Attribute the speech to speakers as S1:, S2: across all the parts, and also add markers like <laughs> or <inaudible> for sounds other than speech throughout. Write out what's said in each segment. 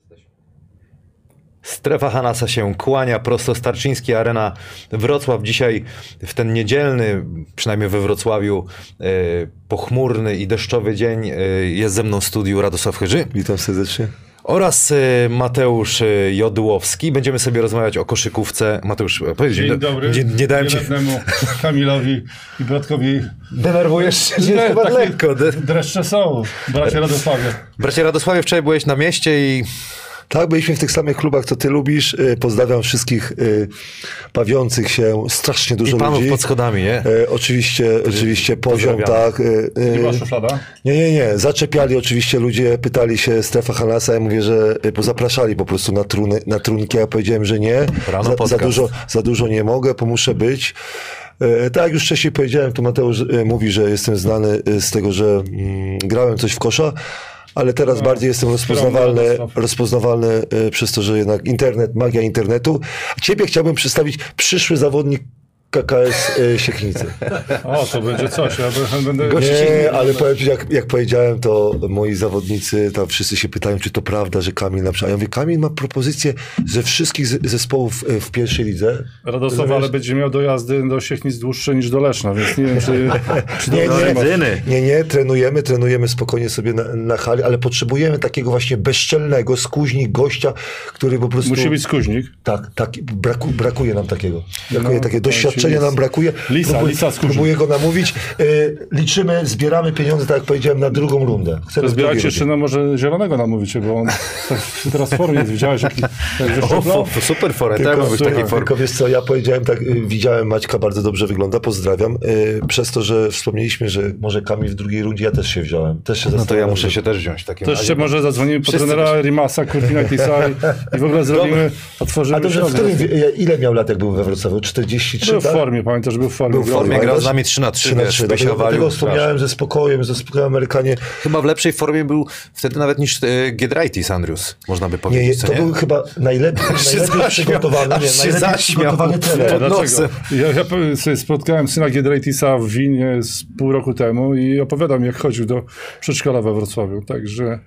S1: Jesteśmy.
S2: Strefa Hanasa się kłania, prosto Starczyński Arena Wrocław. Dzisiaj w ten niedzielny, przynajmniej we Wrocławiu, e, pochmurny i deszczowy dzień e, jest ze mną w studiu Radosław Chyży
S3: Witam serdecznie.
S2: oraz e, Mateusz e, Jodłowski. Będziemy sobie rozmawiać o koszykówce. Mateusz, e, powiedz
S4: Dzień
S2: do-
S4: dobry.
S2: Nie, nie dałem ci...
S4: Wielebnemu Kamilowi i bratkowi.
S2: Denerwujesz się, że
S4: Nie, tak
S2: jest chyba
S4: takie
S2: lekko. De...
S4: Dreszcze są, bracie Radosławie.
S2: Bracie Radosławie, wczoraj byłeś na mieście i
S3: Tak, byliśmy w tych samych klubach, co ty lubisz. Y, Pozdrawiam wszystkich y, bawiących się, strasznie dużo
S2: I panów
S3: ludzi.
S2: pod schodami, nie?
S4: E,
S3: Y, oczywiście, oczywiście poziom,
S2: pozdrawiamy.
S3: tak. y, y,
S4: Nie ma szuflada.
S3: nie, nie, nie. Zaczepiali oczywiście ludzie, pytali się strefa Hanasa, ja mówię, że y, pozapraszali po prostu na, truny, na trunki, a ja powiedziałem, że nie.
S2: Rano
S3: za, za,
S2: podcast.
S3: dużo, za dużo nie mogę, bo muszę być. E, Tak jak już wcześniej powiedziałem, to Mateusz e, mówi, że jestem znany e, z tego, że mm, grałem coś w kosza, ale teraz bardziej jestem rozpoznawalny,
S4: Radosław.
S3: rozpoznawalny e, przez to, że jednak internet, magia internetu. Ciebie chciałbym przedstawić przyszły zawodnik KKS e, Siechnicy.
S4: O, to będzie coś. Ja będę- będę...
S2: Gość-
S3: Nie, ale powiem ci, jak, jak powiedziałem, to moi zawodnicy, tam wszyscy się pytają, czy to prawda, że Kamil na przykład. A ja mówię, Kamil ma propozycję ze wszystkich z- zespołów e, w pierwszej lidze.
S4: Radosław, ale będzie miał dojazdy do Siechnic dłuższe niż do Leszna, więc nie wiem, czy... czy
S3: Nie,
S4: dobrze ma.
S3: nie, nie, nie, trenujemy, trenujemy spokojnie sobie na, na hali, ale potrzebujemy takiego właśnie bezczelnego, skuźni gościa, który po prostu...
S4: Musi być skuźnik.
S3: Tak, tak braku, brakuje nam takiego. Brakuje
S4: No,
S3: takie
S4: powiem
S3: doświadczenia
S4: ci,
S3: nam brakuje.
S4: Lisa, lisa skórzy.
S3: Próbuję go namówić. E, liczymy, zbieramy pieniądze, tak jak powiedziałem, na drugą rundę. Chcemy
S4: To
S3: w drugiej
S4: zbierajcie
S3: rundzie.
S4: jeszcze, no może Zielonego namówicie, bo on tak w transformie jest. Widziałeś, jaki... jak No,
S2: O,
S4: zeszczeplał?
S2: fo, super forę, tak
S3: Tylko,
S2: byłbyś w takiej
S3: słuchaj,
S2: formie.
S3: tylko wiesz co, ja powiedziałem tak, y, widziałem Maćka, bardzo dobrze wygląda, pozdrawiam. Y, Przez to, że wspomnieliśmy, że może Kamil w drugiej rundzie, ja też się wziąłem. Też się
S2: No to ja
S3: zastanawiam,
S2: muszę
S3: że-
S2: się też wziąć w takim
S4: To jeszcze może zadzwonimy po
S2: Wszyscy
S4: trenera Rimasa, Kurtina Tisa i, i w ogóle zrobimy, otworzymy
S3: A dobrze, w
S4: środek.
S3: którym, wie- ile miał lat, jak był we Wrocławiu? 43,
S4: Był w
S3: tak?
S4: formie, pamiętasz, był w formie.
S3: Był w formie,
S2: formie grał z
S3: pamiętasz?
S2: nami 3 na 3,
S3: 3 na
S2: wiesz,
S3: 3.
S2: Bysia
S3: Dlatego,
S2: walił,
S3: dlatego
S2: strasznie.
S3: wspomniałem ze spokojem, ze spokojem Amerykanie.
S2: Chyba w lepszej formie był wtedy nawet niż e, Giedraitis Andrius, można by powiedzieć,
S3: Nie,
S2: co
S3: to
S2: nie?
S3: był chyba najlepiej,
S2: się
S3: najlepiej
S2: zaśmiał,
S3: przygotowany,
S2: aż
S3: nie,
S2: się
S3: najlepiej
S2: zaśmiał.
S3: przygotowany trener.
S2: pod
S4: Dlaczego?
S2: nosem.
S4: Ja, ja powiem sobie spotkałem syna Giedreitisa w Winie z pół roku temu i opowiadam, jak chodził do przedszkola we Wrocławiu. Także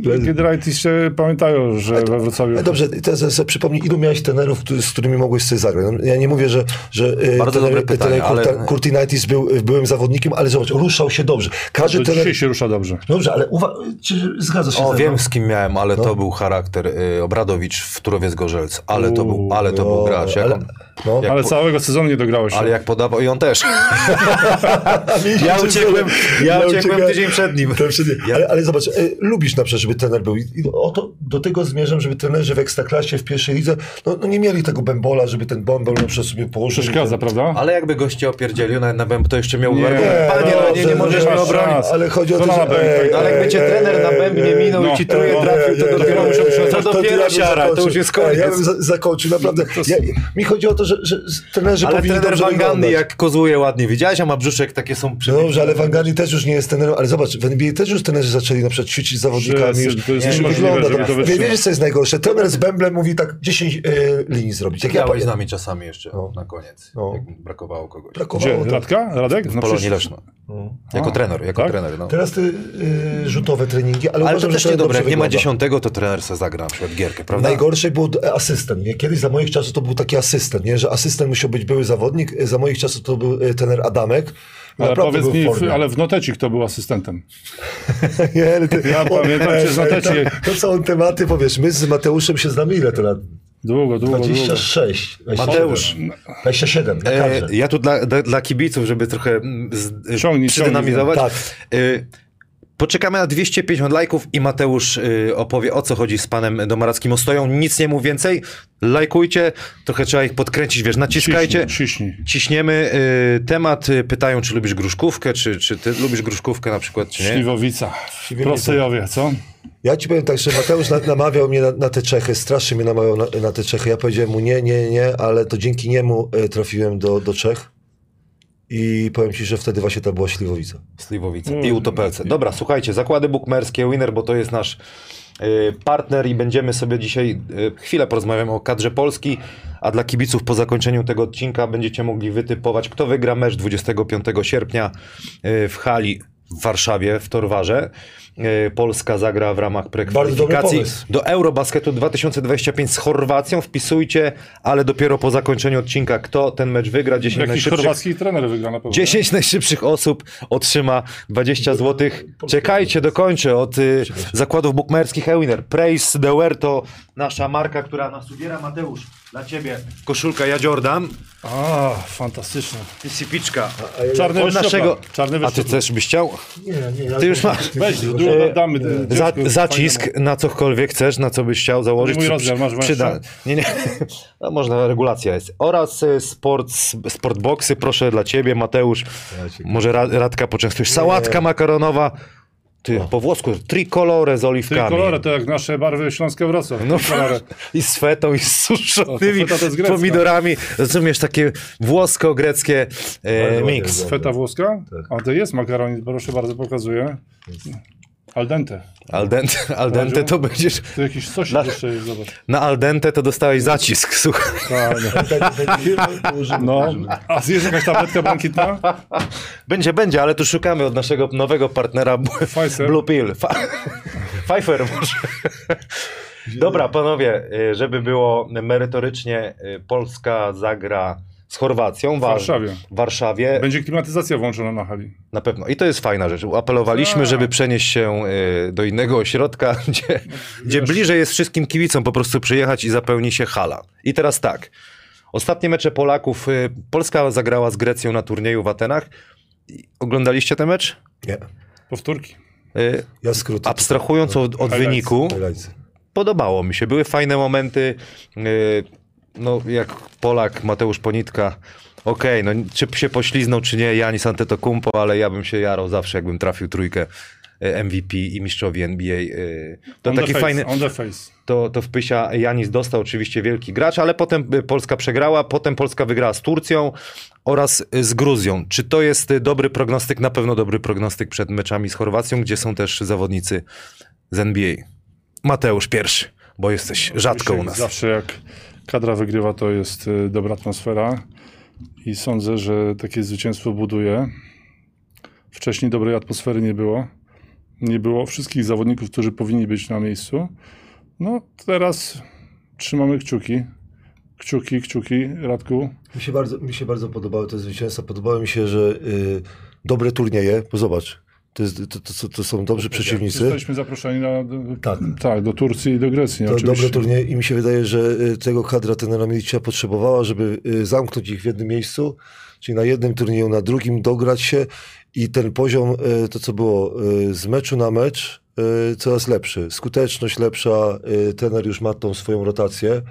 S4: Giedreitis się pamiętają, że we Wrocławiu.
S3: No Dobrze, teraz sobie przypomnij, ilu miałeś trenerów, który- z którymi mogłeś sobie zagrać? No, Ja nie mówię, że, że e,
S2: Bardzo dobre pytanie,
S3: Kurta-
S2: ale-
S3: Kurtinaitis był e, byłym zawodnikiem, ale zobacz, ruszał się dobrze. Każdy
S4: Do
S3: trener...
S4: dzisiaj się rusza dobrze.
S3: Dobrze, ale uwa... czy zgadza się
S2: O,
S3: ze
S2: wiem
S3: mną?
S2: z kim miałem, ale
S3: No.
S2: to był charakter y, Obradowicz w Turowiec Gorzelc, ale to był, ale to był
S3: no,
S2: gracz, jak
S3: ale-
S2: on,
S3: no.
S2: jak
S4: Ale
S2: po,
S4: całego sezonu nie dograłeś.
S2: ale jak podawał, i on też.
S3: <laughs> Ja
S2: uciekłem- ja uciekłem tydzień przed nim.
S3: To przed nim. Ale, ale zobacz, e, lubisz na przykład, żeby trener był. I i o to, do tego zmierzam, żeby trenerzy w Ekstraklasie, w pierwszej lidze, no, no nie mieli tego bębola, żeby ten bąbel na przykład sobie położył.
S4: Przeszkadza, prawda?
S2: Ale jakby goście opierdzielił na, na bęb, to jeszcze miał nie, Panie,
S3: no,
S2: no, nie, nie
S3: to-
S2: możesz
S3: to-
S2: mnie obronić.
S3: Ale chodzi o to,
S4: To
S3: że... E,
S4: na bębek.
S3: ej,
S2: No, ale
S3: ej,
S2: jakby cię
S3: ej,
S2: trener na
S3: ej,
S2: bębnie
S3: ej,
S2: minął
S4: no,
S2: i ci truje
S4: no,
S2: trafił, to
S3: nie,
S2: dopiero
S3: nie,
S2: musiał
S3: nie,
S2: się...
S3: nie,
S2: To
S3: to ja
S2: dopiero
S3: bym
S2: siara, to już
S3: zakończył.
S2: jest koniec.
S3: Ja bym za- zakończył, naprawdę. Ja, mi chodzi o to, że, że z- trenerzy
S2: Ale
S3: powinni
S2: trener
S3: dobrze
S2: Wanganny
S3: wyglądać.
S2: jak kozłuje ładnie, widziałeś, a ma brzuszek, takie są
S3: No dobrze, ale
S2: przepiękne.
S3: Wangani też już nie jest trenerem, ale zobacz, w NBA też już trenerzy zaczęli na przykład ćwiczyć z zawodnikami.
S4: Że
S3: Już,
S4: to jest
S3: już
S4: niemożliwe, żeby
S3: tam.
S4: to
S3: Wie-
S4: wytrzymać.
S3: Wiesz, co jest najgorsze? Trener z Bęblem mówi tak 10 y, linii zrobić. Jak ja
S2: Grałeś z
S3: pamiętam.
S2: nami czasami jeszcze na koniec,
S3: No.
S2: jak brakowało kogoś.
S3: Brakowało.
S4: Gdzie? Radka? Radek? No
S2: Polonii
S4: przecież-
S2: Leszno. Jako
S4: A,
S2: trener, jako
S4: tak?
S2: trener. No.
S3: Teraz te y, rzutowe treningi, ale,
S2: Ale to
S3: uważam,
S2: też
S3: że trener
S2: niedobre,
S3: dobrze
S2: jak nie ma
S3: wygląda.
S2: dziesiątego, to trener se zagra na przykład gierkę, prawda?
S3: Najgorszy był d- asystent. Nie? Kiedyś za moich czasów to był taki asystent, nie? że asystent musiał być były zawodnik. e, Za moich czasów to był e, trener Adamek.
S4: Ale
S3: Naprawdę
S4: powiedz
S3: był
S4: mi,
S3: w
S4: w,
S3: formie.
S4: ale w noteci kto był asystentem?
S3: <laughs> Nie, ale ty,
S4: Ja pamiętam, że
S3: Ej, <laughs>
S4: znoteci-
S3: To, to są tematy, powiesz, my z Mateuszem się znamy ile to lat?
S4: Długo, długo, długo.
S3: 26. 27.
S2: Mateusz.
S3: 27, na
S2: E,
S3: karze.
S2: ja tu dla, dla, dla kibiców, żeby trochę mm, z, e,
S4: Ciągnij, tak.
S2: przydynamizować.
S3: ciągnij,
S2: E, Poczekamy na 250 lajków i Mateusz e, opowie o co chodzi z panem Domarackim Ostoją. Nic nie mów więcej. Lajkujcie, trochę trzeba ich podkręcić, wiesz, naciskajcie.
S4: Ciśnij, ciśnij.
S2: Ciśniemy e, temat, e, pytają czy lubisz gruszkówkę, czy, czy ty lubisz gruszkówkę na przykład, czy nie?
S4: Śliwowica. Prostyjowie, co?
S3: Ja ci powiem tak, że Mateusz na- namawiał mnie na, na te Czechy, strasznie mnie namawiał na, na te Czechy. Ja powiedziałem mu nie, nie, nie, ale to dzięki niemu e, trafiłem do, do Czech. I powiem ci, że wtedy właśnie to była Śliwowica.
S2: Sliwowice
S4: Mm.
S2: i Utopelce. Dobra, słuchajcie, zakłady bukmerskie, Winner, bo to jest nasz y, partner i będziemy sobie dzisiaj y, chwilę porozmawiamy o kadrze Polski, a dla kibiców po zakończeniu tego odcinka będziecie mogli wytypować, kto wygra mecz 25 sierpnia y, w hali w Warszawie, w Torwarze. e, Polska zagra w ramach
S3: dobry
S2: prekwalifikacji
S3: pomysł.
S2: do Eurobasketu 2025 z Chorwacją. Wpisujcie, ale dopiero po zakończeniu odcinka, kto ten mecz wygra. 10
S4: Jakiś
S2: najszybszych
S4: chorwacki trener wygra na pewno.
S2: 10 najszybszych osób otrzyma 20 zł. Czekajcie, dokończę od y, zakładów bukmerskich Ewiner. Praise the wear to nasza marka, która nas ubiera. Mateusz, dla ciebie koszulka ja Jordan.
S4: A, fantastyczne.
S2: Ty sipiczka.
S4: Czarny
S2: Od
S4: wyszczepla.
S2: naszego...
S4: Czarny
S2: A ty
S4: wyszczepla.
S2: też byś chciał?
S3: Nie, nie, ja
S2: Ty już masz.
S4: Weź, dużo damy. dziecku,
S2: E, Za,
S4: fajnemu.
S2: zacisk na cokolwiek chcesz, na co byś chciał założyć.
S4: To nie mój
S2: przy-
S4: rozdział, masz, tak. masz
S2: przyda.
S4: jeszcze?
S2: Nie, <laughs> nie. No, można, regulacja jest. Oraz y, sport, sportboxy, proszę dla ciebie, Mateusz. Może Ra- Radka poczęstujesz. Sałatka makaronowa. Ty, po włosku, tricolore z
S4: Ty
S2: oliwkami.
S4: kolorę, to jak nasze barwy śląskie Wrocław.
S2: No,
S4: No. Kolorę.
S2: <laughs> I z fetą, i z suszonymi
S4: O, to feta to jest grecka.
S2: pomidorami. Rozumiesz, takie włosko-greckie e,
S3: ładnie
S2: mix.
S3: wygląda.
S4: Feta włoska?
S2: Tak.
S4: A to jest makaronik, proszę bardzo, pokazuję. Al dente.
S2: Al dente, al dente to będziesz...
S4: To jakiś coś
S2: Dla-
S4: jeszcze jest, zobacz.
S2: Na al dente to dostałeś zacisk, <laughs> słuchaj.
S3: Tak,
S4: <laughs> No, a jest jakaś
S2: <laughs>
S4: tabletka błękitna?
S2: Będzie, będzie, ale tu szukamy od naszego nowego partnera <laughs> B-
S4: Pfizer.
S2: Blue Pill. Fa- <laughs> Pfeiffer
S4: <laughs>
S2: może. Dobra, panowie, y, żeby było merytorycznie, y, Polska zagra z Chorwacją. W
S4: Warszawie.
S2: W Warszawie,
S4: Będzie klimatyzacja włączona na hali.
S2: na pewno. I to jest fajna rzecz. Apelowaliśmy,
S4: Tak.
S2: żeby przenieść się y, do innego ośrodka, <laughs> gdzie, gdzie bliżej jest wszystkim kibicom po prostu przyjechać i zapełni się hala. I teraz tak. Ostatnie mecze Polaków. y, Polska zagrała z Grecją na turnieju w Atenach. I- Oglądaliście ten mecz?
S3: Nie,
S4: Powtórki.
S2: Y,
S3: ja skrót.
S2: Abstrahując od, od
S4: Highlights,
S2: wyniku,
S3: Highlights.
S2: podobało mi się. Były fajne momenty. Yy, No, jak Polak Mateusz Ponitka. Okej, no czy się pośliznął, czy nie, Janis Antetokumpo, ale ja bym się jarał zawsze, jakbym trafił trójkę yy, MVP i mistrzowi NBA. yy. To
S4: on
S2: taki
S4: the face,
S2: fajny,
S4: On the face.
S2: to, to wpysia Janis dostał oczywiście wielki gracz, ale potem y, Polska przegrała, potem Polska wygrała z Turcją oraz y, z Gruzją. Czy to jest y, dobry prognostyk? Na pewno dobry prognostyk przed meczami z Chorwacją, gdzie są też zawodnicy z NBA. Mateusz pierwszy, bo jesteś rzadko u
S4: Oczywiście,
S2: nas.
S4: Zawsze jak kadra wygrywa, to jest y, dobra atmosfera i sądzę, że takie zwycięstwo buduje. Wcześniej dobrej atmosfery nie było. Nie było wszystkich zawodników, którzy powinni być na miejscu. No teraz trzymamy kciuki. Kciuki, kciuki, Radku.
S3: Mi się, bardzo, mi się bardzo podobały te zwycięstwa. Podobało mi się, że y, dobre turnieje, bo zobacz, to, jest, to, to, to są dobrzy przeciwnicy.
S4: Jesteśmy zaproszeni na, do-
S3: Tak.
S4: tak, do Turcji i do Grecji.
S3: To
S4: oczywiście.
S3: dobre turnieje i mi się wydaje, że y, tego kadra trenera Milicia potrzebowała, żeby y, zamknąć ich w jednym miejscu, czyli na jednym turnieju, na drugim dograć się i ten poziom, y, to co było, y, z meczu na mecz y, coraz lepszy. Skuteczność lepsza, y, trener już ma tą swoją rotację.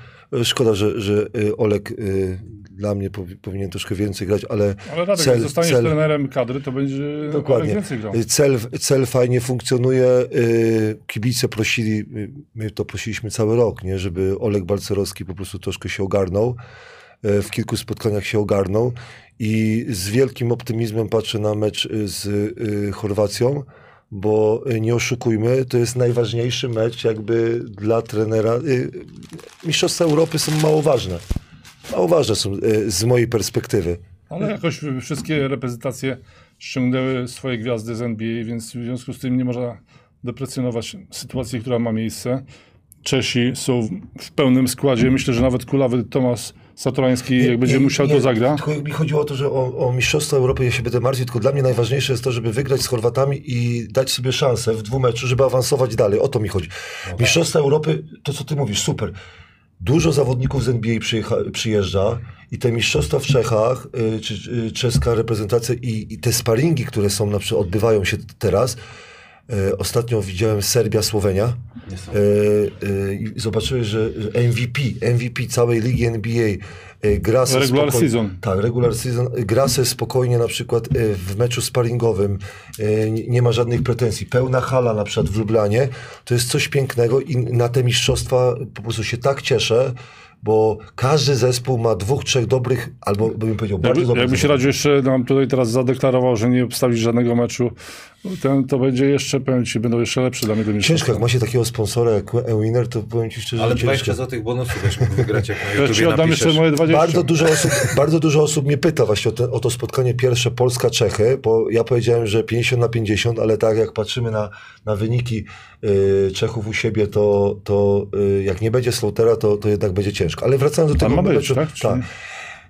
S3: Y, Szkoda, że, że y, Olek y, dla mnie powi- powinien troszkę więcej grać, ale,
S4: Ale Radek, jak
S3: cel,
S4: zostaniesz
S3: cel,
S4: trenerem kadry, to będzie
S3: Dokładnie.
S4: więcej grał.
S3: Y, Cel, cel fajnie funkcjonuje. y, Kibice prosili, y, my to prosiliśmy cały rok, nie, żeby Oleg Balcerowski po prostu troszkę się ogarnął. Y, W kilku spotkaniach się ogarnął i z wielkim optymizmem patrzę na mecz y, z y, Chorwacją, bo y, nie oszukujmy, to jest najważniejszy mecz jakby dla trenera. y, Mistrzostwa Europy są mało ważne. Mało ważne są y, z mojej perspektywy.
S4: Ale jakoś wszystkie reprezentacje ściągnęły swoje gwiazdy z NBA, więc w związku z tym nie można deprecjonować sytuacji, która ma miejsce. Czesi są w pełnym składzie. Myślę, że nawet kulawy Tomasz Satorański, jak będzie
S3: Nie,
S4: musiał,
S3: nie,
S4: to zagra.
S3: Tylko mi chodziło o to, że o, o Mistrzostwo Europy ja się będę martwił, tylko dla mnie najważniejsze jest to, żeby wygrać z Chorwatami i dać sobie szansę w dwumeczu, żeby awansować dalej. O to mi chodzi.
S4: No tak.
S3: Mistrzostwa Europy, to co ty mówisz, super. Dużo zawodników z NBA przyjecha- przyjeżdża i te mistrzostwa w Czechach, y, czy, czy czeska reprezentacja i, i te sparingi, które są na przykład, odbywają się t- teraz. Y, Ostatnio widziałem Serbia-Słowenia y, y, i zobaczyłem, że że MVP, MVP całej ligi NBA y, gra se
S4: Regular
S3: spoko-
S4: season.
S3: Tak, regular season. Gra se spokojnie na przykład y, w meczu sparingowym. y, nie- Nie ma żadnych pretensji. Pełna hala na przykład w Lublanie. To jest coś pięknego i na te mistrzostwa po prostu się tak cieszę, bo każdy zespół ma dwóch, trzech dobrych, albo bym powiedział bardzo
S4: Jakby,
S3: dobrych.
S4: jakbyś
S3: zawodników.
S4: Radziu jeszcze nam tutaj teraz zadeklarował, że nie obstawisz żadnego meczu, ten, to będzie jeszcze, powiem ci, będą jeszcze lepsze dla mnie do
S3: Ciężko, jak ma się takiego sponsora jak Ewiner, to powiem ci szczerze, że ciężko.
S2: zł bonusów też mógł wygrać, jak na
S4: Ja ci oddam jeszcze moje 20 20.
S3: Bardzo dużo, osób, bardzo dużo osób mnie pyta właśnie o, te, o to spotkanie pierwsze Polska-Czechy, bo ja powiedziałem, że 50 na 50, ale tak jak patrzymy na, na wyniki y, Czechów u siebie, to, to y, jak nie będzie Slotera, to, to jednak będzie ciężko. Ale wracając do
S4: Tam
S3: tego
S4: ma być,
S3: meczu,
S4: tak? Czy nie?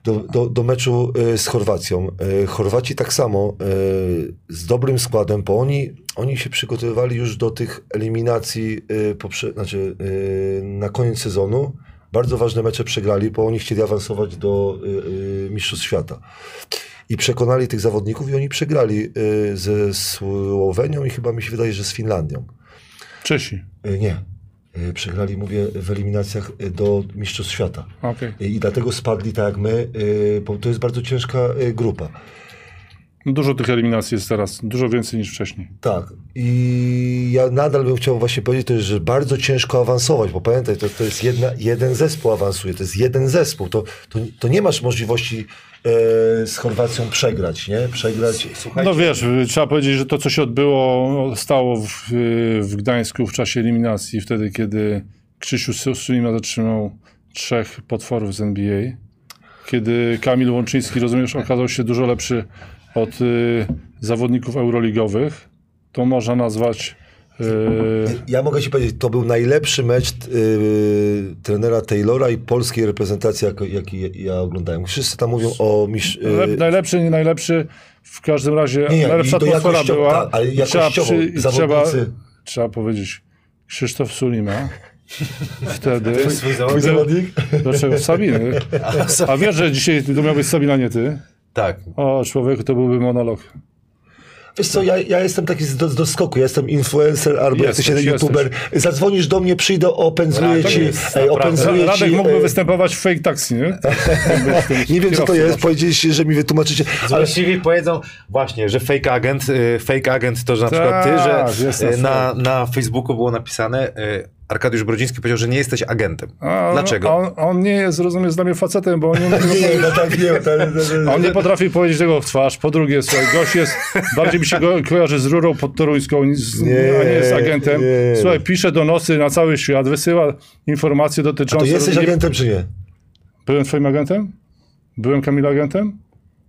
S3: do, do, do meczu y, z Chorwacją. Y, Chorwaci tak samo y, z dobrym składem, bo oni, oni się przygotowywali już do tych eliminacji y, poprze- znaczy, y, na koniec sezonu. Bardzo ważne mecze przegrali, bo oni chcieli awansować do y, y, Mistrzostw Świata. I przekonali tych zawodników i oni przegrali y, ze Słowenią i chyba mi się wydaje, że z Finlandią.
S4: Czesi.
S3: Y, nie. Y, przegrali, mówię, w eliminacjach y, do Mistrzostw Świata.
S4: Okej.
S3: I dlatego spadli tak jak my, y, bo to jest bardzo ciężka y, grupa.
S4: No Dużo tych eliminacji jest teraz, dużo więcej niż wcześniej.
S3: Tak. I ja nadal bym chciał właśnie powiedzieć, to jest, że bardzo ciężko awansować, bo pamiętaj, to, to jest jedna, jeden zespół awansuje, to jest jeden zespół. To, to, to nie masz możliwości e, z Chorwacją przegrać, nie? Przegrać.
S4: No wiesz, y, trzeba powiedzieć, że to, co się odbyło, stało w, y, w Gdańsku w czasie eliminacji, wtedy, kiedy Krzysiu Su- Sulima zatrzymał trzech potworów z NBA. Kiedy Kamil Łączyński, rozumiesz, okazał się dużo lepszy od y, zawodników euroligowych, to można nazwać y,
S3: Ja mogę ci powiedzieć, to był najlepszy mecz y, trenera Taylora i polskiej reprezentacji, jak- jaki ja oglądałem. Wszyscy tam mówią o mistrz,
S4: lep-
S3: y,
S4: najlepszy, nie najlepszy, w każdym razie
S3: Nie, nie,
S4: najlepsza
S3: i to
S4: atmosfera
S3: jakościowo,
S4: była.
S3: tak, ale
S4: i trzeba
S3: jakościowo
S4: przy- i trzeba,
S3: zawodnicy-
S4: trzeba powiedzieć, Krzysztof
S3: <laughs>
S4: Sulima wtedy...
S2: Swój
S3: Twój
S2: zawodnik?
S3: zawodnik?
S4: Dlaczego Sabiny? A wiesz, że dzisiaj to miał być Sabina, nie ty?
S2: Tak.
S4: O, człowieku, to byłby monolog.
S3: Wiesz co, ja, ja jestem taki z, do, z doskoku, ja jestem influencer albo
S4: Jesteś,
S3: jesteś, jesteś youtuber. Zadzwonisz do mnie, przyjdę, opędzluję
S2: Radek
S3: ci,
S2: jest,
S3: ej,
S2: naprawdę.
S3: opędzluję
S4: Radek
S3: ci.
S4: mógłby
S3: ej,
S4: występować w fake taxi, nie? Tak.
S3: nie wiem co to jest, powiedzieliście, że mi wytłumaczycie. Ale
S2: <laughs> Właściwie powiedzą właśnie, że fake agent, y, fake agent to że na
S4: Tak,
S2: przykład ty,
S4: jest
S2: że
S4: na
S2: y, na, na Facebooku było napisane, y, Arkadiusz Brodziński powiedział, że nie jesteś agentem.
S4: A on-
S2: Dlaczego?
S4: a On, on nie jest, rozumiem, z nami facetem, bo on nie,
S3: nie, no tak nie, <laughs> tak, tak,
S4: a on
S3: tak.
S4: nie potrafi powiedzieć tego w twarz. Po drugie, słuchaj, gość jest, bardziej mi się go kojarzy z rurą podtoruńską, z,
S3: Nie,
S4: a nie z agentem.
S3: nie.
S4: Słuchaj, pisze donosy na cały świat, wysyła informacje dotyczące...
S3: To jesteś
S4: nie-
S3: agentem czy nie?
S4: Byłem twoim agentem? Byłem Kamil agentem?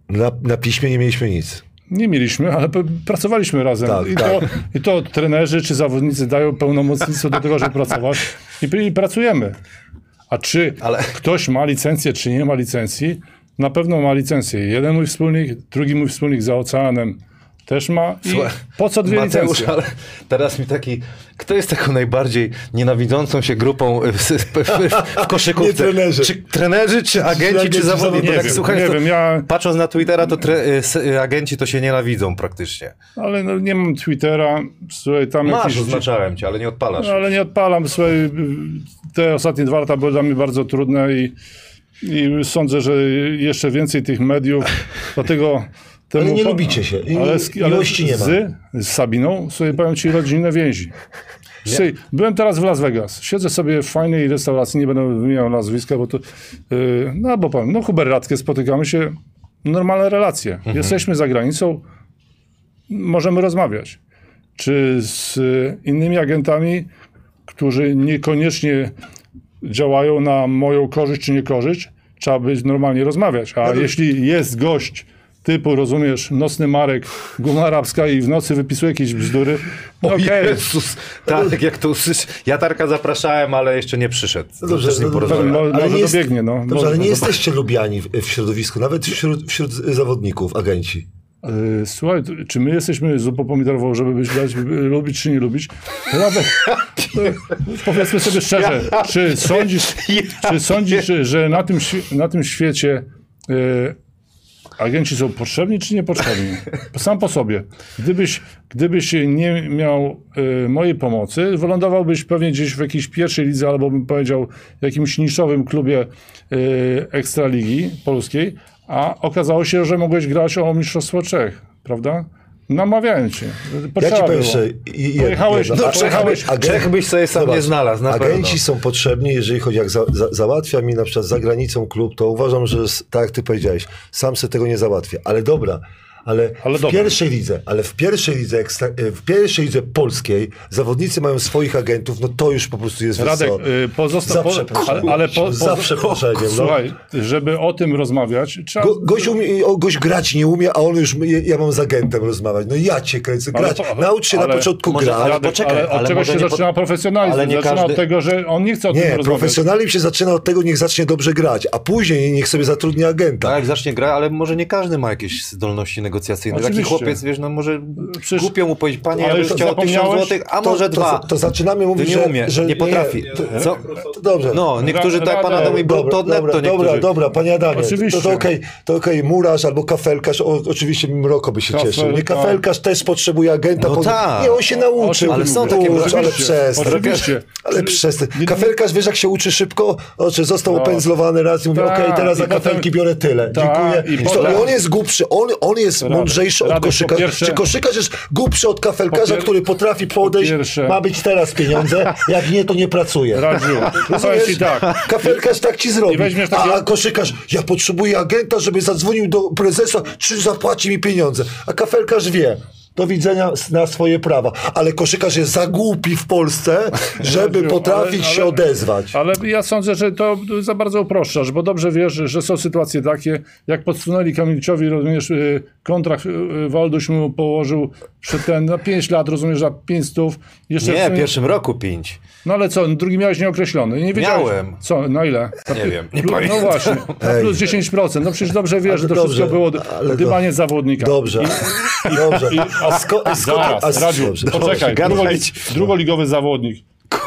S3: Na, na piśmie nie mieliśmy nic.
S4: Nie mieliśmy, ale p- pracowaliśmy razem.
S3: Tak,
S4: I,
S3: tak.
S4: To, I to trenerzy czy zawodnicy dają pełnomocnictwo do tego, żeby pracować I, p- i pracujemy. A czy
S2: Ale-
S4: ktoś ma licencję, czy nie ma licencji? Na pewno ma licencję. Jeden mój wspólnik, drugi mój wspólnik za oceanem też ma. I
S2: Słuchaj,
S4: po co dwie
S2: Mateusz,
S4: licencje?
S2: ale teraz mi taki, kto jest taką najbardziej nienawidzącą się grupą y, w, w, w, w koszykówce?
S3: Nie trenerzy.
S2: Czy trenerzy, czy agenci, czy,
S3: agenci,
S2: zawodnicy?
S4: nie
S2: Tak,
S4: wiem,
S2: słuchaj,
S4: nie
S2: to-
S4: wiem, ja-
S2: Patrząc na Twittera, to tre, y, s- y, agenci to się nienawidzą praktycznie.
S4: Ale no, nie mam Twittera. Słuchaj, tam
S2: Masz,
S4: jakiś...
S2: oznaczałem cię, ale nie odpalasz.
S4: No, ale nie odpalam. Słuchaj, te ostatnie dwa lata były dla mnie bardzo trudne i, i sądzę, że jeszcze więcej tych mediów,
S3: <laughs>
S4: dlatego... Temu
S3: nie lubicie się i
S4: sk-
S3: miłości nie ma.
S4: Z, z Sabiną sobie powiem ci rodzinne więzi. Słuchaj, byłem teraz w Las Vegas. Siedzę sobie w fajnej restauracji, nie będę wymieniał nazwiska, bo to... Yy, no, bo powiem, no Huber Radke, spotykamy się, normalne relacje.
S3: Mhm.
S4: Jesteśmy za granicą, możemy rozmawiać. Czy z y, innymi agentami, którzy niekoniecznie działają na moją korzyść czy niekorzyść, trzeba być normalnie rozmawiać. A jeśli jest gość typu, rozumiesz, nocny Marek, guma arabska i w nocy wypisuje jakieś bzdury, no okej,
S2: Jezus, tak jak to usłysz. Ja Tarka zapraszałem, ale jeszcze nie przyszedł. No
S3: dobrze,
S2: dobrze,
S3: no
S2: nie
S3: dobrze.
S2: porozmawiamy.
S4: Mo- może
S3: jest-
S4: dobiegnie, no.
S3: Dobrze,
S4: Może
S3: ale nie
S4: to-
S3: jesteście lubiani w, w środowisku, nawet wśród, wśród zawodników, agenci.
S4: Y, Słuchaj, to- czy my jesteśmy zupą pomidorową, żeby być, dać, y, lubić czy nie lubić? Nawet, powiedzmy sobie szczerze, czy sądzisz, czy sądzisz że na tym, świ- na tym świecie y, agenci są potrzebni czy niepotrzebni? Sam po sobie. Gdybyś, gdybyś nie miał y, mojej pomocy, wylądowałbyś pewnie gdzieś w jakiejś pierwszej lidze, albo bym powiedział jakimś niszowym klubie y, Ekstraligi Polskiej, a okazało się, że mogłeś grać o Mistrzostwo Czech, prawda? Namawiałem cię.
S3: Ja
S4: Potrzeba
S3: ci powiem
S4: było.
S3: jeszcze... i- i-
S4: Pojechałeś-
S3: jedna-
S4: no,
S3: a-
S4: pojechałeś-
S3: agen-
S2: Czech byś sobie sam nie znalazł, na
S3: Agenci
S2: pewno.
S3: są potrzebni, jeżeli chodzi jak za, za, załatwia mi na przykład za granicą klub, to uważam, że s- tak jak ty powiedziałeś, sam sobie tego nie załatwię. Ale dobra, ale,
S4: Ale
S3: w
S4: dobra.
S3: pierwszej lidze, ale w pierwszej lidze, ekstra, e, w pierwszej lidze polskiej zawodnicy mają swoich agentów, no to już po prostu jest
S4: Radek,
S3: wysoko.
S4: y, pozostań...
S3: Za
S4: Po, ale, ale po, po,
S3: Za przeproszeniem, no.
S4: Słuchaj, żeby o tym rozmawiać, trzeba...
S3: Go, gość, umie, o, gość grać nie umie, a on już, ja, ja mam z agentem rozmawiać. No ja cię kręcę,
S4: Ale
S3: grać.
S4: po-
S3: Naucz się na
S4: ale-
S3: początku
S2: może-
S3: grać.
S2: ale
S4: Radek,
S2: poczekaj,
S4: ale od
S2: ale
S4: czego
S2: może
S4: się
S2: nie po-
S4: zaczyna profesjonalizm?
S2: ale nie
S4: zaczyna
S2: każdy-
S4: od tego, że on nie chce o tym
S3: Nie,
S4: rozmawiać.
S3: profesjonalizm się zaczyna od tego, niech zacznie dobrze grać, a później niech sobie zatrudni agenta.
S2: Tak, jak zacznie gra, ale może nie każdy ma jakieś zdolności negocjacyjne.
S4: Oczywiście.
S2: Taki chłopiec, wiesz, no może
S4: Przecież-
S2: głupio mu powiedzieć, panie, ja
S4: Ale
S2: bym
S4: to
S2: chciał tysiąc
S4: zapomniałeś?
S2: złotych, a może
S3: to,
S2: dwa.
S3: To, to zaczynamy mówić,
S2: nie
S3: że,
S2: umie,
S3: że
S2: nie potrafi.
S3: to-
S2: Co?
S3: to dobrze.
S2: No, niektórzy tak pana
S4: Radek.
S2: Adamie
S3: Dobra,
S2: to netto
S3: dobra, dobra,
S2: niektórzy.
S3: dobra, panie Adamie,
S4: Oczywiście.
S3: to, to okej, to okej, murarz albo kafelkarz, o, oczywiście Mroko by się
S4: Kafelka.
S3: cieszył. Nie, kafelkarz też potrzebuje agenta.
S2: No tak.
S3: Nie, on się nauczył.
S4: O
S2: ale są
S3: Kurczę,
S2: takie-
S3: ale
S4: Oczywiście,
S3: przestań.
S4: oczywiście.
S3: Ale przestań. Kafelkarz, wiesz jak się uczy szybko? O, czy został
S4: No.
S3: opędzlowany raz i mówi,
S4: Tak,
S3: okej, teraz
S4: i
S3: za
S4: potem-
S3: kafelki biorę tyle.
S4: Tak,
S3: Dziękuję.
S4: i
S3: I to,
S4: potem-
S3: on jest głupszy, on, on jest
S4: Radek,
S3: mądrzejszy od
S4: Radek, po
S3: koszykarza.
S4: pierwsze-
S3: Czy koszykarz jest głupszy od kafelkarza,
S4: Po pier-
S3: który potrafi podejść,
S4: pierwsze-
S3: ma być teraz pieniądze, jak nie, to nie pracuje.
S4: Radziu, powiem ci tak.
S3: Kafelkarz tak ci zrobi.
S4: I weźmiesz takie-
S3: A, a koszykarz, ja potrzebuję agenta, żeby zadzwonił do prezesa, czy zapłaci mi pieniądze. A kafelkarz wie. Do widzenia s- na swoje prawa. Ale koszykarz jest za głupi w
S4: <laughs>
S3: Polsce, żeby
S4: Radziu,
S3: potrafić
S4: ale-
S3: się
S4: ale-
S3: odezwać.
S4: Ale ja sądzę, że to za bardzo uproszczasz, bo dobrze wiesz, że są sytuacje takie, jak podsunęli Kamilciowi, rozumiesz, y, kontrakt y, y, Walduś mu położył przed ten, na 5 lat, rozumiesz, za 5 stów. Jeszcze w
S2: Nie, w
S4: sumie-
S2: pierwszym roku pięć.
S4: No ale co, drugi miałeś nieokreślony, nie wiedziałeś.
S2: Miałem.
S4: Co, na ile? Na
S2: Nie
S4: pi-
S2: wiem, nie
S4: plu- No
S2: pamiętam.
S4: właśnie, na plus 10%, no przecież dobrze wiesz, że to
S3: dobrze,
S4: wszystko było
S3: ale
S4: dybanie
S3: do-
S4: zawodnika.
S3: Dobrze. Dobrze. A sko- a sko-
S4: Zaraz,
S3: a s-
S4: Radziu,
S3: dobrze.
S4: poczekaj.
S2: gadać.
S4: Drugolig- Drugoligowy zawodnik.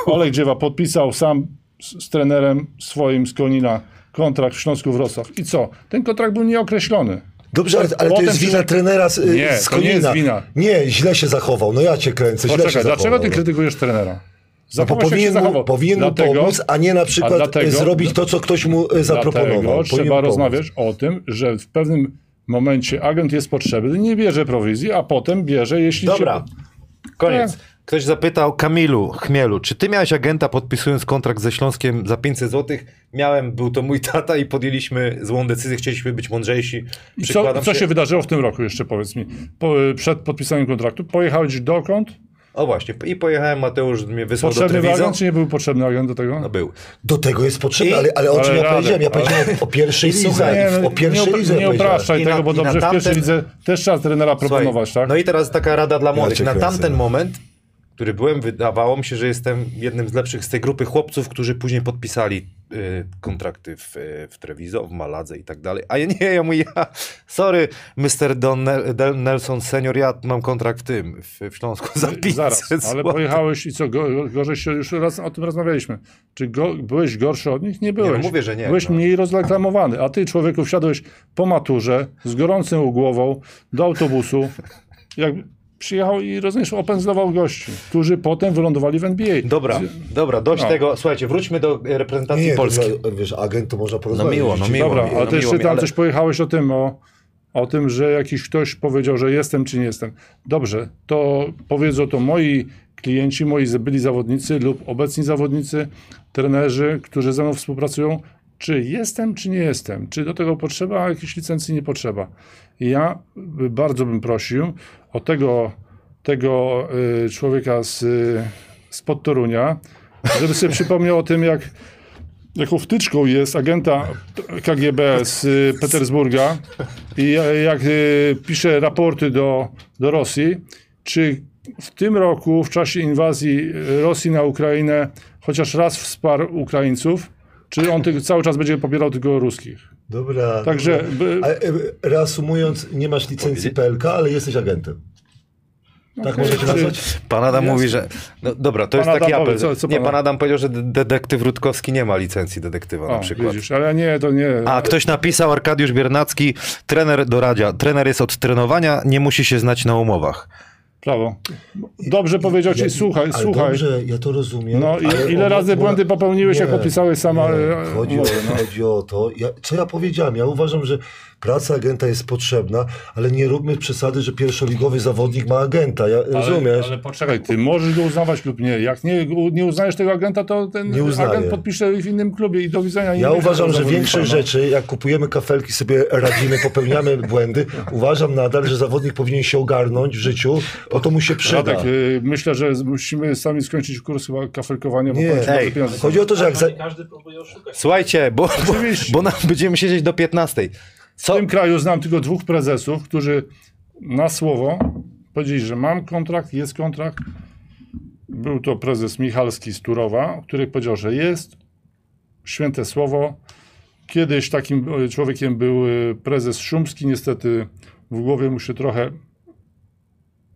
S4: Olek Dziewa podpisał sam z, z trenerem swoim z Konina kontrakt w Śląsku Wrocław. I co? Ten kontrakt był nieokreślony.
S3: Dobrze, ale, ale to
S4: Potem
S3: jest
S4: się-
S3: wina trenera z, y,
S4: Nie,
S3: z
S4: to nie
S3: Konina.
S4: jest wina.
S3: Nie, źle się zachował. No ja cię kręcę. Źle się
S4: Poczekaj, dlaczego
S3: zachował. No
S4: ty krytykujesz trenera?
S3: Bo
S4: Zachował się, jak się
S3: powinien mu,
S4: zachował.
S3: powinien mu
S4: Dlatego-
S3: pomóc, a nie na przykład
S4: a dlatego-
S3: e, zrobić to, co ktoś mu e, zaproponował.
S4: Dlatego
S3: Powinien
S4: trzeba
S3: mu pomóc.
S4: rozmawiać o tym, że w pewnym momencie agent jest potrzebny, nie bierze prowizji, a potem bierze, jeśli
S3: Dobra,
S4: się...
S2: Koniec.
S4: Tak.
S2: Ktoś zapytał Kamilu Chmielu, czy ty miałeś agenta podpisując kontrakt ze Śląskiem za 500 zł? Miałem, był to mój tata i podjęliśmy złą decyzję, chcieliśmy być mądrzejsi.
S4: I Co,
S2: Przykładam
S4: co się wydarzyło w tym roku jeszcze, powiedz mi. Po, y, przed podpisaniem kontraktu pojechałeś dokąd?
S2: O właśnie, i pojechałem, Mateusz mnie wysłał do
S4: Potrzebny był
S2: Treviso.
S4: agent, czy nie był potrzebny agent do tego?
S2: No był.
S3: do tego jest
S2: I-
S3: potrzebne, ale, ale o czym
S4: ale
S3: ja
S4: Radek,
S3: powiedziałem? Ja
S4: ale-
S3: powiedziałem o
S4: <laughs>
S3: pierwszej
S2: I słuchaj,
S3: lidze.
S4: nie,
S3: O pierwszej
S4: nie,
S3: lidze
S4: opra- nie
S3: powiedziałem.
S4: opraszaj
S2: I na-
S4: tego, bo
S2: i na
S4: dobrze w pierwszej
S2: tamten-
S4: lidze też trzeba trenera
S2: Słuchaj,
S4: proponować, tak?
S2: No i teraz taka rada dla młodych.
S3: cię
S2: Na
S3: kręcę.
S2: tamten moment, który byłem, wydawało mi się, że jestem jednym z lepszych z tej grupy chłopców, którzy później podpisali y, kontrakty w, y, w Treviso, w Maladze i tak dalej. A ja nie, ja mówię, ja, sorry, Mr. Don Nel- Del Nelson senior, ja mam kontrakt w tym, w, w Śląsku za 500
S4: Zaraz, ale
S2: złotych.
S4: pojechałeś i co, go, gorzej się, już raz o tym rozmawialiśmy. Czy go, byłeś gorszy od nich? Nie byłeś.
S2: no mówię, że nie,
S4: Byłeś
S2: no.
S4: mniej rozreklamowany, a ty człowieku wsiadłeś po maturze z gorącą głową do autobusu, jak przyjechał i rozumiesz, opędzlował gości, którzy potem wylądowali w NBA.
S2: Dobra, dobra, dość
S4: No.
S2: tego. Słuchajcie, wróćmy do y, reprezentacji
S3: Nie,
S2: Polski.
S3: to, wiesz, agent to można porozmawiać.
S2: miło, no miło.
S4: Dobra, ale
S2: no
S4: ty jeszcze
S2: miło mi,
S4: tam
S2: ale-
S4: coś pojechałeś o tym, o, o tym, że jakiś ktoś powiedział, że jestem czy nie jestem. Dobrze, to powiedzą to moi klienci, moi z- byli zawodnicy lub obecni zawodnicy, trenerzy, którzy ze mną współpracują, czy jestem, czy nie jestem, czy do tego potrzeba, a jakiejś licencji nie potrzeba. I Ja y, bardzo bym prosił o tego, tego y, człowieka z, y, spod Torunia, żeby sobie przypomniał o tym, jak jaką wtyczką jest agenta KGB z y, Petersburga i y, jak y, pisze raporty do, do Rosji, czy w tym roku, w czasie inwazji y, Rosji na Ukrainę, chociaż raz wsparł Ukraińców, czy on tych, cały czas będzie popierał tylko ruskich?
S3: Dobra.
S4: Także by,
S3: A, e, reasumując, nie masz licencji PLK, ale jesteś agentem. Tak
S4: okej,
S3: może cię
S4: czy-
S3: nazwać?
S2: Pan Adam mówi, że. No, dobra, to
S4: Pan
S2: jest
S4: Adam
S2: taki
S4: powie,
S2: apel.
S4: co- co
S2: nie,
S4: pan-
S2: pan Adam powiedział, że de- detektyw Rutkowski nie ma licencji detektywa na
S4: o,
S2: przykład.
S4: widzisz, ale nie, to nie.
S2: A ktoś napisał, Arkadiusz Biernacki, trener doradza. Trener jest od trenowania, nie musi się znać na umowach.
S4: Prawo. Dobrze powiedział ci, słuchaj,
S3: ale
S4: słuchaj.
S3: Dobrze, ja to rozumiem.
S4: No i
S3: ale
S4: ile
S3: ono-
S4: razy błędy popełniłeś, jak opisałeś sama, e,
S3: chodzi, o,
S4: umowę, no.
S3: chodzi o to, ja, co ja powiedziałem. Ja uważam, że praca agenta jest potrzebna, ale nie róbmy przesady, że pierwszoligowy zawodnik ma agenta. Ja, rozumiesz?
S4: Ale poczekaj, ty możesz go uznawać lub nie. Jak nie, u- nie uznajesz tego agenta, to ten
S3: Nie uznaję.
S4: agent podpisze w innym klubie i do widzenia. i
S3: Ja
S4: nie
S3: uważam,
S4: będzie
S3: że
S4: zawodnika,
S3: większe
S4: no.
S3: rzeczy, jak kupujemy kafelki, sobie radzimy,
S4: <laughs>
S3: popełniamy błędy, uważam nadal, że zawodnik powinien się ogarnąć w życiu, bo to mu się przyda.
S4: Radek, y, myślę, że z- musimy sami skończyć kurs chyba kafelkowania, bo
S3: Nie.
S4: kończymy
S2: Ej,
S4: te pieniądze.
S3: Chodzi o to, że jak... Za...
S1: Każdy próbuje oszukać.
S2: Słuchajcie, bo, bo, bo nam będziemy siedzieć do 15.
S4: W
S2: Co?
S4: tym kraju znam tylko dwóch prezesów, którzy na słowo powiedzieli, że mam kontrakt, jest kontrakt. Był to prezes Michalski z Turowa, który powiedział, że jest. Święte słowo. Kiedyś takim e, człowiekiem był e, prezes Szumski. Niestety w głowie mu się trochę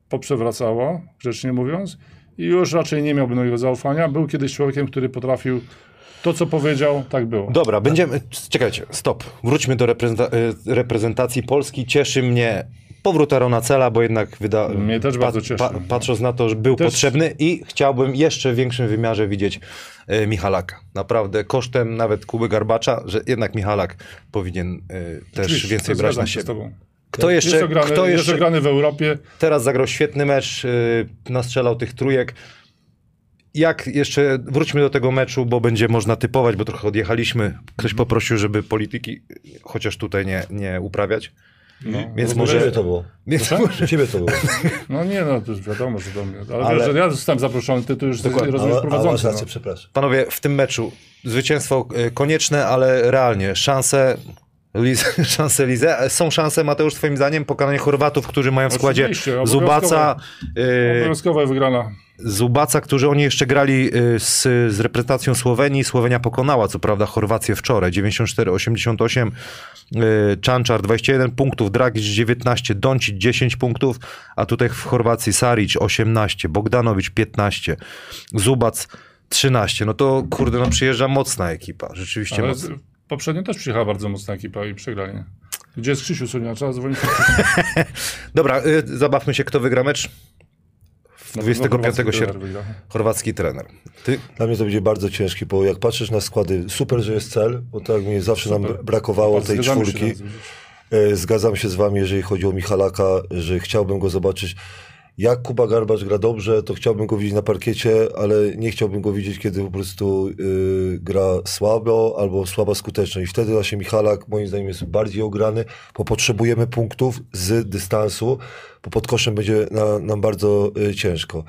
S4: poprzewracało, grzecznie mówiąc. I już raczej nie miałbym do niego zaufania. Był kiedyś człowiekiem, który potrafił to, co powiedział, tak było.
S2: Dobra, będziemy. Czekajcie, stop. Wróćmy do reprezenta- y, reprezentacji Polski. Cieszy mnie powrót Arona Cela, bo jednak wyda...
S4: Mnie też bardzo cieszy.
S2: patrząc na to, że był
S4: Też-
S2: potrzebny i chciałbym jeszcze w większym wymiarze widzieć y, Michalaka. Naprawdę kosztem nawet Kuby Garbacza, że jednak Michalak powinien y, też
S4: Oczywiście,
S2: więcej brać
S4: zgadzam
S2: na
S4: się z
S2: siebie.
S4: tobą.
S2: Kto jeszcze,
S4: jest ograny,
S2: kto
S4: jest
S2: jeszcze
S4: ograny w Europie.
S2: teraz zagrał świetny mecz, y, nastrzelał tych trójek. Jak jeszcze wróćmy do tego meczu, bo będzie można typować, bo trochę odjechaliśmy. Ktoś
S4: Mhm.
S2: poprosił, żeby polityki y, chociaż tutaj nie, nie uprawiać.
S4: No,
S2: Więc
S4: w
S3: U
S4: ogóle-
S2: może-
S3: Ciebie to było.
S2: Więc
S3: U Ciebie to było.
S4: No nie, no to już wiadomo, że do mnie. Ale,
S2: Ale-
S4: Wiesz, że ja zostałem zaproszony, ty to już
S2: Dokładnie.
S4: rozumiesz
S3: A, a masz
S4: prowadzący.
S3: rację,
S4: No.
S3: przepraszam.
S2: panowie, w tym meczu zwycięstwo y, konieczne, ale realnie szanse. Liz, <laughs> szanse Lize. Są szanse, Mateusz, twoim zdaniem, pokonanie Chorwatów, którzy mają w składzie
S4: Oczywiście,
S2: Zubaca, y,
S4: Obowiązkowa wygrana.
S2: Zubaca, którzy oni jeszcze grali y, z, z reprezentacją Słowenii. Słowenia pokonała, co prawda, Chorwację wczoraj. 94-88, y, Czanczar 21 punktów, Dragic 19, Doncic 10 punktów, a tutaj w Chorwacji Saric 18, Bogdanowicz 15, Zubac 13. No to kurde, no przyjeżdża mocna ekipa, rzeczywiście
S4: Ale
S2: mocna.
S4: z- poprzednio też przyjechała bardzo mocna ekipa i przegrali. nie? Gdzie jest Krzysiu Sonia?
S3: <laughs>
S4: Trzeba dzwonić.
S2: Dobra, y, zabawmy się, kto wygra mecz. W
S4: No,
S2: 25 sierpnia.
S4: wygra.
S2: Chorwacki trener. Ty,
S3: Dla mnie to będzie bardzo ciężkie, bo jak patrzysz na składy, super, że jest cel, bo tak mi zawsze nam
S4: Super.
S3: brakowało tej
S4: No, Zgadzamy się
S3: czwórki.
S4: razem.
S3: E, Zgadzam się z wami, jeżeli chodzi o Michalaka, że chciałbym go zobaczyć. Jak Kuba Garbacz gra dobrze, to chciałbym go widzieć na parkiecie, ale nie chciałbym go widzieć, kiedy po prostu y, gra słabo albo słaba skutecznie. I wtedy właśnie Michalak moim zdaniem jest bardziej ograny, bo potrzebujemy punktów z dystansu, bo pod koszem będzie na, nam bardzo y, ciężko.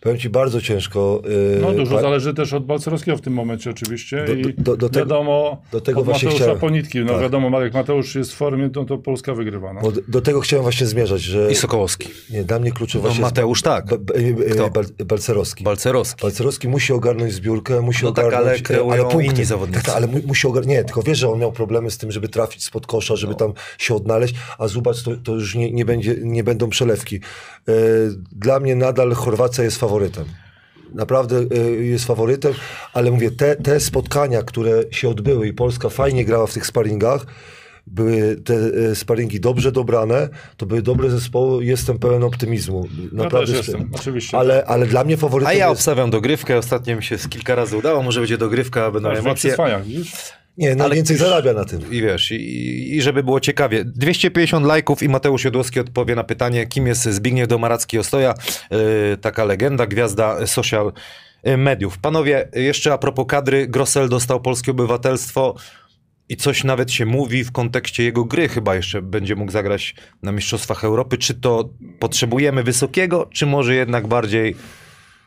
S3: Powiem ci, bardzo ciężko. y,
S4: No dużo
S3: pa-
S4: zależy też od Balcerowskiego w tym momencie oczywiście
S3: Do-
S4: i
S3: do- do tego-
S4: wiadomo
S3: do tego
S4: od
S3: właśnie
S4: Mateusza
S3: chciałem.
S4: Ponitki. No
S3: Tak.
S4: wiadomo, Marek Mateusz jest w formie, no to Polska wygrywa. No.
S3: bo d- do tego chciałem właśnie zmierzać, że
S2: I Sokołowski.
S3: nie, dla mnie kluczowa
S2: No,
S3: właśnie jest
S2: Mateusz tak,
S3: ba- ba- e, e,
S2: Kto?
S3: Bal- Balcerowski.
S2: Balcerowski.
S3: Balcerowski musi ogarnąć zbiórkę, musi
S2: No tak,
S3: ogarnąć e,
S2: ale kreują
S3: ale punkty.
S2: inni zawodnicy.
S3: Tak, tak, ale mu, musi ogarnąć. Nie, tylko wie, że on miał problemy z tym, żeby trafić spod kosza,
S2: No.
S3: żeby tam się odnaleźć, a Zubac to, to już nie, nie, będzie, nie będą przelewki. E, Dla mnie nadal Chorwacja jest faworytem. Naprawdę e, jest faworytem, ale mówię, te, te spotkania, które się odbyły i Polska fajnie grała w tych sparingach, były te e, sparingi dobrze dobrane, to były dobre zespoły, jestem pełen optymizmu. Naprawdę
S4: też
S3: z tym.
S4: jestem, oczywiście. tak.
S3: Ale, ale dla mnie faworytem
S2: A ja
S3: jest...
S2: obstawiam dogrywkę. Ostatnio mi się z kilka razy udało. Może będzie dogrywka,
S3: no,
S2: będą
S4: Masz większy
S2: emocje.
S4: swajak, widzisz?
S3: Nie, najwięcej
S2: już-
S3: zarabia na tym.
S2: I wiesz, i, i żeby było ciekawie. 250 lajków i Mateusz Jodłowski odpowie na pytanie, kim jest Zbigniew Domaracki-Ostoja. Yy, taka legenda, gwiazda social yy, mediów. Panowie, jeszcze a propos kadry, Grossel dostał polskie obywatelstwo i coś nawet się mówi w kontekście jego gry chyba jeszcze będzie mógł zagrać na Mistrzostwach Europy. Czy to potrzebujemy wysokiego, czy może jednak bardziej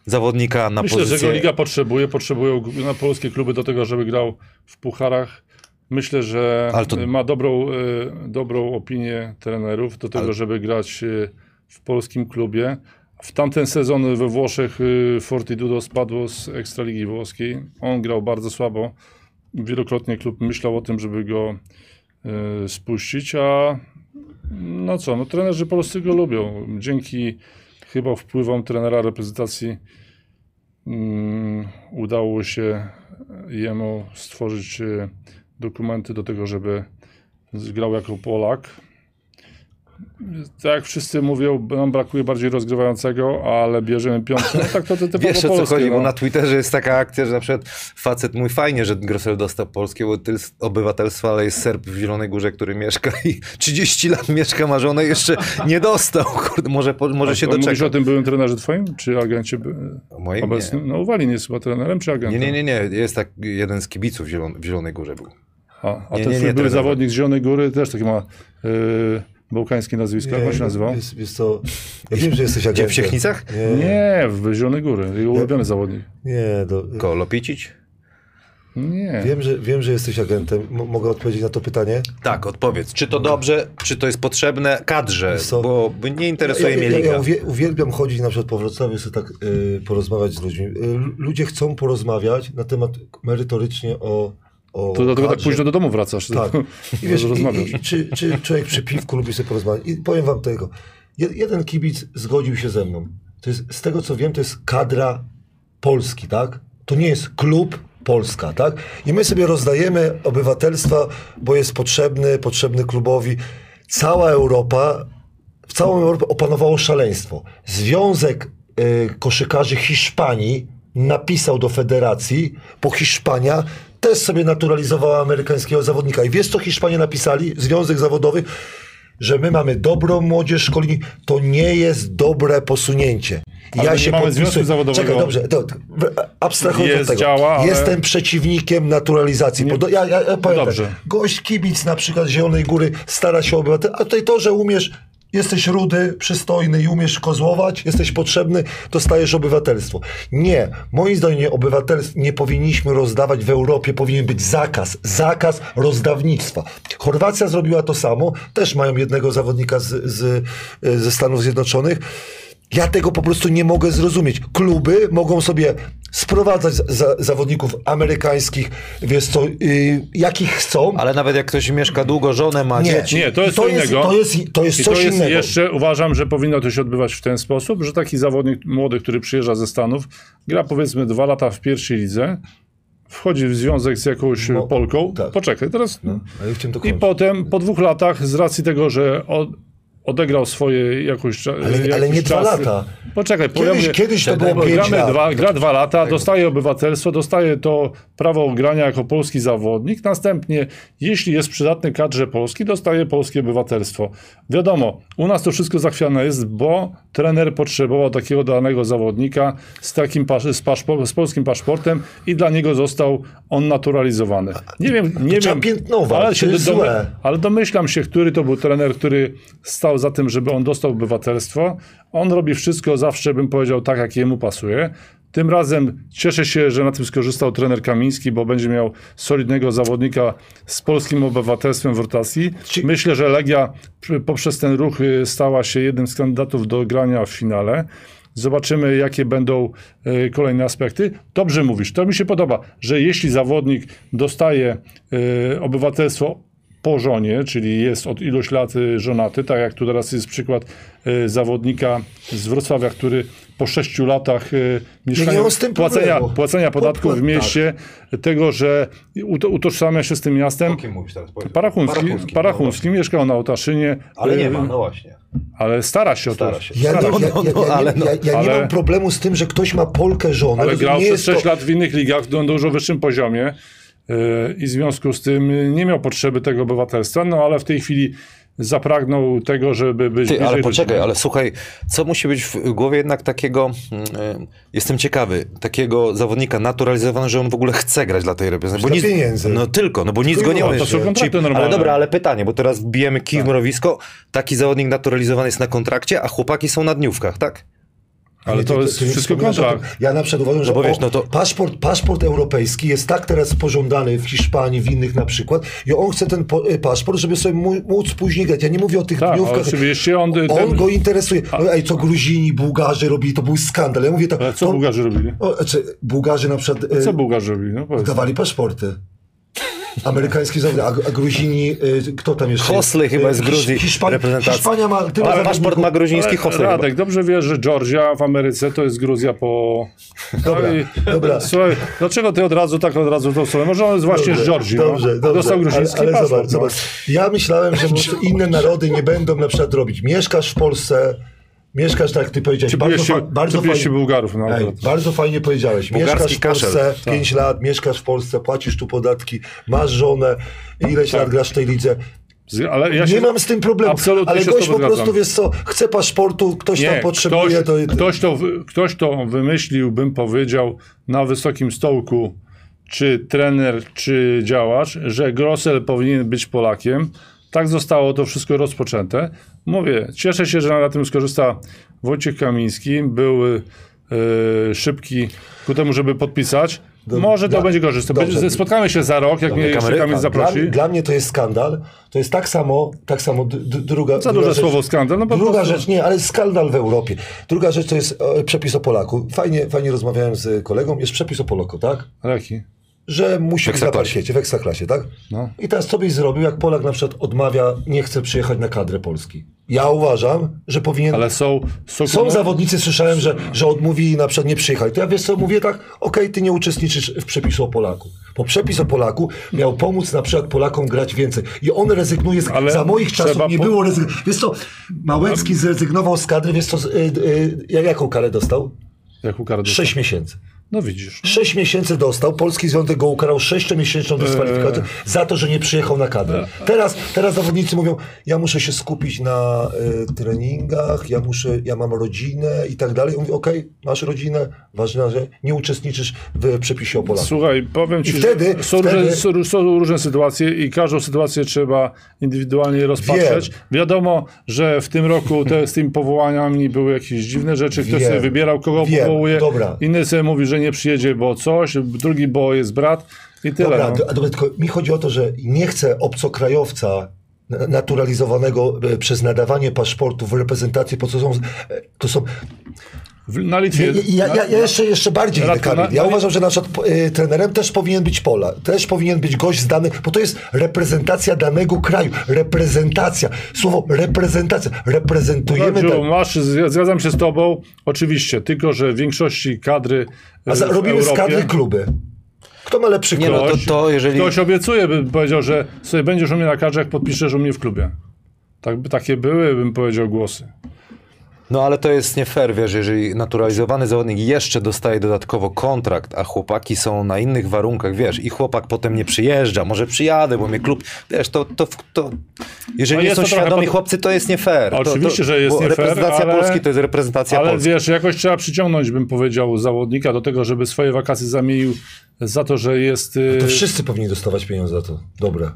S2: zawodnika na
S4: Myślę,
S2: pozycję...
S4: że go liga potrzebuje, potrzebują g- na polskie kluby do tego, żeby grał w pucharach. Myślę, że
S2: Ale to-
S4: y, ma dobrą, y, dobrą opinię trenerów do tego,
S2: Ale-
S4: żeby grać y, w polskim klubie. W tamten sezon we Włoszech y, Fortitudo spadło z Ekstraligi Włoskiej. On grał bardzo słabo. Wielokrotnie klub myślał o tym, żeby go y, spuścić, a no co, no trenerzy polscy go lubią. Dzięki chyba wpływom trenera reprezentacji mm, udało się jemu stworzyć y, e, dokumenty do tego, żeby grał jako Polak. tak jak wszyscy mówią, nam brakuje bardziej rozgrywającego, ale bierzemy piątkę. No tak to te
S2: Wiesz o co
S4: polskie,
S2: chodzi,
S4: no.
S2: bo na Twitterze jest taka akcja, że na przykład facet mój fajnie, że Grosel dostał polskie obyty- obywatelstwo, ale jest Serb w Zielonej Górze, który mieszka i <laughs> 30 lat mieszka, ma żonę, jeszcze nie dostał. <laughs> Kurde, może, po- może
S3: Tak,
S2: się
S4: A Mówisz
S2: doczeka.
S4: o tym byłym trenerze twoim, czy agencie by-
S2: O moim nie.
S4: obecnym? No Uwalin jest chyba trenerem, czy
S2: Nie,
S4: agentem?
S2: nie, nie, nie. Jest tak jeden z kibiców w, Zielon- w Zielonej Górze był.
S4: A, a
S2: Nie,
S4: ten
S2: nie,
S4: twój
S2: nie,
S4: były
S2: trener.
S4: zawodnik z Zielonej Góry też takie ma yy, bałkańskie nazwisko, jak on się nazywał?
S3: Jest, jest to, ja wiem, że jesteś
S2: Gdzie,
S3: agentem.
S2: w Siechnicach?
S3: Nie,
S4: Nie, w Zielonej Góry, jego ulubiony zawodnik.
S3: nie do,
S2: Koło Lopicić?
S4: Nie.
S3: wiem, że, wiem, że jesteś agentem. M- mogę odpowiedzieć na to pytanie?
S2: Tak, odpowiedz. Czy to dobrze, czy to jest potrzebne kadrze?
S3: Wiesz co?
S2: Bo nie interesuje
S3: ja,
S2: mnie
S3: ja,
S2: liga.
S3: ja uwie, uwielbiam chodzić na przykład po Wrocławiu, sobie tak y, porozmawiać z ludźmi. Y, ludzie chcą porozmawiać na temat merytorycznie o. o
S4: To dlatego tak
S3: kadrze.
S4: późno do domu wracasz.
S3: Tak. I wiesz, i,
S4: rozmawiasz.
S3: i, i czy, czy człowiek przy piwku lubi sobie porozmawiać? I powiem wam tego. Je- Jeden kibic zgodził się ze mną. To jest, z tego co wiem, to jest kadra Polski, tak? To nie jest klub Polska, tak? I my sobie rozdajemy obywatelstwa, bo jest potrzebny, potrzebny klubowi. Cała Europa, w całą Europę opanowało szaleństwo. Związek y, koszykarzy Hiszpanii napisał do federacji, bo Hiszpania też sobie naturalizowała amerykańskiego zawodnika. I wiesz, co Hiszpanie napisali? Związek zawodowy, że my mamy dobrą młodzież szkolni, to nie jest dobre posunięcie.
S4: Ale my nie mamy związku zawodowego.
S3: Czekaj, dobrze, to, to, abstrahując
S4: Jest,
S3: od tego.
S4: działa, ale-
S3: Jestem przeciwnikiem naturalizacji. Bo do, ja, ja, ja powiem
S4: Dobrze.
S3: Tak, gość kibic na przykład z Zielonej Góry stara się o obywatel, a tutaj to, że umiesz, jesteś rudy, przystojny i umiesz kozłować, jesteś potrzebny, dostajesz obywatelstwo. Nie, moim zdaniem obywatelstw nie powinniśmy rozdawać w Europie, powinien być zakaz, zakaz rozdawnictwa. Chorwacja zrobiła to samo, też mają jednego zawodnika z, z, ze Stanów Zjednoczonych. Ja tego po prostu nie mogę zrozumieć. Kluby mogą sobie sprowadzać za, za, zawodników amerykańskich, wiesz co, yy, jakich chcą,
S2: Ale nawet jak ktoś mieszka długo, żonę ma,
S3: nie,
S2: dzieci.
S4: <laughs> Nie, to jest co
S3: to jest,
S4: innego.
S3: to jest, to jest
S4: I
S3: coś
S4: to jest
S3: innego.
S4: jeszcze, uważam, że powinno to się odbywać w ten sposób, że taki zawodnik młody, który przyjeżdża ze Stanów, gra powiedzmy dwa lata w pierwszej lidze, wchodzi w związek z jakąś
S3: No,
S4: Polką,
S3: tak.
S4: poczekaj, teraz
S3: A ja chciałem
S4: I
S3: dokończyć.
S4: potem po dwóch latach, z racji tego, że od, odegrał swoje jakąś czas.
S3: ale nie dwa lata.
S4: Poczekaj, bo ja
S3: Kiedyś,
S4: mówię,
S3: kiedyś to
S2: Czekaj,
S3: było
S4: bo
S3: pięć
S4: gramy
S3: lat.
S4: dwa, gra dwa lata, dostaje obywatelstwo, dostaje to prawo grania jako polski zawodnik. Następnie, jeśli jest przydatny kadrze Polski, dostaje polskie obywatelstwo. Wiadomo, u nas to wszystko zachwiane jest, bo trener potrzebował takiego danego zawodnika z takim pasz, z, paszpo, z polskim paszportem i dla niego został on naturalizowany. Nie wiem, nie
S3: trzeba
S4: wiem.
S3: piętnować, to jest złe.
S4: Ale domyślam się, który to był trener, który stał za tym, żeby on dostał obywatelstwo. On robi wszystko zawsze, bym powiedział, tak, jak jemu pasuje. Tym razem cieszę się, że na tym skorzystał trener Kamiński, bo będzie miał solidnego zawodnika z polskim obywatelstwem w rotacji.
S3: Ci-
S4: Myślę, że Legia przy- poprzez ten ruch y, stała się jednym z kandydatów do grania w finale. Zobaczymy, jakie będą y, kolejne aspekty. Dobrze mówisz, to mi się podoba, że jeśli zawodnik dostaje y, obywatelstwo po żonie, czyli jest od ilość lat y, żonaty, tak jak tu teraz jest przykład y, zawodnika z Wrocławia, który po sześciu latach y, mieszkania,
S3: mam z tym
S4: płacenia,
S3: problemu. tak.
S4: płacenia podatków w
S3: Popłat-
S4: mieście, tego, że uto- utożsamia się z tym miastem.
S2: O kim mówisz teraz? Powiedz.
S4: Parachumski,
S2: Parachumski,
S4: Parachumski mieszkał na Otaszynie,
S2: no. Ale nie ma,
S4: y,
S2: no właśnie.
S4: ale stara się o to.
S2: Stara się.
S3: Ja, nie-
S2: No,
S3: ja,
S2: no,
S3: ja,
S2: no,
S3: ja,
S2: ale
S3: ja,
S2: no.
S3: ja, ja nie
S4: Ale-
S3: mam problemu z tym, że ktoś ma Polkę żonę.
S4: Ale
S3: to
S4: grał
S3: nie
S4: przez
S3: jest
S4: 6
S3: to...
S4: lat w innych ligach, dążył dużo wyższym poziomie yy, i w związku z tym yy, nie miał potrzeby tego obywatelstwa, no ale w tej chwili zapragnął tego, żeby być
S2: Ty,
S4: bliżej
S2: ale
S4: rodziny.
S2: poczekaj, ale słuchaj, co musi być w głowie jednak takiego, mm, y, jestem ciekawy, takiego zawodnika naturalizowanego, że on w ogóle chce grać dla tej reprezentacji.
S3: Dla
S2: nic-
S3: pieniędzy.
S2: No tylko, no bo nic
S3: Tylko
S2: go nie
S3: no,
S2: ma.
S3: to
S4: są
S2: jeszcze.
S4: kontrakty
S2: Czyli- Ale
S4: normalne.
S2: dobra, ale pytanie, bo teraz bijemy kij w mrowisko, taki zawodnik naturalizowany jest na kontrakcie, a chłopaki są na dniówkach, tak?
S4: Ale
S3: Nie,
S4: to
S3: ty-
S4: jest
S3: ty nie
S4: wszystko
S3: wspominasz o
S4: kontrakt.
S3: tym. Ja na przykład uważam, że
S2: bo wiesz,
S3: o,
S2: no to-
S3: paszport, paszport europejski jest tak teraz pożądany w Hiszpanii, w innych na przykład i on chce ten po, y, paszport, żeby sobie mu- móc później grać. Ja nie mówię o tych
S4: Tak,
S3: dniówkach.
S4: oczywiście on,
S3: On
S4: y, ten-
S3: go interesuje. No, Ej, co Gruzini, Bułgarzy robili, to był skandal. Ja mówię tak,
S4: Ale co
S3: to,
S4: Bułgarzy robili?
S3: O, czy Bułgarzy na przykład... y,
S4: Co Bułgarzy robili? No powiedz.
S3: Dawali paszporty. Amerykański zawodnik, a, a Gruzini, y, kto tam jeszcze
S2: Hosley chyba jest z
S3: Y,
S2: Gruzji
S3: Hiszpa-
S2: reprezentacji.
S3: Hiszpania ma tyle
S2: Ale
S3: zawodników.
S2: paszport ma gruziński
S4: Ale,
S2: Hosley.
S4: Tak, Radek, dobrze wiesz, że Georgia w Ameryce to jest Gruzja po...
S3: Dobra,
S4: Oj,
S3: dobra.
S4: Słuchaj, dlaczego ty od razu tak od razu w tą stronę? Może on jest właśnie z Georgii.
S3: Dobrze,
S4: no.
S3: dobrze.
S4: Dostał gruziński
S3: ale, ale
S4: paszport. no.
S3: zobacz, zobacz. Ja myślałem, że może inne narody nie będą na przykład robić. Mieszkasz w Polsce, mieszkasz tak jak ty powiedziałeś.
S4: Czepujesz się,
S3: fa- bardzo
S4: czepujesz się
S3: fajnie-
S4: Bułgarów no. na
S3: Ej,
S4: Ej,
S3: bardzo fajnie powiedziałeś.
S2: Bułgarski
S3: Mieszkasz w
S2: kaszel.
S3: Polsce
S4: Tak.
S3: 5 lat, mieszkasz w Polsce, płacisz tu podatki, masz żonę, ileś lat grasz w tej lidze.
S4: Ale Tak. ja się...
S3: nie mam z tym problemu,
S4: absolutnie
S3: ale
S4: się z
S3: gość
S4: tobą
S3: po prostu,
S4: zgadzam.
S3: wiesz co, chce paszportu, ktoś tam potrzebuje,
S4: ktoś,
S3: to...
S4: Ktoś, to, wy- ktoś to wymyślił, bym powiedział, na wysokim stołku, czy trener, czy działacz, że Grossel powinien być Polakiem. Tak zostało to wszystko rozpoczęte. Mówię, cieszę się, że na tym skorzysta Wojciech Kamiński. Był y, y, szybki ku temu, żeby podpisać. Może to
S3: dla-
S4: będzie korzystne. Będzie-
S3: dobrze.
S4: Spotkamy się za rok, jak mnie jeszcze
S2: Ameryka.
S4: Kamiński
S3: Dla,
S4: zaprosi.
S3: dla mnie to jest skandal. To jest tak samo, tak samo d- d- druga.
S4: Za
S3: druga
S4: duże
S3: rzecz.
S4: słowo skandal. No po
S3: Druga
S4: prostu-
S3: rzecz, nie, ale skandal w Europie. Druga rzecz to jest e, przepis o Polaku. Fajnie, fajnie rozmawiałem z kolegą, jest przepis o Polaku, tak?
S4: Raki.
S3: Że musi być na
S2: Ekstraklasie.
S3: parkiecie, w ekstraklasie, tak?
S4: No.
S3: I teraz co byś zrobił, jak Polak na przykład odmawia, nie chce przyjechać na kadrę Polski? Ja uważam, że powinien...
S4: Ale są...
S3: Są zawodnicy, słyszałem, że, że odmówili na przykład nie przyjechać. To ja wiesz co, mówię tak, okej, ty nie uczestniczysz w przepisu o Polaku. Bo przepis o Polaku miał pomóc na przykład Polakom grać więcej. I on rezygnuje, z,
S4: Ale
S3: za moich czasów
S4: trzeba
S3: nie
S4: po-
S3: było rezygnacji. Wiesz co, Małecki zrezygnował z kadry, wiesz co, z- y, y, y, jaką karę dostał?
S4: Jak ukarę dostał.
S3: Sześć miesięcy.
S4: No widzisz.
S3: Sześć miesięcy dostał, Polski Związek go ukarał sześciomiesięczną dyskwalifikację
S4: Eee.
S3: za to, że nie przyjechał na kadrę. Teraz, teraz zawodnicy mówią, ja muszę się skupić na y, treningach, ja muszę, ja mam rodzinę i tak dalej. Mówię, okej, masz rodzinę, ważna rzecz, nie uczestniczysz w przepisie o Polaku.
S4: Słuchaj, powiem ci,
S3: I wtedy-
S4: że są,
S3: wtedy-
S4: różne, są, są różne sytuacje i każdą sytuację trzeba indywidualnie rozpatrzeć.
S3: Wiem.
S4: Wiadomo, że w tym roku te, z tymi powołaniami były jakieś dziwne rzeczy. Ktoś
S3: Wiem.
S4: sobie wybierał, kogo
S3: Wiem.
S4: powołuje.
S3: Dobra.
S4: Inny sobie mówi, że nie przyjedzie, bo coś. Drugi, bo jest brat. I tyle.
S3: Dobra,
S4: no.
S3: d- dobra, tylko mi chodzi o to, że nie chcę obcokrajowca na- naturalizowanego e, przez nadawanie paszportu w reprezentacji, po co są, e, to są
S4: W- Na Litwie...
S3: Ja, ja, ja, ja jeszcze, jeszcze bardziej
S4: Radku,
S3: idę, Kamil.
S4: na-
S3: Ja
S4: na-
S3: uważam, że na przykład po- y, trenerem też powinien być Pola, też powinien być gość z danych, bo to jest reprezentacja danego kraju. Reprezentacja. Słowo reprezentacja. Reprezentujemy
S4: Rodziu,
S3: ten.
S4: masz, zg- zgadzam się z tobą, oczywiście, tylko że w większości kadry
S3: A za,
S4: e, w
S3: robimy z
S4: Europie-
S3: kadry kluby. Kto ma lepszy klub?
S2: no to-
S4: Ktoś-
S2: to jeżeli-
S4: Ktoś obiecuje, by powiedział, że sobie będziesz u mnie na kadrze, jak podpiszesz u mnie w klubie. Tak, by- takie były, bym powiedział, głosy.
S2: No ale to jest nie fair, wiesz, jeżeli naturalizowany zawodnik jeszcze dostaje dodatkowo kontrakt, a chłopaki są na innych warunkach, wiesz, i chłopak potem nie przyjeżdża, może przyjadę, bo mnie klub, wiesz, to, to, to jeżeli
S4: No
S2: nie
S4: jest
S2: są
S4: to trochę
S2: świadomi
S4: pod-
S2: chłopcy, to jest nie fair. To-
S4: Oczywiście,
S2: to,
S4: że jest
S2: bo
S4: nie fair,
S2: Reprezentacja
S4: ale-
S2: Polski to jest reprezentacja
S4: Ale
S2: Polski.
S4: wiesz, jakoś trzeba przyciągnąć, bym powiedział, zawodnika do tego, żeby swoje wakacje zamienił za to, że
S2: No
S4: jest... y,
S3: To wszyscy powinni dostawać pieniądze za to. Dobra.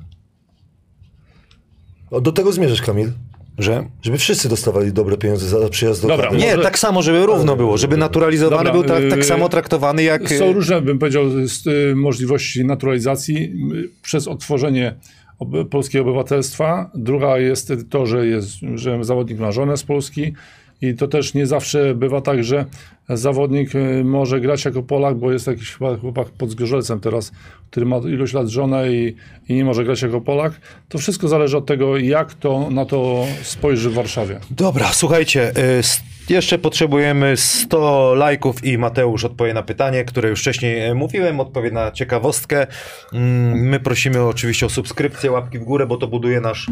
S3: O, do tego zmierzasz, Kamil?
S2: Że?
S3: Żeby wszyscy dostawali dobre pieniądze za przyjazd do
S4: Dobra,
S3: kadry.
S2: Nie,
S4: Może-
S2: tak samo, żeby równo było, żeby naturalizowany
S4: Dobra,
S2: był tak,
S4: yy,
S2: tak samo traktowany jak...
S4: Są różne, bym powiedział, z- y, możliwości naturalizacji y, przez otworzenie ob- polskiego obywatelstwa. Druga jest to, że, jest, że zawodnik ma żonę z Polski i to też nie zawsze bywa tak, że zawodnik y, może grać jako Polak, bo jest jakiś chyba chłopak pod Zgorzelcem teraz, który ma ilość lat żonę i, i nie może grać jako Polak. To wszystko zależy od tego, jak to na to spojrzy w Warszawie.
S2: Dobra, słuchajcie, y, s- jeszcze potrzebujemy 100 lajków i Mateusz odpowie na pytanie, które już wcześniej y, mówiłem, odpowie na ciekawostkę. Mm, My prosimy oczywiście o subskrypcję, łapki w górę, bo to buduje nasz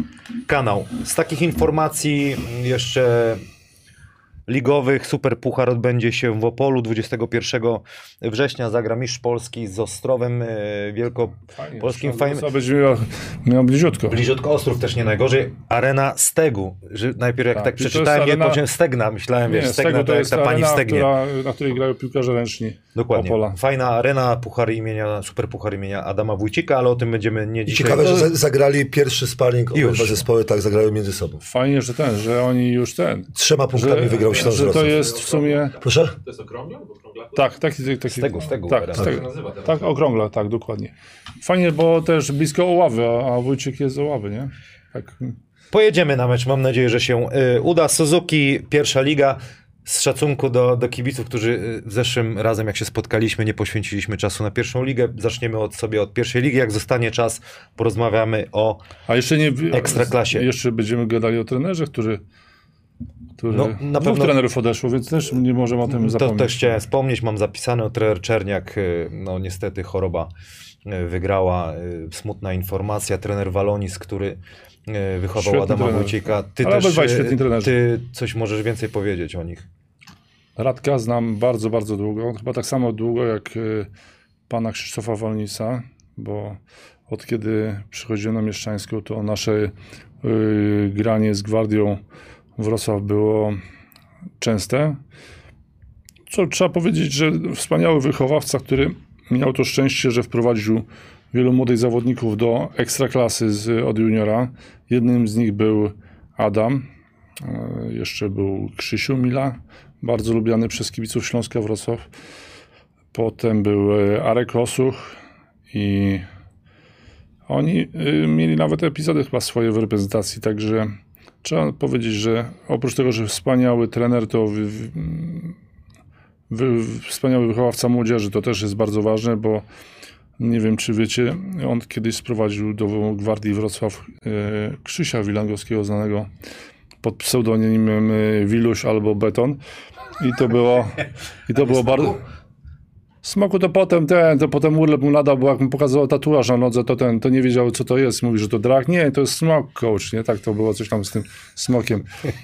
S2: kanał. Z takich informacji mm, jeszcze ligowych Superpuchar odbędzie się w Opolu 21 września. Zagra mistrz Polski z Ostrowem y, Wielkopolskim. Fajnie.
S4: To będzie miał, miał bliziutko.
S2: Bliziutko Ostrów też nie najgorzej. Arena Stegu. Że najpierw jak
S4: Tak,
S2: tak,
S4: i to jest
S2: przeczytałem, nie
S4: arena-
S2: powiedziałem Stegna. Myślałem, wiesz,
S4: Nie,
S2: Stegna
S4: Stego
S2: to, jak ta pani
S4: arena,
S2: stegnie.
S4: która, na której grają piłkarze ręczni
S2: Dokładnie.
S4: Opola.
S2: Fajna arena, puchar imienia, super puchar imienia Adama Wójcika, ale o tym będziemy nie
S3: I
S2: dzisiaj.
S3: ciekawe, że za- zagrali pierwszy sparring,
S2: Już.
S3: obydwa zespoły tak zagrały między sobą.
S4: Fajnie, że ten, że oni już ten.
S3: Trzema punktami
S2: Tak
S4: Że,
S3: wygrał Śląsk
S4: że to
S3: Wrocław.
S4: jest w sumie...
S3: Proszę?
S1: To jest okrągły albo krąglaku?
S4: Tak, taki, taki,
S2: Stegu, stegu
S4: tak,
S2: teraz.
S4: stegu.
S1: To się nazywa teraz.
S4: tak, okrągla, tak, dokładnie. Fajnie, bo też blisko Oławy, a a Wójcik jest z Oławy, nie? Tak.
S2: Pojedziemy na mecz, mam nadzieję, że się y, uda. Suzuki, pierwsza liga. z szacunku do, do kibiców, którzy y, w zeszłym razem, jak się spotkaliśmy, nie poświęciliśmy czasu na pierwszą ligę. Zaczniemy od sobie od pierwszej ligi. Jak zostanie czas, porozmawiamy o.
S4: A jeszcze nie.
S2: Ekstraklasie.
S4: Jeszcze będziemy gadali o trenerze, który. który
S2: No,
S4: no,
S2: na
S4: Dwóch
S2: pewno-
S4: trenerów odeszło, więc też nie możemy o tym
S2: To
S4: zapomnieć.
S2: też chciałem wspomnieć, mam zapisane o trener Czerniak. y, No niestety choroba y, wygrała. y, Smutna informacja. Trener Walonis, który y, wychował
S4: Świetny
S2: Adama
S4: trener.
S2: Wójcika. Ty
S4: Ale
S2: też
S4: obydwaj
S2: y,
S4: świetni trenerzy.
S2: ty coś możesz więcej powiedzieć o nich.
S4: Radka znam bardzo, bardzo długo. Chyba tak samo długo jak y, pana Krzysztofa Wolnisa, bo od kiedy przychodziłem na Mieszczańską, to nasze y, granie z Gwardią Wrocław było częste. Co trzeba powiedzieć, że wspaniały wychowawca, który miał to szczęście, że wprowadził wielu młodych zawodników do ekstraklasy z, od juniora. Jednym z nich był Adam, E, Jeszcze był Krzysiu Mila, bardzo lubiany przez kibiców Śląska Wrocław. Potem był e, Arek Osuch i oni y, mieli nawet epizody chyba swoje w reprezentacji, także trzeba powiedzieć, że oprócz tego, że wspaniały trener, to wy, wy, wy, wspaniały wychowawca młodzieży, to też jest bardzo ważne, bo nie wiem, czy wiecie, on kiedyś sprowadził do Gwardii Wrocław e, Krzysia Wilangowskiego, znanego pod pseudonimem y, Wiluś albo Beton. I to było, i to było bardzo... Smoku to potem ten, to potem urlop mu nadał, bo jak mu pokazywał tatuaż na nodze, to ten, to nie wiedział co to jest. Mówi, że to drag. Nie, to jest smok coach, nie? Tak to było coś tam z tym smokiem.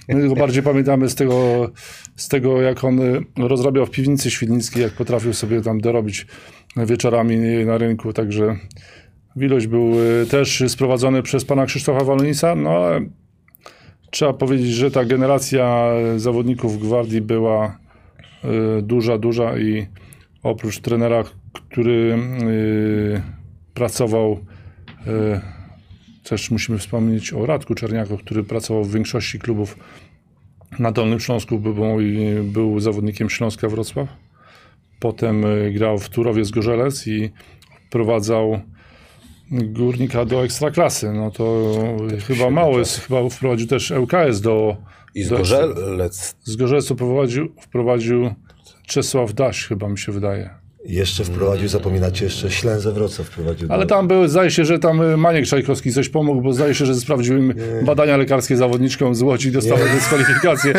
S4: My go bardziej pamiętamy z tego, z tego, jak on y, rozrabiał w piwnicy świdnickiej, jak potrafił sobie tam dorobić wieczorami na rynku, także... Wiloś był y, też sprowadzony przez pana Krzysztofa Walonisa, no ale trzeba powiedzieć, że ta generacja y, zawodników Gwardii była y, duża, duża i oprócz trenera, który y, pracował, y, też musimy wspomnieć o Radku Czerniaku, który pracował w większości klubów na Dolnym Śląsku, bo był, był zawodnikiem Śląska Wrocław. Potem y, grał w Turowie z Gorzelec i prowadzał górnika do ekstraklasy. No to chyba mało jest, chyba wprowadził też ŁKS do.
S2: I
S4: do
S2: Zgorzelec.
S4: z Gorzelcu wprowadził, wprowadził Czesław Daś, chyba mi się wydaje.
S3: Jeszcze wprowadził, zapominacie, jeszcze Ślęzę Wrocław wprowadził.
S4: Ale
S3: do-
S4: tam był, zdaje się, że tam y, Maniek Czajkowski coś pomógł, bo zdaje się, że sprawdził im badania lekarskie zawodniczkom z Łodzi i dostały dyskwalifikację.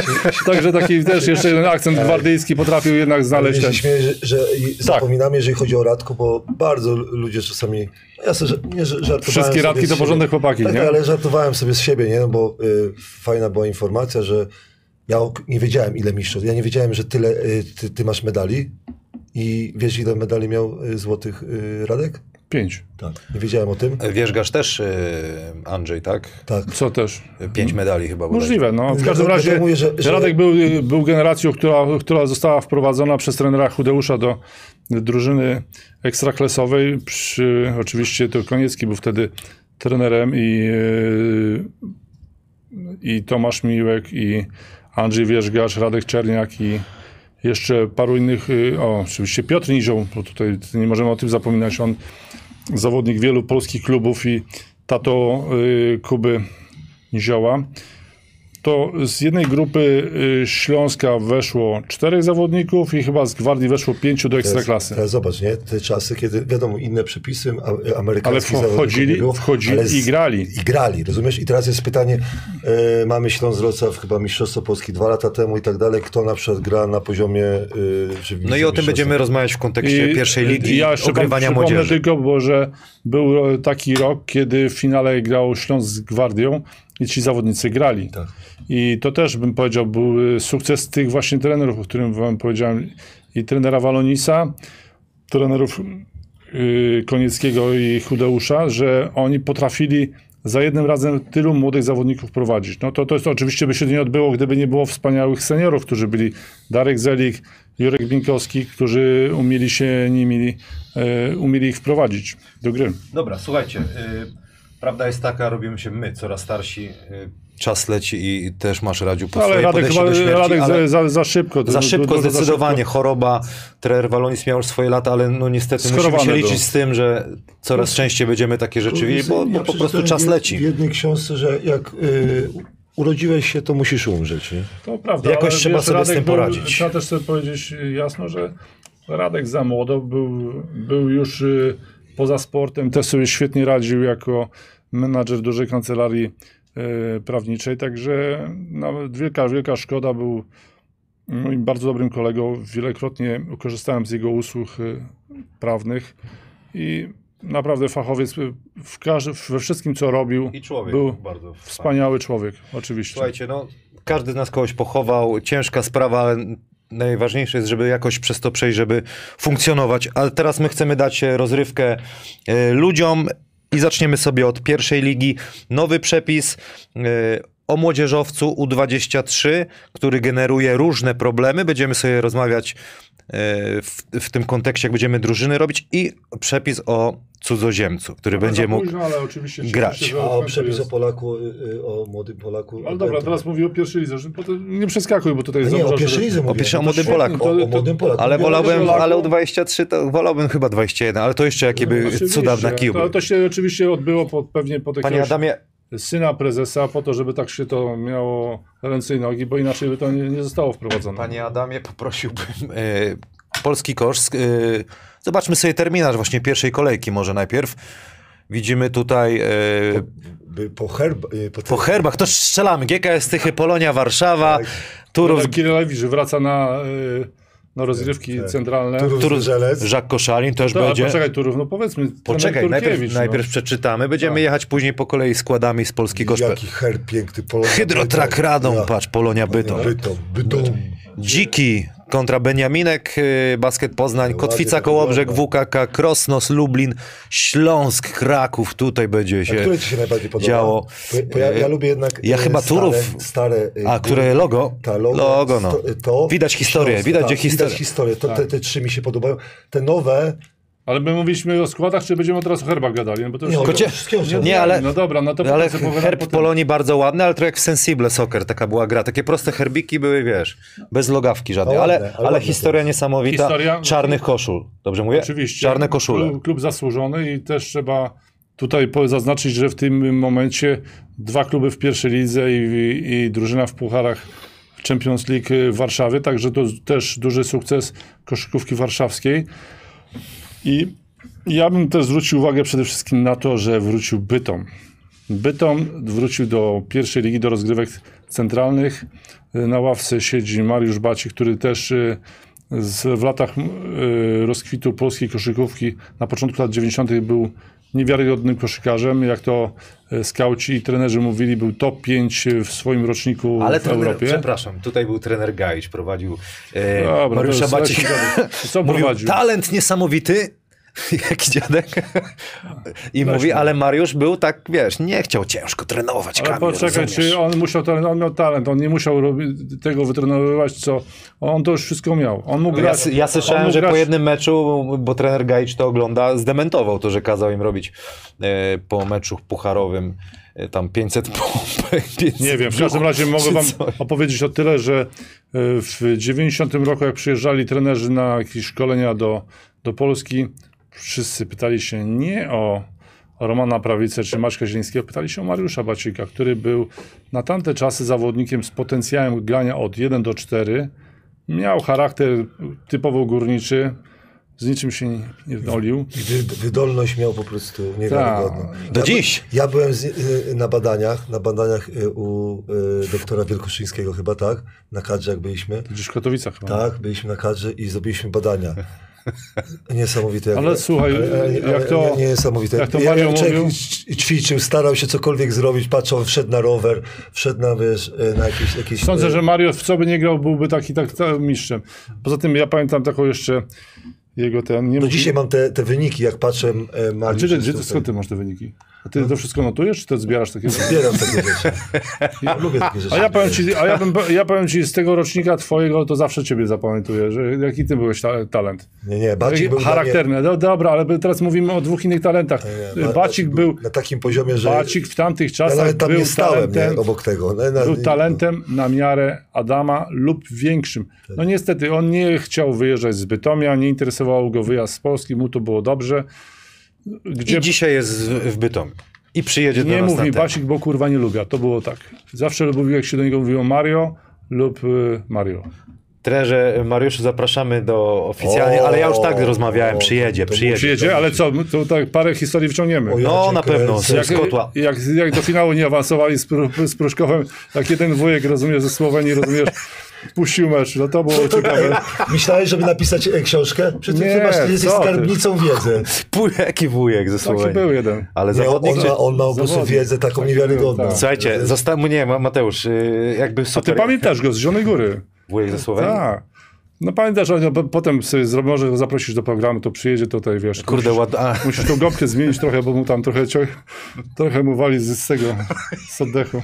S4: Także taki też jeszcze jeden akcent gwardyjski potrafił jednak znaleźć
S3: Ja
S4: ten.
S3: się śmieję, że, że i
S4: Tak.
S3: zapominamy, jeżeli chodzi o Radku, bo bardzo lu- ludzie czasami. no Ja sobie, ża- nie, że żartowałem
S4: Wszystkie
S3: sobie
S4: Radki
S3: z
S4: to
S3: siebie.
S4: porządne chłopaki,
S3: tak,
S4: nie?
S3: Ale żartowałem sobie z siebie, nie? No bo y, fajna była informacja, że ja ok- nie wiedziałem, ile mistrzów. Ja nie wiedziałem, że tyle y, ty, ty masz medali. I wiesz, ile medali miał y, złotych y, Radek?
S4: Pięć.
S3: Tak. Nie wiedziałem o
S2: E,
S3: tym.
S2: Wierzgasz też, y, Andrzej, tak?
S3: Tak.
S4: Co też?
S2: Pięć medali chyba bodajże.
S4: Mm. Możliwe, no. W każdym
S3: Dlatego
S4: razie
S3: mówię, że- że-
S4: Radek był, był generacją, która, która została wprowadzona przez trenera Chudeusza do drużyny ekstraklasowej. Przy, oczywiście to Koniecki był wtedy trenerem i, e, i Tomasz Miłek, i Andrzej Wierzgasz, Radek Czerniak i jeszcze paru innych, e, o, oczywiście Piotr Nizioł, bo tutaj nie możemy o tym zapominać, on zawodnik wielu polskich klubów i tato y, Kuby Nizioła to z jednej grupy y, Śląska weszło czterech zawodników i chyba z Gwardii weszło pięciu do Ekstraklasy.
S3: Teraz zobacz, nie? Te czasy, kiedy wiadomo, inne przepisy, a-
S4: Ale
S3: amerykańskie zawodników
S4: wchodzili,
S3: nie było,
S4: wchodzili
S3: ale z-
S4: i grali.
S3: I grali, rozumiesz? I teraz jest pytanie, e, mamy Śląsk Wrocław, chyba Mistrzostwo Polski dwa lata temu i tak dalej, kto na przykład gra na poziomie... E, czy w
S2: No i o tym
S3: mistrzostwa?
S2: będziemy rozmawiać w kontekście pierwszej ligi
S4: ja
S2: ja
S4: jeszcze wam
S2: ogrywania
S4: przypomnę
S2: młodzieży.
S4: tylko, bo że był e, taki rok, kiedy w finale grał Śląsk z Gwardią i ci zawodnicy grali.
S3: Tak.
S4: I to też bym powiedział, był e, sukces tych właśnie trenerów, o którym wam powiedziałem. I trenera Walonisa, trenerów y, Konieckiego i Chudeusza, że oni potrafili za jednym razem tylu młodych zawodników prowadzić. No to, to jest oczywiście by się nie odbyło, gdyby nie było wspaniałych seniorów, którzy byli Darek Zelik, Jurek Binkowski, którzy umieli się nimi, e, umieli ich wprowadzić do gry.
S2: Dobra, słuchajcie. y, prawda jest taka, robimy się my coraz starsi. y, czas leci i też masz Radziu po
S4: Ale
S2: swojej
S4: Radek,
S2: podejście
S4: chyba,
S2: do śmierci,
S4: Radek
S2: ale...
S4: za, za, za szybko. du-
S2: Za
S4: du-
S2: szybko,
S4: dużo za
S2: zdecydowanie. Choroba, trener Walonis miał już swoje lata, ale no niestety musimy się
S4: Schorowany
S2: liczyć
S4: był. No,
S2: z tym, że coraz częściej będziemy takie rzeczywiści, bo,
S3: Ja
S2: bo po prostu
S3: przeczytałem
S2: czas
S3: w-
S2: leci.
S3: W jednej książce, że jak y, e, urodziłeś się, to musisz umrzeć. Nie?
S4: To prawda.
S2: Jakoś
S4: ale
S2: trzeba
S4: wiesz,
S2: sobie z tym
S4: był-
S2: poradzić.
S4: Trzeba też sobie powiedzieć jasno, że Radek za młodo był, był już y, poza sportem, też sobie świetnie radził jako menadżer dużej kancelarii y, prawniczej, także nawet wielka, wielka szkoda był moim bardzo dobrym kolegą. Wielokrotnie korzystałem z jego usług y, prawnych i naprawdę fachowiec y, w każdy, we wszystkim, co robił,
S2: I człowiek
S4: był
S2: bardzo
S4: wspaniały człowiek, oczywiście.
S2: Słuchajcie, no każdy z nas kogoś pochował, ciężka sprawa, ale najważniejsze jest, żeby jakoś przez to przejść, żeby funkcjonować. Ale teraz my chcemy dać e, rozrywkę e, ludziom i zaczniemy sobie od pierwszej ligi. Nowy przepis e, o młodzieżowcu U23, który generuje różne problemy. Będziemy sobie rozmawiać e, w, w tym kontekście, jak będziemy drużyny robić i przepis o cudzoziemcu, który będzie
S4: Za
S2: mógł...
S4: późno, ale oczywiście cieszę
S2: grać.
S4: się, że
S3: A o
S4: odkryto
S3: przepis o
S4: jest.
S3: Polaku, y, y, o młodym Polaku.
S4: Ale dobra,
S3: Bento.
S4: teraz mówię o pierwszej lidze, że potem nie przeskakuj, bo tutaj
S3: A nie,
S4: zauważasz,
S3: o pierwszej
S4: że-
S3: lidze mówię.
S2: pierwszej- o
S3: No
S2: młodym
S3: to świetnie,
S2: Polaku.
S3: to- O młodym Polaku.
S2: Ale
S3: Mówię,
S2: wolałbym,
S4: Polaku.
S2: ale u 23 to wolałbym chyba 21, ale to jeszcze jakie by
S4: Oczywiście,
S2: cudowne kiłby.
S4: To, to się oczywiście odbyło po, pewnie pod
S2: Panie
S4: jakiegoś
S2: Adamie,
S4: syna prezesa, po to, żeby tak się to miało ręce i nogi, bo inaczej by to nie, nie zostało wprowadzone.
S2: panie Adamie, poprosiłbym y, polski kosz. Y, zobaczmy sobie terminarz właśnie pierwszej kolejki może najpierw. Widzimy tutaj y,
S3: By po herb... y, Po,
S2: po herbach, to strzelamy. GKS Tychy, Polonia,
S4: Tak.
S2: Warszawa, Turów,
S4: Turów... Kirelewicz wraca na, y, na rozgrywki
S3: Tak.
S4: centralne.
S3: Turów,
S2: Turów-
S3: Zgorzelec.
S2: Jacques Koszalin też
S4: To, ale
S2: będzie.
S4: poczekaj, Turów, no powiedzmy, trener
S2: Poczekaj, najpierw,
S4: Turkiewicz, no.
S2: najpierw przeczytamy. Będziemy
S4: Tak.
S2: jechać później po kolei składami z polskiego szpe-
S3: Jaki herb piękny. Polonia
S2: Hydrotrak
S3: Bytom.
S2: Radom,
S3: Ja.
S2: patrz, Polonia Bytom.
S3: Bytom, Bytom.
S2: Dziki kontra Beniaminek, y, Basket Poznań,
S3: No
S2: Kotwica
S3: ładnie to
S2: Kołobrzeg,
S3: wygląda.
S2: WKK, Krosnos, Lublin, Śląsk, Kraków. Tutaj będzie
S3: A
S2: się...
S3: które ci się najbardziej podoba?
S2: działo.
S3: Bo, bo ja, ja lubię jednak
S2: Ja
S3: e,
S2: chyba
S3: stare,
S2: Turów.
S3: stare e,
S2: A, które
S3: gry.
S2: logo?
S3: Ta logo,
S2: Logo, no.
S3: sto- e, to
S2: Widać historię,
S3: Śląsk,
S2: widać,
S3: tak,
S2: gdzie historia.
S3: Widać historię, to, te, te trzy mi się podobają. Te nowe,
S4: Ale my mówiliśmy o składach, czy będziemy teraz o herbach gadali? No Bo to już
S3: Nie, o
S2: Kocie-
S3: Wszystkiego trzeba
S2: Nie, ale...
S4: No dobra, no to
S2: Ale
S4: potem sobie pogadamy
S2: herb
S4: potem.
S2: Polonii bardzo ładny, ale to jak w Sensible Soccer taka była gra. Takie proste herbiki były, wiesz, bez logawki żadnej,
S3: No ładne,
S2: ale,
S3: ale
S2: ale
S3: ładne
S2: historia niesamowita
S4: Historia-
S2: czarnych koszul. Dobrze mówię?
S4: Oczywiście.
S2: Czarne koszule.
S4: Klub, klub zasłużony i też trzeba tutaj po- zaznaczyć, że w tym momencie dwa kluby w pierwszej lidze i, i, i drużyna w pucharach Champions League w Warszawie, także to też duży sukces koszykówki warszawskiej. I ja bym też zwrócił uwagę przede wszystkim na to, że wrócił Bytom. Bytom wrócił do pierwszej ligi, do rozgrywek centralnych. Na ławce siedzi Mariusz Baci, który też y, z, w latach y, rozkwitu polskiej koszykówki na początku lat 90. był niewiarygodnym koszykarzem. Jak to y, skauci i trenerzy mówili, był top 5 w swoim roczniku
S2: Ale
S4: w
S2: trener,
S4: Europie.
S2: przepraszam, tutaj był trener Gajś, prowadził e,
S4: Dobra, to
S2: Mariusza
S4: jest
S2: Bacika.
S4: lekki gadek.
S2: <laughs>
S4: Co
S2: Mówił,
S4: prowadził?
S2: talent niesamowity, <laughs> jaki dziadek. I mówi, ale Mariusz był tak, wiesz, nie chciał ciężko trenować,
S4: Ale
S2: Kamil,
S4: poczekaj,
S2: rozumiesz?
S4: czy on musiał talent, on miał talent, on nie musiał robi, tego wytrenowywać, co on to już wszystko miał. On mógł
S2: Ja,
S4: grać.
S2: s- ja
S4: on
S2: słyszałem,
S4: mógł
S2: że
S4: grać-
S2: po jednym meczu, bo trener Gajcz to ogląda, zdementował to, że kazał im robić e, po meczu pucharowym e, tam <laughs> 500 pompek. 500
S4: Nie wiem, w każdym
S2: brzuch,
S4: razie mogę
S2: czy
S4: wam
S2: coś.
S4: opowiedzieć o tyle, że e, w 90 roku, jak przyjeżdżali trenerzy na jakieś szkolenia do, do Polski, wszyscy pytali się nie o Romana Prawicę czy Maćka Zielińskiego, pytali się o Mariusza Bacika, który był na tamte czasy zawodnikiem z potencjałem grania od 1 do 4. Miał charakter typowo górniczy, z niczym się nie- nie dolił.
S3: Wy- Wydolność miał po prostu niewiarygodną.
S2: Tak. Do dziś.
S3: Ja byłem z, y, na badaniach, na badaniach y, u y, doktora Wielkoszyńskiego chyba, tak? Na kadrze jak byliśmy.
S4: Gdzieś w Katowicach chyba.
S3: Tak, byliśmy na kadrze i zrobiliśmy badania. Niesamowite. Jak,
S4: Ale słuchaj, jak to-
S3: nie, niesamowite.
S4: jak to Mario mówił?
S3: ć- ćwiczył, starał się cokolwiek zrobić, patrzał, wszedł na rower, wszedł na, wiesz, y, na jakieś... jakieś
S4: Sądzę,
S3: y,
S4: że Mario w co by nie grał, byłby taki tak, tak mistrzem. Poza tym ja pamiętam taką jeszcze jego ten... Nie
S3: No
S4: mówi-
S3: dzisiaj mam te, te wyniki, jak patrzę... e,
S4: A
S3: Mariusz
S4: gdzie,
S3: jest
S4: gdzie, ty-
S3: tutaj.
S4: skąd ty masz te wyniki? A
S3: No.
S4: ty to wszystko notujesz, czy to zbierasz
S3: <laughs>
S4: takie rzeczy?
S3: Zbieram takie rzeczy. Ja lubię takie rzeczy.
S4: A ja powiem ci, a ja, bym, ja powiem ci z tego rocznika twojego, to zawsze ciebie zapamiętuję, że jaki ty byłeś ta, talent.
S3: Nie, nie, Bacik był
S4: Charakterny. No, dobra, ale by- teraz mówimy o dwóch innych talentach.
S3: Dla mnie, Ba-
S4: Bacik był...
S3: Na takim poziomie, że...
S4: Bacik w tamtych
S3: ja
S4: czasach
S3: nawet tam
S4: był
S3: nie stałem
S4: talentem.
S3: nie, obok tego. No, Na, na,
S4: Był talentem na miarę Adama lub większym. No niestety, on nie chciał wyjeżdżać z Bytomia, nie interesował go wyjazd z Polski, mu to było dobrze. Gdzie
S2: I dzisiaj jest w w Bytomiu. I przyjedzie do
S4: Nie
S2: nas
S4: mów
S2: na
S4: mi
S2: ten.
S4: Basik, bo kurwa nie lubię. To było tak. Zawsze lubił, jak się do niego mówiło Mario lub y, Mario.
S2: Trenerze Mariuszu, zapraszamy do oficjalnie, ale ja już tak rozmawiałem,
S3: O,
S2: przyjedzie,
S3: to
S2: przyjedzie.
S4: Przyjedzie, ale co, my to tak parę historii wciągniemy.
S3: O ja
S2: No,
S3: cię
S2: na pewno,
S3: kręcę.
S2: z z kotła.
S4: Jak, jak do finału nie awansowali z, Pru, z Pruszkowem, jak jeden wujek, rozumiesz, ze Słowenii, rozumiesz, puścił mecz. No to było ciekawe.
S3: Myślałeś, żeby napisać e, książkę? Przy tym
S4: Nie,
S3: ty masz, ty jesteś
S4: co ty.
S3: skarbnicą wiedzy.
S2: Pół- Jaki <laughs> wujek ze
S4: Taki
S2: Słowenii.
S4: był jeden.
S2: Ale
S3: Nie, on,
S2: zawodnik...
S3: on,
S2: czy-
S3: ma, on ma po prostu
S4: Zawodnik.
S3: wiedzę taką
S4: Tak,
S3: niewiarygodną.
S4: tak.
S2: Słuchajcie, zostaw... nie, Ma- Mateusz, yy, jakby
S4: A ty
S2: super...
S4: pamiętasz go z Zielonej Góry?
S2: Wujek ze Słowenii?
S4: Tak. No pamiętasz, ale po- potem sobie zro- może go zaprosisz do programu, to przyjedzie tutaj, wiesz.
S2: Kurde,
S4: musisz,
S2: ład... a,
S4: <laughs> musisz tą gąbkę zmienić trochę, bo mu tam trochę ciąg, trochę mu wali z z tego, z oddechu.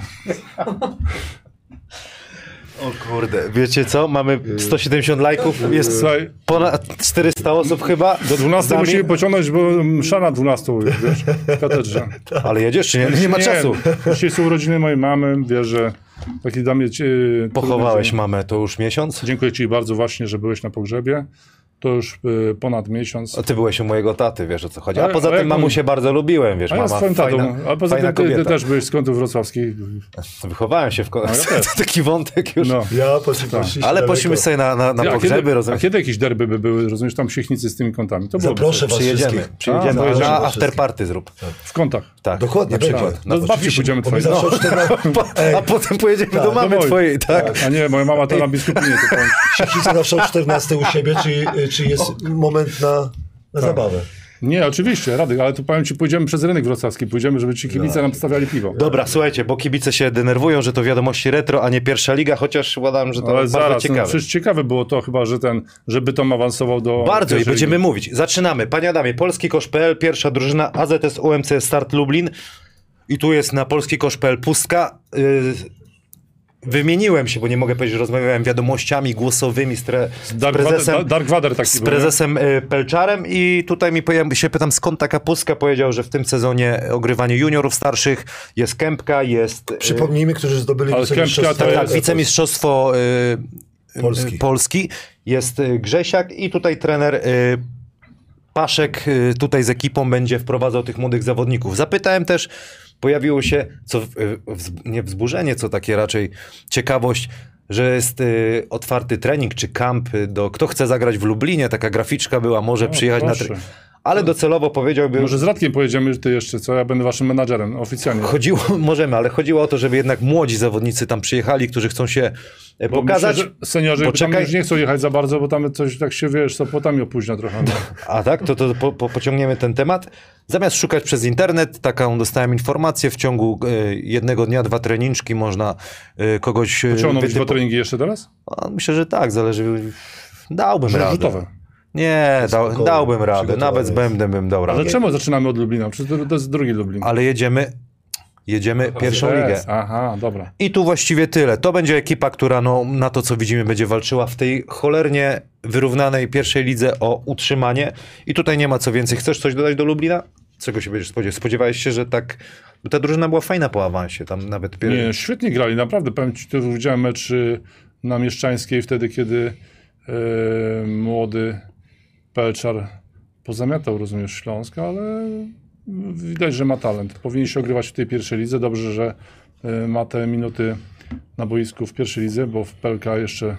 S2: o kurde, wiecie co? Mamy 170 lajków, jest
S4: Słuchaj,
S2: ponad 400 osób chyba.
S4: do 12
S2: z nami.
S4: musimy pociągnąć, bo msza na 12, wiesz, w katedrze.
S2: Ale jedziesz czy nie? <laughs> Nie ma
S4: <laughs>
S2: czasu.
S4: Dzisiaj są urodziny mojej mamy, wiesz, że taki dla mnie... ci- trudny
S2: Pochowałeś
S4: dzień.
S2: mamę, to już miesiąc?
S4: Dziękuję ci bardzo właśnie, że byłeś na pogrzebie. To już y, ponad miesiąc.
S2: A Ty byłeś u mojego taty, wiesz o co chodzi. A
S4: Ale-
S2: poza
S4: ale
S2: tym
S4: jak
S2: mamu
S4: on-
S2: się bardzo lubiłem, wiesz,
S4: A ja z
S2: mama
S4: twoim tatą,
S2: fajna,
S4: a poza
S2: fajna
S4: tym ty, ty
S2: kobieta.
S4: też byłeś z kątów wrocławskich.
S2: Wychowałem się w ko-
S4: ja też.
S2: <laughs> To taki wątek już.
S4: No.
S3: Ja poszli- poszliśmy
S2: Ale
S3: daleko.
S2: poszliśmy sobie na, na, na
S4: Ja,
S2: pogrzeby,
S4: kiedy, A
S2: rozumiesz?
S4: kiedy jakieś derby by były, rozumiesz, tam siechnicy z tymi kątami? To było
S3: Zaproszę was
S2: Przyjedziemy,
S3: wszystkich.
S2: przyjedziemy.
S4: A,
S2: na
S3: zapraszam
S2: afterparty zrób.
S4: w kątach.
S2: Tak.
S3: Dokładnie,
S2: na
S3: będzie.
S2: przykład.
S4: No, z babci
S3: Oczywiście,
S4: pójdziemy No.
S3: bo my
S4: twojej.
S3: zawsze o
S4: <laughs>
S3: 14
S2: A potem pojedziemy do
S4: Do
S2: mamy
S4: mojej.
S2: twojej, tak?
S4: No A nie, moja mama to na biskupinie. To tam,
S3: Siechnica zawsze o 14 u siebie, czy, e, czy jest moment na,
S4: Tak.
S3: na zabawę.
S4: nie, oczywiście, Radek, ale tu powiem ci, pójdziemy przez rynek wrocławski, pójdziemy, żeby
S2: No.
S4: ci kibice nam stawiali piwo.
S2: Dobra, słuchajcie, bo kibice się denerwują, że to wiadomości retro, a nie pierwsza liga, chociaż ładam, że to
S4: Ale
S2: bardzo
S4: zaraz, no,
S2: ciekawe.
S4: przecież ciekawe było to chyba, że ten, żeby Tom awansował do...
S2: Bardzo i
S4: pierwszej
S2: będziemy
S4: ligi.
S2: mówić. Zaczynamy. Panie Adamie, Polski Kosz.pl, pierwsza drużyna AZS UMC Start Lublin. I tu jest na Polski Kosz.pl pustka. Yy, wymieniłem się, bo nie mogę powiedzieć, że rozmawiałem wiadomościami głosowymi z, tre, z
S4: Dark
S2: prezesem,
S4: Vader, Dark Vader taki
S2: z
S4: był, nie?
S2: prezesem yy, Pelczarem i tutaj mi pojawi, się pytam, skąd taka pustka. Powiedział, że w tym sezonie ogrywanie juniorów starszych jest Kępka, jest... yy,
S3: Przypomnijmy, którzy zdobyli
S4: Ale
S3: wicemistrzostwo.
S4: Kępka to
S2: tak,
S4: jest-
S2: wicemistrzostwo y, Polski.
S3: Polski.
S2: Polski jest y, Grzesiak i tutaj trener y, Paszek y, tutaj z ekipą będzie wprowadzał tych młodych zawodników. Zapytałem też, pojawiło się co, w- y, wzb- nie wzburzenie, co takie raczej ciekawość, że jest y, otwarty trening czy kamp y, do kto chce zagrać w Lublinie, taka graficzka była, może przyjechać na
S4: No, proszę. Tak.
S2: trening. Ale docelowo powiedziałbym,
S4: Może z Radkiem pojedziemy, ty jeszcze, co? Ja będę waszym menadżerem oficjalnie.
S2: Chodziło, <laughs> możemy, ale chodziło o to, żeby jednak młodzi zawodnicy tam przyjechali, którzy chcą się e,
S4: Bo
S2: pokazać.
S4: Myślę, że seniorzy
S2: Poczekaj.
S4: tam już nie chcą jechać za bardzo, bo tam coś tak się, wiesz, co potami
S2: <laughs>
S4: opóźnia trochę. No.
S2: A tak, to, to po, po, pociągniemy ten temat. Zamiast szukać przez internet, taką dostałem informację, w ciągu e, jednego dnia dwa treninczki można e, kogoś e,
S4: Ciągną
S2: wytypo-
S4: dwa treningi jeszcze teraz?
S2: A, Myślę, że tak, zależy. Dałbym radę.
S4: Rzutowe.
S2: Nie, dał,
S3: Spokojnie,
S2: dałbym radę,
S3: przygotowany
S2: nawet z
S3: jest.
S2: bębnem bym dał radę.
S4: Ale czemu zaczynamy od Lublina? Przecież to, to jest drugi Lublin.
S2: Ale jedziemy, jedziemy pierwszą ligę.
S4: Jest. Aha, dobra.
S2: I tu właściwie tyle. To będzie ekipa, która no, na to, co widzimy, będzie walczyła w tej cholernie wyrównanej pierwszej lidze o utrzymanie. I tutaj nie ma co więcej. Chcesz coś dodać do Lublina? Czego się będziesz spodziewał? Spodziewałeś się, że tak... Bo ta drużyna była fajna po awansie, tam nawet... Pier...
S4: Nie, świetnie grali, naprawdę. Powiem ci, tu widziałem mecz y, na Mieszczańskiej wtedy, kiedy y, młody Pelczar pozamiatał, rozumiesz, Śląsk, ale widać, że ma talent. Powinien się ogrywać w tej pierwszej lidze. Dobrze, że y, ma te minuty na boisku w pierwszej lidze, bo w PLK jeszcze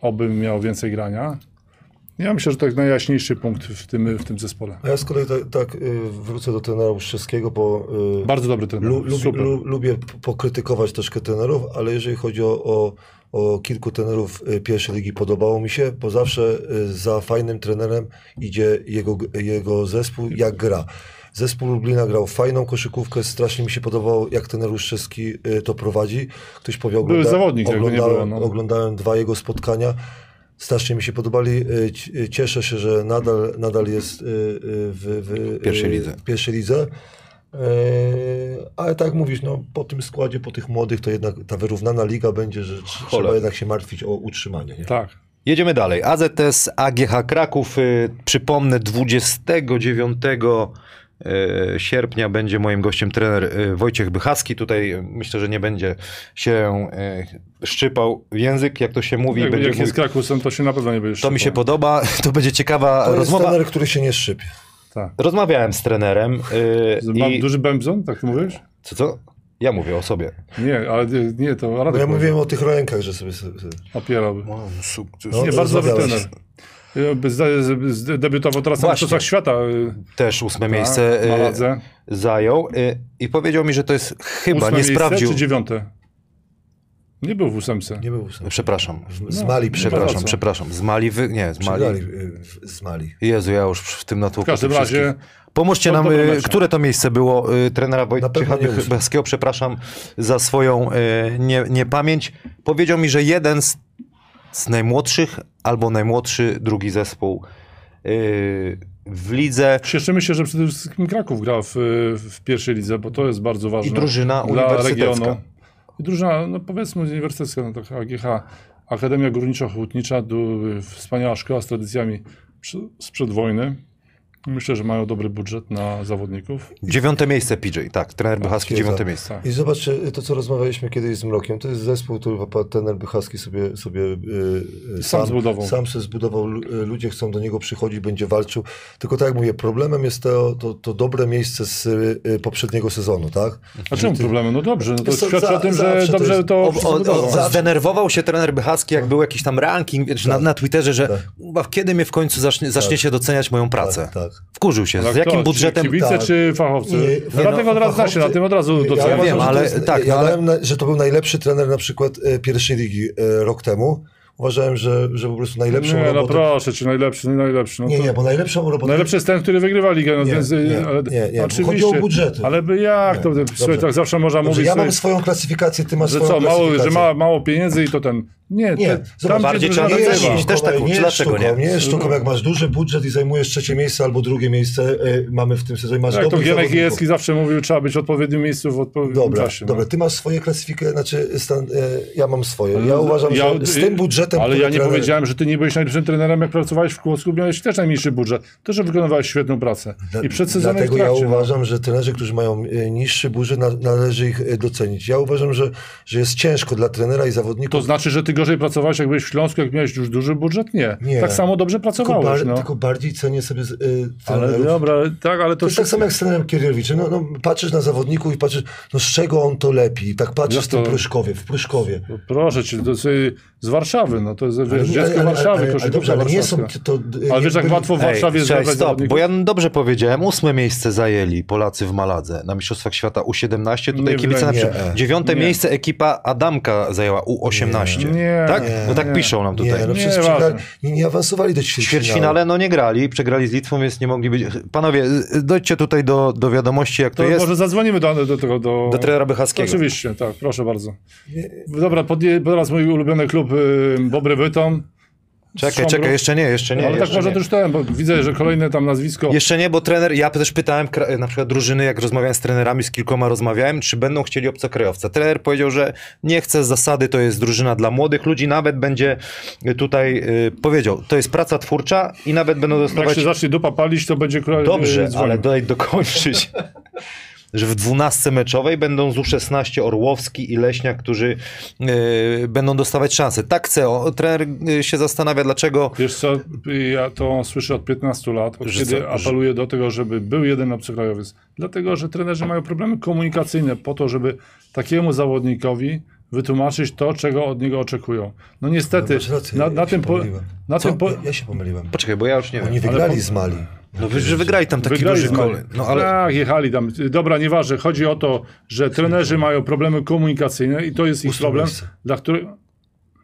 S4: oby miał więcej grania. Ja myślę, że to jest najjaśniejszy punkt w tym, w tym zespole.
S3: A ja z kolei tak, tak y, wrócę do trenera Łuszczyńskiego, bo y,
S4: Bardzo dobry ten
S3: lu, lubi,
S4: Super.
S3: lu, lubię p- pokrytykować troszkę trenerów, ale jeżeli chodzi o, o, o kilku trenerów y, pierwszej ligi, podobało mi się, bo zawsze y, za fajnym trenerem idzie jego, g- jego zespół, jak gra. Zespół Lublina grał fajną koszykówkę, strasznie mi się podobało, jak ten Ruszewski y, to prowadzi. Ktoś powie, ogląda,
S4: zawodnik, jakby nie było,
S3: oglądałem,
S4: no.
S3: oglądałem dwa jego spotkania. Strasznie mi się podobali. Y, c- y, Cieszę się, że nadal, nadal jest y, y, w, w y,
S2: Pierwszej lidze.
S3: Pierwszej lidze. Y, Ale tak jak mówisz, no, po tym składzie, po tych młodych, to jednak ta wyrównana liga będzie, że tr- trzeba jednak się martwić o utrzymanie. Nie?
S4: Tak.
S2: Jedziemy dalej. AZS AGH Kraków. y, Przypomnę, 29 y, sierpnia będzie moim gościem trener y, Wojciech Bychacki. Tutaj y, myślę, że nie będzie się y, szczypał język, jak to się mówi.
S4: Jak,
S2: będzie
S4: jak
S2: mój-
S4: jest Krakusem, to się na pewno nie
S2: <laughs>
S4: będziesz
S2: to mi się
S4: szczypał.
S2: podoba, to będzie ciekawa
S3: To jest
S2: rozmowa.
S3: trener, który się nie szczypie.
S4: Tak.
S2: Rozmawiałem z trenerem
S4: Że
S2: yy,
S4: Mam
S2: i...
S4: duży bębzon, tak ty mówisz?
S2: Co, co? Ja mówię o sobie.
S4: Nie, ale nie, nie to
S3: Bo
S4: Radek
S3: No, ja
S4: mówię...
S3: mówiłem o tych rękach, że sobie... sobie, sobie.
S4: opierałby.
S1: Wow, sukces.
S3: No.
S4: Nie, bardzo dobry
S3: rozmawiałeś.
S4: trener. Y, z- z- z- Debiutował teraz na
S2: Właśnie.
S4: Mistrzostwach Świata. y,
S2: Też ósme miejsce
S4: Tak,
S2: y,
S4: Maladze.
S2: zajął y, i powiedział mi, że to jest chyba,
S4: Ósme
S2: nie
S4: miejsce
S2: sprawdził.
S4: czy dziewiąte? Nie był w ósemce.
S3: Nie był ósmy.
S2: Przepraszam.
S3: Z Mali
S4: ma
S2: No, Przepraszam,
S4: co.
S2: przepraszam. Z Mali wy... Nie, z Mali.
S3: Przegrali y, w- z Mali.
S2: Jezu, ja już w tym natłuku.
S4: W każdym
S2: tych
S4: razie
S2: wszystkich. Pomóżcie
S3: No
S4: To
S2: nam,
S4: dobre
S2: y,
S4: mecze.
S2: które to miejsce było y, trenera Wojciecha
S3: pewno nie ósme.
S2: Chybaskiego, przepraszam za swoją y, nie- niepamięć. Powiedział mi, że jeden z, z najmłodszych albo najmłodszy drugi zespół y, w lidze
S4: cieszymy się, że przede wszystkim Kraków gra w, w pierwszej lidze, bo to jest bardzo ważne.
S2: i drużyna
S4: dla
S2: uniwersytecka.
S4: regionu. I drużyna, no powiedzmy uniwersytecka, no tak AGH, Akademia Górniczo-Hutnicza, du- wspaniała szkoła z tradycjami przy- sprzed wojny. Myślę, że mają dobry budżet na zawodników.
S2: Dziewiąte miejsce PJ, tak. Trener Bychaski,
S3: Świetnie.
S2: dziewiąte miejsce.
S4: Tak.
S3: I zobacz, y, to co rozmawialiśmy kiedyś z Mrokiem, to jest zespół, który papa- trener Bychowski sobie, sobie y, y,
S4: Sam zbudował.
S3: Sam sobie zbudował, lu- y, ludzie chcą do niego przychodzić, będzie walczył. Tylko tak jak mówię, problemem jest to, to, to dobre miejsce z y, y, poprzedniego sezonu, tak?
S4: A czemu problemy? No dobrze, no to
S3: Wiesz co,
S4: świadczy
S3: za-
S4: o tym, że
S3: zawsze to
S4: dobrze
S3: jest-
S4: to
S2: O,
S4: przygotowało.
S2: o, o, zdenerwował się trener Bychacki,
S3: Tak.
S2: jak był jakiś tam ranking wiesz, na, na Twitterze, że "Kurwa, kiedy mnie w końcu zacznie, zaczniecie doceniać moją pracę?
S3: Tak, tak.
S2: Wkurzył się.
S4: Tak,
S2: Z jakim
S4: to, Czy
S2: budżetem?
S4: kibice,
S3: Tak.
S4: czy fachowcy?
S3: Nie,
S4: Radek
S3: no,
S4: od razu zna się na
S3: fachowcy-
S4: tym, od razu docenia.
S2: wiem,
S3: uważam, że to
S2: ale
S3: jest-
S2: tak,
S3: Ja
S2: no ale-
S3: dałem, na- że to był najlepszy trener na przykład y, pierwszej ligi y, rok temu. Uważałem, że, że po prostu najlepszą
S4: Nie, no
S3: robotę...
S4: proszę, czy najlepszy, nie najlepszy. No
S3: nie,
S4: to...
S3: nie, bo najlepszą robotę...
S4: Najlepszy jest ten, który wygrywa ligę. No,
S3: Nie,
S4: więc,
S3: nie,
S4: ale,
S3: nie, nie, bo
S4: oczywiście,
S3: chodzi o budżety.
S4: Ale by jak to, słuchaj,
S3: dobrze.
S4: tak zawsze można
S3: Dobrze,
S4: mówić,
S3: ja
S4: sobie,
S3: mam swoją klasyfikację, ty masz
S4: że
S3: swoją
S4: co, mało,
S3: klasyfikację.
S4: że ma, mało pieniędzy i to ten. Nie,
S3: Nie,
S4: te,
S3: zobacz,
S4: tam
S2: bardziej
S4: gdzie
S2: trzeba
S4: drużyna
S2: docenić.
S4: wygrywa.
S2: Też tak,
S3: sztuką,
S2: kurczę, dlaczego
S3: sztuką,
S2: nie?
S3: Nie sztuką, jak masz duży budżet i zajmujesz trzecie miejsce albo drugie miejsce, e, mamy w tym sezonie, masz
S4: Tak, to
S3: dobrych
S4: Gienek
S3: zawodników.
S4: Jejewski zawsze mówił, trzeba być w odpowiednim miejscu w odpowiednim
S3: Dobra,
S4: czasie. no.
S3: dobra, ty masz swoje klasyfikacje, znaczy stan, e, ja mam swoje. Ja uważam, że z tym budżetem,
S4: Ale
S3: który
S4: ja nie
S3: trener-
S4: powiedziałem, że ty nie byłeś najlepszym trenerem, jak pracowałeś w Kłodzku, miałeś też najmniejszy budżet. To, że wykonywałeś świetną pracę. I przed sezonem i w
S3: Dlatego ja
S4: trakcie, no.
S3: uważam, że trenerzy, którzy mają e, niższy budżet, na, należy ich e, docenić. Ja uważam, że, że jest ciężko dla trenera i zawodników.
S4: To znaczy, że ty gorzej pracowałeś, jak byłeś w Śląsku, jak miałeś już duży budżet? Nie.
S3: Nie.
S4: Tak samo dobrze
S3: tylko,
S4: pracowałeś.
S3: bar,
S4: no.
S3: tylko bardziej cenię sobie z, e,
S4: Ale
S3: trenerów.
S4: dobra, tak, ale
S3: To
S4: to
S3: jest tak
S4: wszystko...
S3: samo jak z trenerem Kierowiczem. No, no, patrzysz na zawodniku i patrzysz, no z czego on to lepi. I tak patrzysz
S4: Jak
S3: w tym
S4: No to-
S3: Pruszkowie, w Pruszkowie.
S4: No Proszę cię, to jest y, z Warszawy, no to jest wiesz,
S3: tak- Ale nie-
S4: dziecko
S3: ale- ale-
S4: Warszawy,
S3: ale, ale,
S4: koszykówka
S3: dobrze, ale nie są
S4: warszawska.
S3: to...
S4: Ale
S3: nie
S4: wiesz, jak
S3: byli-
S4: łatwo w
S2: Ej,
S4: Warszawie
S2: cześć,
S4: zdobyć
S2: stop,
S4: zawodników?
S2: bo ja dobrze powiedziałem, ósme miejsce zajęli Polacy w Maladze na Mistrzostwach Świata U17, tutaj
S4: Nie,
S2: kibice na
S3: nie,
S2: przykład
S3: e.
S2: dziewiąte
S4: Nie.
S2: miejsce ekipa Adamka zajęła U18,
S4: Nie, nie,
S2: tak? no tak
S4: nie.
S2: piszą nam tutaj.
S3: Nie, no
S4: Nie,
S3: przecież
S4: ważne.
S3: przegrali, nie, nie awansowali do
S2: W
S3: ćwierćfinału.
S2: ćwierćfinale no nie grali, przegrali z Litwą, więc nie mogli być. Panowie, y, y, dojdźcie tutaj do, do wiadomości, jak to,
S4: To
S2: jest.
S4: może zadzwonimy do, do tego, do...
S2: Do trenera Bychackiego.
S4: Oczywiście, tak, proszę bardzo. Dobra, podnie, teraz mój ulubiony klub y, Bobry Bytom.
S2: Czekaj,
S4: Sąbro-
S2: czekaj, jeszcze nie, jeszcze nie.
S4: Ale tak
S2: jeszcze
S4: może
S2: nie.
S4: to już ten, bo widzę, że kolejne tam nazwisko...
S2: Jeszcze nie, bo trener, ja też pytałem kra- na przykład drużyny, jak rozmawiałem z trenerami, z kilkoma rozmawiałem, czy będą chcieli obcokrajowca. Trener powiedział, że nie chce z zasady, to jest drużyna dla młodych ludzi, nawet będzie tutaj y, powiedział, to jest praca twórcza i nawet będą
S4: Jak
S2: dostawać...
S4: Tak się zacznie dupa palić, to będzie kolejny
S2: Dobrze,
S4: dzwonił.
S2: ale daj
S4: <laughs>
S2: dokończyć. Że w 12 meczowej będą z U16 Orłowski i Leśniak, którzy y, będą dostawać szansę. Tak chce. O, trener y, się zastanawia, dlaczego
S4: Wiesz co, ja to słyszę od 15 lat, od
S2: Że
S4: kiedy
S2: co, że-
S4: apeluję do tego, żeby był jeden obcokrajowiec. Dlatego, że trenerzy mają problemy komunikacyjne po to, żeby takiemu zawodnikowi wytłumaczyć to, czego od niego oczekują. No niestety,
S3: masz rację,
S4: na,
S3: ja
S4: na
S3: się
S4: tym... Po,
S3: pomyliłem.
S4: na
S3: Co?
S4: tym po,
S3: Ja, ja się pomyliłem.
S2: Poczekaj, bo ja już nie wiem.
S3: Oni wygrali
S4: po-
S3: z Mali.
S2: No wy, że wygrali tam taki
S4: Wygrali
S2: duży
S4: z Mali.
S2: kole. No ale
S4: Tak, jechali tam. Dobra, nieważne. Chodzi o to, że trenerzy mają problemy komunikacyjne i to jest ich
S3: Ósme
S4: problem,
S3: miejsce.
S4: dla którego...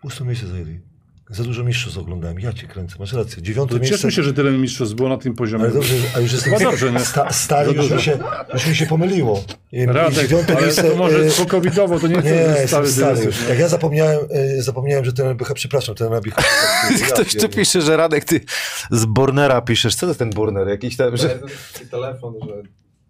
S3: Ósme miejsce zajęli. Za dużo mistrzostw oglądałem. Ja cię kręcę, masz rację. Dziewiąte
S4: To
S3: miejsce...
S4: cieszmy się, że tyle mistrzostw było na tym poziomie.
S3: Ale dobrze, a już jestem
S4: No dobrze, nie?
S3: sta, stary, już mi, się, już mi się pomyliło. I- i
S4: Radek,
S3: dziewiąte
S4: ale
S3: miejsce,
S4: to może
S3: y,
S4: covidowo, to <laughs> nie
S3: Nie,
S4: chcę
S3: jestem
S4: stary,
S3: stary
S4: stary
S3: już. Jak ja zapomniałem, y, zapomniałem, że ten Bycha, przepraszam, ten Bycha.
S2: ktoś tu pisze, że Radek, ty z Bornera piszesz. Co to jest ten Borner? Jakiś tam, że,
S5: Taki telefon, że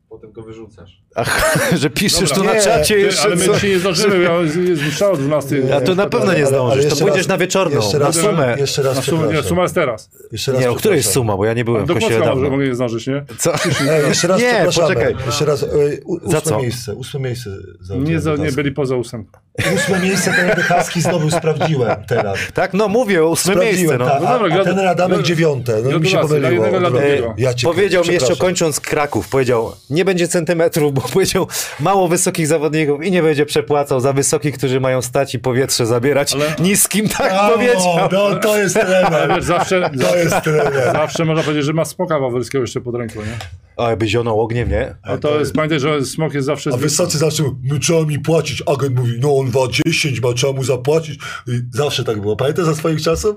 S5: potem go wyrzucasz.
S2: ach, <laughs> że piszesz
S4: Dobra.
S2: tu na
S3: Nie,
S2: czacie
S4: Ty,
S2: jeszcze.
S4: ale my
S2: co?
S4: dzisiaj nie zdążymy, ja zmuszałem o 12.
S2: A to na pewno nie zdążysz, to pójdziesz na wieczorną,
S3: Jeszcze
S2: na
S3: raz,
S2: sumę.
S3: Jeszcze raz,
S4: Na sumę, nie,
S3: przepraszam.
S4: suma jest teraz.
S3: Jeszcze raz
S2: Nie, o której jest
S3: przepraszam.
S2: suma, bo ja nie byłem w
S4: Do
S2: kościele
S4: Płocka może
S2: dawno.
S4: mogę nie zdążyć, nie?
S3: <laughs>
S2: Co?
S3: Ej, jeszcze raz
S2: Nie,
S3: przepraszamy.
S2: poczekaj.
S3: Jeszcze raz, y, u,
S2: Za
S3: ósme
S2: co?
S3: miejsce, ósme miejsce. za-
S4: Nie, za, nie
S3: za-
S4: byli poza ósemką.
S3: ósme miejsce ten Radychowski znowu sprawdziłem teraz.
S2: Tak, no mówię, ósme miejsce.
S3: Sprawdziłem,
S2: No. E,
S3: tak,
S4: No
S3: a,
S4: dobra,
S3: a ten
S4: gratu-
S3: Radamek
S4: gra-
S3: dziewiąte. No mi się
S4: gratulacje,
S3: pomyliło.
S4: dla jednego
S3: od razu.
S4: Radamewa.
S3: Ja cię
S2: powiedział mi jeszcze
S3: przepraszam.
S2: kończąc Kraków, powiedział, nie będzie centymetrów, bo powiedział mało wysokich zawodników i nie będzie przepłacał za wysokich, którzy mają stać i powietrze zabierać niskim, tak
S3: Brawo,
S2: powiedział.
S3: No to jest
S4: Ale <laughs>
S3: trener.
S4: wiesz,
S2: <laughs>
S4: zawsze,
S3: To jest trener.
S4: zawsze można powiedzieć, że ma smoka Wawerskiego jeszcze pod ręką, nie?
S2: A jakby zionął ogniem, nie?
S4: A to jest, pamiętaj, że smok jest zawsze...
S3: A Wysocy zawsze mówią, no trzeba mi płacić. Agent mówi, no on ma 10, ma trzeba mu zapłacić. I zawsze tak było. Pamiętasz za swoich czasów?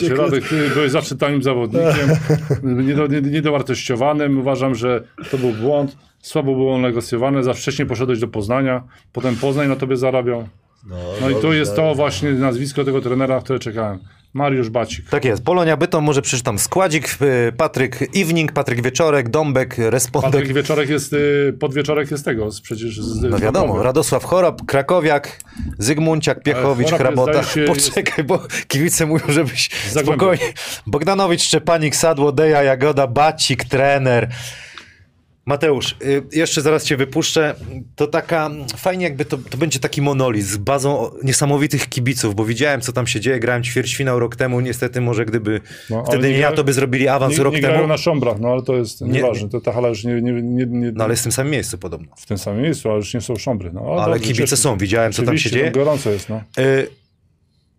S2: <laughs>
S4: cię, Radek, ty byłeś zawsze tanim zawodnikiem, niedo, nie- niedowartościowanym. Uważam, że to był błąd. Słabo było negocjowane, za wcześnie poszedłeś do Poznania, potem Poznań na tobie zarabiał. No i tu
S3: dobrze.
S4: jest to właśnie nazwisko tego trenera, na które czekałem. Mariusz Bacik.
S2: Tak jest. Polonia Bytom, może przeczytam składzik. y, Patryk Iwning, Patryk Wieczorek, Dąbek, Respondek.
S4: Patryk Wieczorek jest, y, podwieczorek jest tego, z, przecież z
S2: No
S4: z
S2: wiadomo,
S4: Krakowa.
S2: Radosław Chorob, Krakowiak, Zygmunciak, Piechowicz,
S4: Chorob jest,
S2: Hrabota.
S4: zdaje się, jest-
S2: Poczekaj, bo kibice mówią, żebyś
S4: Zagłębia.
S2: spokojnie. Bogdanowicz, Szczepanik, Sadło, Deja, Jagoda, Bacik, trener. Mateusz, y, jeszcze zaraz cię wypuszczę. To taka, fajnie jakby to, to będzie taki monolit z bazą o- niesamowitych kibiców, bo widziałem, co tam się dzieje. Grałem ćwierćfinał rok temu, niestety może gdyby,
S4: No, ale
S2: wtedy
S4: nie
S2: nie ja,
S4: gra-
S2: to by zrobili awans
S4: nie,
S2: rok
S4: nie
S2: temu.
S4: grają na szombrach, no ale to jest
S2: Nie,
S4: nieważne. To ta hala już nie, nie, nie, nie
S2: No ale jest w tym samym miejscu podobno.
S4: w tym samym miejscu, ale już nie są szombry. No,
S2: Ale
S4: dobrze,
S2: kibice
S4: cieszę-
S2: są, widziałem, co tam się
S4: oczywiście,
S2: dzieje.
S4: no, Gorąco jest, no.
S2: Y,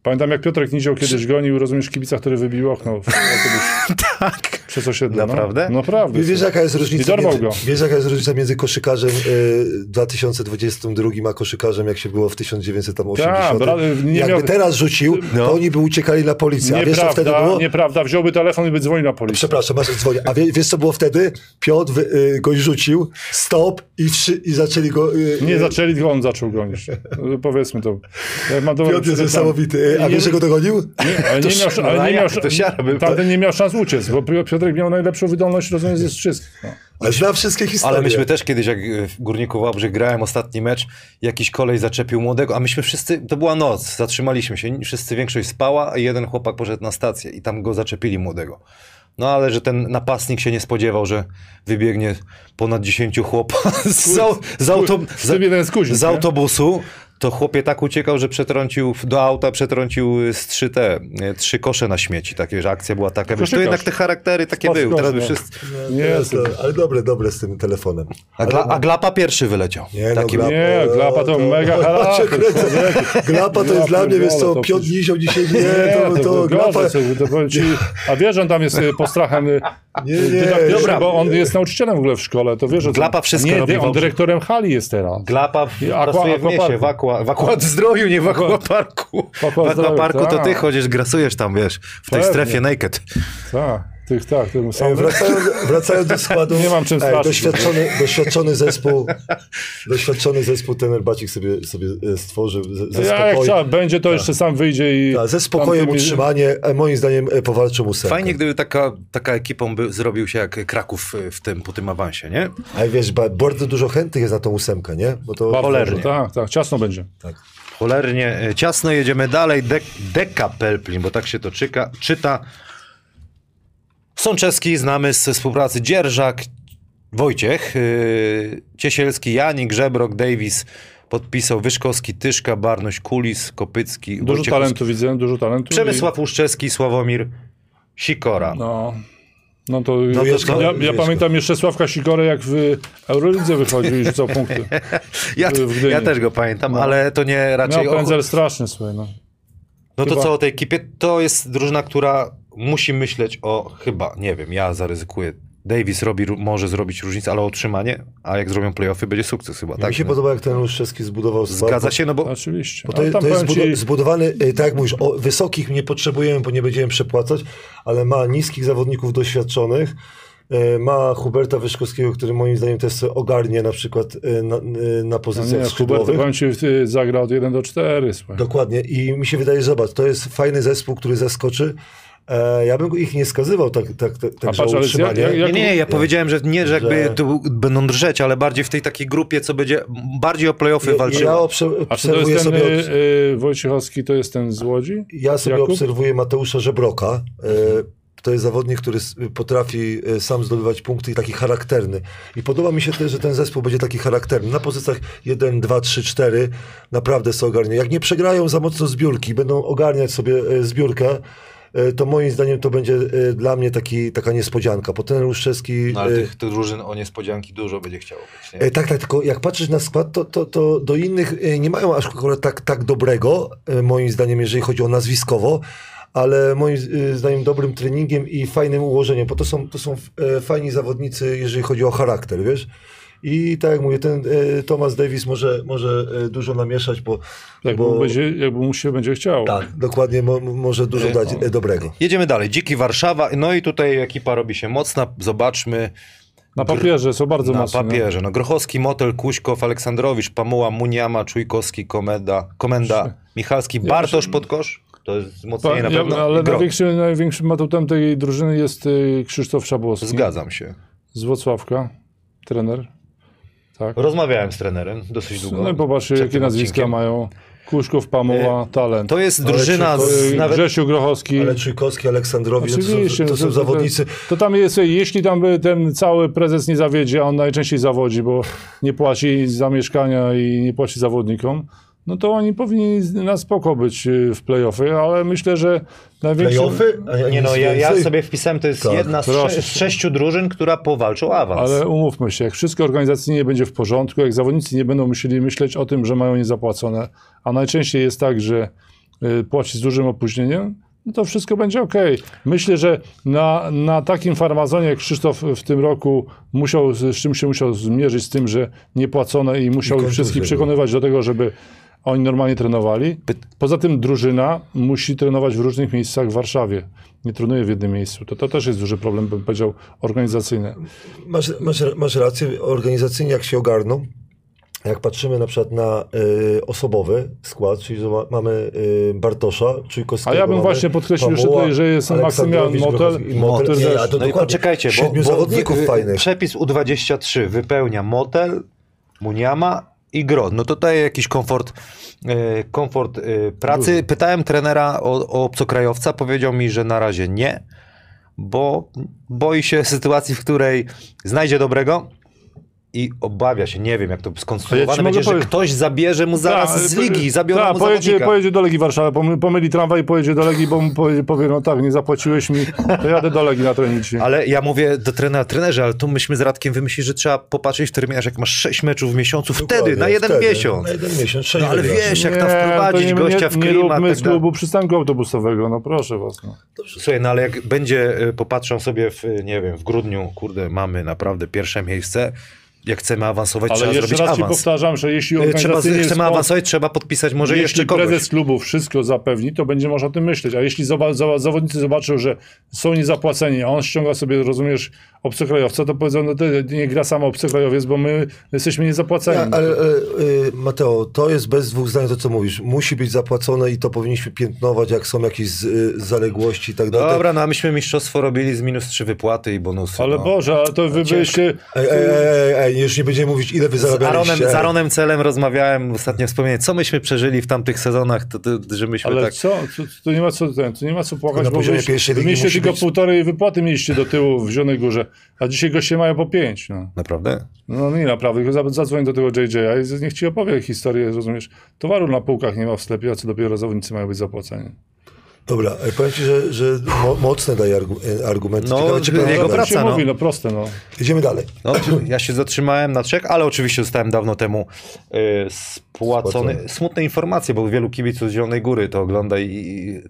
S4: Pamiętam, jak Piotrek Nizioł kiedyś gonił, rozumiesz, kibica, który wybił okno w autobus
S2: <laughs> tak.
S4: przez osiedle.
S2: Naprawdę?
S4: No, naprawdę.
S3: Wiesz jaka, jest różnica
S4: I dorwał
S3: między,
S4: go.
S3: wiesz, jaka jest różnica między koszykarzem y, 2022 a koszykarzem, jak się było w 1980?
S4: Tak, bra- nie
S3: Jakby
S4: miał- No.
S3: teraz rzucił, to oni by uciekali na policję. A wiesz, co wtedy
S4: Nieprawda,
S3: było?
S4: nieprawda. Wziąłby telefon i by dzwonił na policję.
S3: Przepraszam, masz dzwonię. A wie, wiesz, co było wtedy? Piotr wy, y, go rzucił, stop i, wszy, i zaczęli go... Y,
S4: Nie
S3: y,
S4: zaczęli, tylko on zaczął gonić. No, Powiedzmy to. Ja mam dobre
S3: Piotr jest
S4: tam-
S3: niesamowity. A
S4: Nie-
S3: wiesz, że go dogonił?
S4: nie, Ale nie
S2: To
S4: miał,
S2: szkoda,
S4: ale nie miał,
S2: jak to siara by-
S4: tamten nie miał szans uciec, bo Pi- Piotrek miał najlepszą wydolność rozumiesz ze wszystkich. No.
S3: A zna wszystkie historie.
S2: Ale myśmy też kiedyś, jak y, w Górniku Wałbrzych grałem ostatni mecz, jakiś kolej zaczepił młodego, a myśmy wszyscy, to była noc, zatrzymaliśmy się, wszyscy, większość spała, a jeden chłopak poszedł na stację i tam go zaczepili młodego. No ale że ten napastnik się nie spodziewał, że wybiegnie ponad 10 chłopa <laughs> z, au, z, auto,
S4: w tym jeden z kuźni,
S2: z
S4: nie?
S2: autobusu, to chłopie tak uciekał, że przetrącił do auta, przetrącił y, z trzy te, y, trzy kosze na śmieci, takie, że akcja była taka. Wiesz, to
S4: Koszykarz.
S2: jednak te charaktery takie
S4: Spadł
S2: były.
S4: kosz,
S2: Teraz by
S4: no.
S2: wszyscy...
S4: Nie,
S3: Teraz
S4: to-
S3: to- Ale dobre, dobre z tym telefonem. no,
S2: A, gla, a Glapa pierwszy wyleciał.
S3: Nie, no,
S2: Taki-
S3: glapa,
S4: Nie, Glapa to mega
S3: <laughs>
S4: charakter, człowieku.
S3: Glapa to
S4: Ja
S3: jest dla mnie, wiesz
S4: pierdolę,
S3: co,
S4: to
S3: Piotr
S4: przecież-
S3: Nizioł dzisiaj, nie, to, to,
S4: było
S3: Glapa,
S4: gorzej, co- to powiem ci, a wiesz, że on tam jest y, postrachem. y,
S3: nie,
S4: y,
S3: nie,
S4: dydaktycznym,
S2: dobra.
S4: bo on jest nauczycielem w ogóle w szkole, to wiesz, że...
S2: Glapa wszystko
S4: Nie,
S2: robi
S4: nie, on
S2: dobrze.
S4: dyrektorem hali jest teraz.
S2: Glapa w,
S4: I Aqua-
S2: pracuje w mieście,
S4: Aquaparku.
S2: w Aqua, w aqua Zdroju, nie w Aquaparku. W
S4: Aqua Zdroju,
S2: Aquaparku to ty
S4: tak.
S2: chodzisz, grasujesz tam, wiesz, w tej
S4: Pewnie.
S2: strefie naked.
S4: Tak, tych, tak, tym
S3: E,
S4: samym.
S3: Wracając, wracając do składu.
S4: Nie mam czym straszyć.
S3: doświadczony, doświadczony zespół. Doświadczony zespół ten Bacik sobie, sobie e, stworzył. Ze, ze
S4: Ja, jak trzeba
S3: spokojem,
S4: będzie, to jeszcze sam wyjdzie i...
S3: Tak, ze spokojem
S4: tam tymi-
S3: utrzymanie, e, moim zdaniem e, powalczył mu
S4: Tak.
S3: serce.
S2: Fajnie, gdyby taka, taka ekipą by, zrobił się jak Kraków y, w tym, po tym awansie, nie?
S3: Ale wiesz, ba- bardzo dużo chętnych jest na tą ósemkę, nie? Bo to
S4: Bardzo
S2: Cholernie.
S4: dobrze, Tak, tak, ciasno będzie.
S2: Cholernie y, ciasno, jedziemy dalej. De, Deka Pelplin, bo tak się to czyka, czyta. Sączeski znamy ze współpracy Dzierżak, Wojciech, y, Ciesielski, Janik, Żebrok, Davis podpisał Wyszkowski, Tyszka, Barność, Kulis, Kopycki,
S4: Dużo
S2: Wojciechowski.
S4: talentu widzę, dużo talentu.
S2: Przemysław Łuszczewski, Sławomir Sikora.
S4: I... No... No to,
S3: to
S4: ja,
S3: co?
S4: ja, ja
S3: Wieszko.
S4: pamiętam jeszcze Sławka Sikorę, jak w Eurolidze wychodził i rzucał
S3: <laughs>
S4: punkty.
S2: ja,
S4: w Gdyni.
S2: ja też go pamiętam,
S4: No.
S2: ale to nie
S3: Znaczy,
S4: Miał
S2: raczej...
S4: pędzel straszny, słuchaj. No.
S2: No to
S4: Chyba-
S2: co o tej ekipie? To jest drużyna, która musi myśleć o chyba, nie wiem, ja zaryzykuję. Davis robi, ró- może zrobić różnicę, ale o utrzymanie, a jak zrobią playoffy, będzie sukces chyba, tak?
S3: Mi się
S2: No.
S3: podoba, jak ten Łuszczewski zbudował skład.
S2: Zgadza się, no bo
S4: Oczywiście.
S3: Bo to,
S4: Ale
S3: to jest
S4: powiem
S3: zbudo- zbudowany, e, tak jak mówisz, o, wysokich nie potrzebujemy, bo nie będziemy przepłacać, ale ma niskich zawodników doświadczonych. e, Ma Huberta Wyszkowskiego, który moim zdaniem też sobie ogarnie na przykład e, na, e, na
S4: No
S3: pozycjach
S4: nie, Hubert,
S3: skrzydłowych.
S4: powiem ci, ty zagrał od 1 do 4, słuchaj.
S3: Dokładnie. I mi się wydaje, że zobacz, to jest fajny zespół, który zaskoczy. E, Ja bym ich nie skazywał tak, tak, tak, tak
S4: A
S3: że
S4: patrz, ale
S3: utrzymanie.
S4: jak- jak-
S2: Nie, nie, ja powiedziałem, że nie, że jakby
S3: Że-
S2: tu będą drżeć, ale bardziej w tej takiej grupie, co będzie bardziej o playoffy
S3: ja, ja
S2: walczyło.
S3: obser-
S4: A czy to
S3: obserwuję
S4: jest ten
S3: sobie... od-
S4: y, y, Wojciechowski, to jest ten z Łodzi?
S3: Ja sobie
S4: Jakub?
S3: obserwuję Mateusza Żebroka. E, to jest zawodnik, który s- potrafi e, sam zdobywać punkty i taki charakterny. I podoba mi się też, że ten zespół będzie taki charakterny. Na pozycjach 1, 2, 3, 4 naprawdę są ogarnie. Jak nie przegrają za mocno zbiórki, będą ogarniać sobie e, zbiórkę, e, to moim zdaniem to będzie e, dla mnie taki, taka niespodzianka. Bo ten Ruszewski...
S2: No ale
S3: e,
S2: tych drużyn o niespodzianki dużo będzie chciało być. Nie?
S3: E, Tak, tak, tylko jak patrzysz na skład, to, to, to do innych e, nie mają aż akurat tak, tak dobrego, e, moim zdaniem, jeżeli chodzi o nazwiskowo, ale moim z- e, zdaniem dobrym treningiem i fajnym ułożeniem, bo to są, to są e, fajni zawodnicy, jeżeli chodzi o charakter, wiesz? I tak jak mówię, ten e, Thomas Davis może, może e, dużo namieszać, bo,
S4: Jakby,
S3: bo
S4: mu będzie, jakby mu się będzie chciało.
S3: tak, dokładnie mo, może dużo
S2: E,
S3: dać e, dobrego.
S2: Jedziemy dalej. Dziki Warszawa. No i tutaj ekipa robi się mocna. Zobaczmy
S4: Na papierze są bardzo
S2: na
S4: mocne.
S2: papierze. No, Grochowski, Motel, Kuśkow, Aleksandrowicz, Pamuła, Muniama, Czujkowski, Komenda, Komenda Michalski, Bartosz Podkosz. To jest
S4: Pa,
S2: wzmocnienie na
S4: ja,
S2: pewno.
S4: ale
S2: I Groch.
S4: największym, największym atutem tej drużyny jest y, Krzysztof Szabłowski.
S2: Zgadzam się.
S4: Z Wrocławka, trener. Tak.
S2: Rozmawiałem z trenerem dosyć długo.
S4: No i popatrzcie,
S2: przed
S4: jakie
S2: tym
S4: nazwiska
S2: odcinkiem.
S4: mają. Kuszków, Pamuła,
S3: E,
S4: Talent.
S2: To jest drużyna
S3: Ale czy to-
S2: z
S4: Y,
S2: nawet
S4: Grzesiu Grochowski.
S3: Ale Czujkowski, Aleksandrowicz, no to
S4: Oczywiście,
S3: są, to są zawodnicy.
S4: To, to tam jest, jeśli tam by ten cały prezes nie zawiedzie, a on najczęściej zawodzi, bo nie płaci za mieszkania i nie płaci zawodnikom, no to oni powinni z- na spoko być y, w playoffy, ale myślę, że największym...
S3: Playoffy? A
S2: Nie no,
S3: nic
S2: ja, ja
S3: więcej?
S2: sobie wpisałem, to jest
S3: Tak,
S2: jedna z,
S4: proszę
S2: sze- z sześciu drużyn, która powalczy o awans.
S4: Ale umówmy się, jak wszystko organizacyjnie będzie w porządku, jak zawodnicy nie będą musieli myśleć o tym, że mają niezapłacone, a najczęściej jest tak, że y, płaci z dużym opóźnieniem, no to wszystko będzie ok. Myślę, że na, na takim farmazonie jak Krzysztof w tym roku musiał, z z czym się musiał zmierzyć, z tym, że niepłacone i musiał
S3: kontuzje
S4: wszystkich
S3: były.
S4: przekonywać do tego, żeby oni normalnie trenowali. Poza tym drużyna musi trenować w różnych miejscach w Warszawie. Nie trenuje w jednym miejscu. To, to też jest duży problem, bym powiedział, organizacyjny.
S3: Masz, masz, masz rację, organizacyjnie jak się ogarną, jak patrzymy na przykład na y, osobowy skład, czyli że ma, mamy y, Bartosza, Czujkowskiego.
S4: A ja bym
S3: mamy,
S4: właśnie podkreślił jeszcze
S3: Pamuła,
S4: tutaj, że jest
S3: Aleksandrowicz,
S4: Maksymian Motel,
S3: Grochowski i Motel.
S4: który
S3: Nie,
S4: też-
S3: a to
S2: No i
S3: dokładnie
S2: poczekajcie, bo,
S3: siedmiu
S2: bo
S3: zawodników
S2: y,
S3: fajnych.
S2: przepis U23 wypełnia Motel, Muniama i Grod. No to daje jakiś komfort, y, komfort y, pracy. Pytałem trenera o, o obcokrajowca, powiedział mi, że na razie nie, bo boi się sytuacji, w której znajdzie dobrego i obawia się, nie wiem jak to skonstruowane
S4: mogę
S2: będzie, że
S4: powiedzieć-
S2: ktoś zabierze mu zaraz
S4: Tak,
S2: z ligi, zabiorą
S4: tak,
S2: mu
S4: pojedzie,
S2: zawodnika.
S4: pojedzie do Legii Warszawy, pomy- pomyli tramwaj i pojedzie do Legii, bo mu powie, powie, no tak, nie zapłaciłeś mi, to jadę do Legii na trening dzisiaj.
S2: <laughs> Ale ja mówię do trenera, trenerze, ale tu myśmy z Radkiem wymyślili, że trzeba popatrzeć w terminarz, jak masz 6 meczów w miesiącu,
S3: Dokładnie,
S2: wtedy, na jeden
S3: wtedy,
S2: miesiąc.
S3: Na jeden miesiąc, sześć
S2: No ale
S3: wygranych.
S2: wiesz, jak tam
S4: Nie,
S2: wprowadzić
S4: to nie,
S2: gościa
S4: nie,
S2: w klimat.
S4: Nie róbmy
S2: tak
S4: z
S2: dalej.
S4: klubu przystanku autobusowego, no proszę was. No.
S2: Słuchaj, no ale jak będzie, y, popatrzą sobie w, y, nie wiem, w grudniu, kurde, mamy naprawdę pierwsze miejsce, jak chcemy awansować,
S4: Ale
S2: trzeba
S4: jeszcze
S2: zrobić
S4: raz ci
S2: awans.
S4: powtarzam, że jeśli
S2: Y, Trzeba,
S4: organizacyjnie jest
S2: chcemy
S4: spoko-
S2: awansować, trzeba podpisać może
S4: jeśli
S2: jeszcze kogoś.
S4: prezes klubu wszystko zapewni, to będzie można o tym myśleć. A jeśli zoba- za- zawodnicy zobaczą, że są niezapłaceni, a on ściąga sobie, rozumiesz, obcokrajowca, to powiedzą, no ty nie gra sam obcokrajowiec, bo my jesteśmy niezapłaceni.
S2: no-
S3: Ja, Tak, ale, ale y, Mateo, to jest bez dwóch zdań to, co mówisz. Musi być zapłacone i to powinniśmy piętnować, jak są jakieś z, y, zaległości i tak dalej.
S2: Dobra, no a myśmy mistrzostwo robili z minus 3 wypłaty i bonusy.
S4: Ale
S2: no.
S4: Boże, ale to wy byście...
S3: Ej, ej, ej, ej, ej, już nie będziemy mówić, ile wy
S2: Z Aronem,
S3: zarabialiście.
S2: z Aronem Celem rozmawiałem, ostatnio wspomniałem, co myśmy przeżyli w tamtych sezonach, to, to, że myśmy
S4: Ale
S2: tak...
S4: co? To, to nie ma co, ten, to nie ma co płakać,
S3: Na
S4: bo
S3: poziomie
S4: wy-
S3: pierwszej
S4: wy
S3: ligi
S4: mieliście
S3: musi
S4: tylko
S3: być-
S4: półtorej wypłaty mieliście do tyłu w Zielonej Górze, a dzisiaj goście mają po pięć. No,
S2: Naprawdę?
S4: no nie naprawdę, tylko za- zadzwoń do tego JJ-a i z- niech ci opowie historię, rozumiesz? Towaru na półkach nie ma w sklepie, a co dopiero zawodnicy mają być zapłaceni.
S3: Dobra, e, powiem ci, że, że mo- mocne daje argu- e, argumenty.
S2: No,
S3: Ciekawe, czy prawda
S2: jego
S3: daje.
S2: praca.
S4: się
S2: no.
S4: mówi, no proste, no.
S3: Jedziemy dalej.
S2: No, ja się zatrzymałem na trzech, ale oczywiście zostałem dawno temu y, spłacony.
S3: Spłacony.
S2: Smutne informacje, bo wielu kibiców z Zielonej Góry to ogląda i, i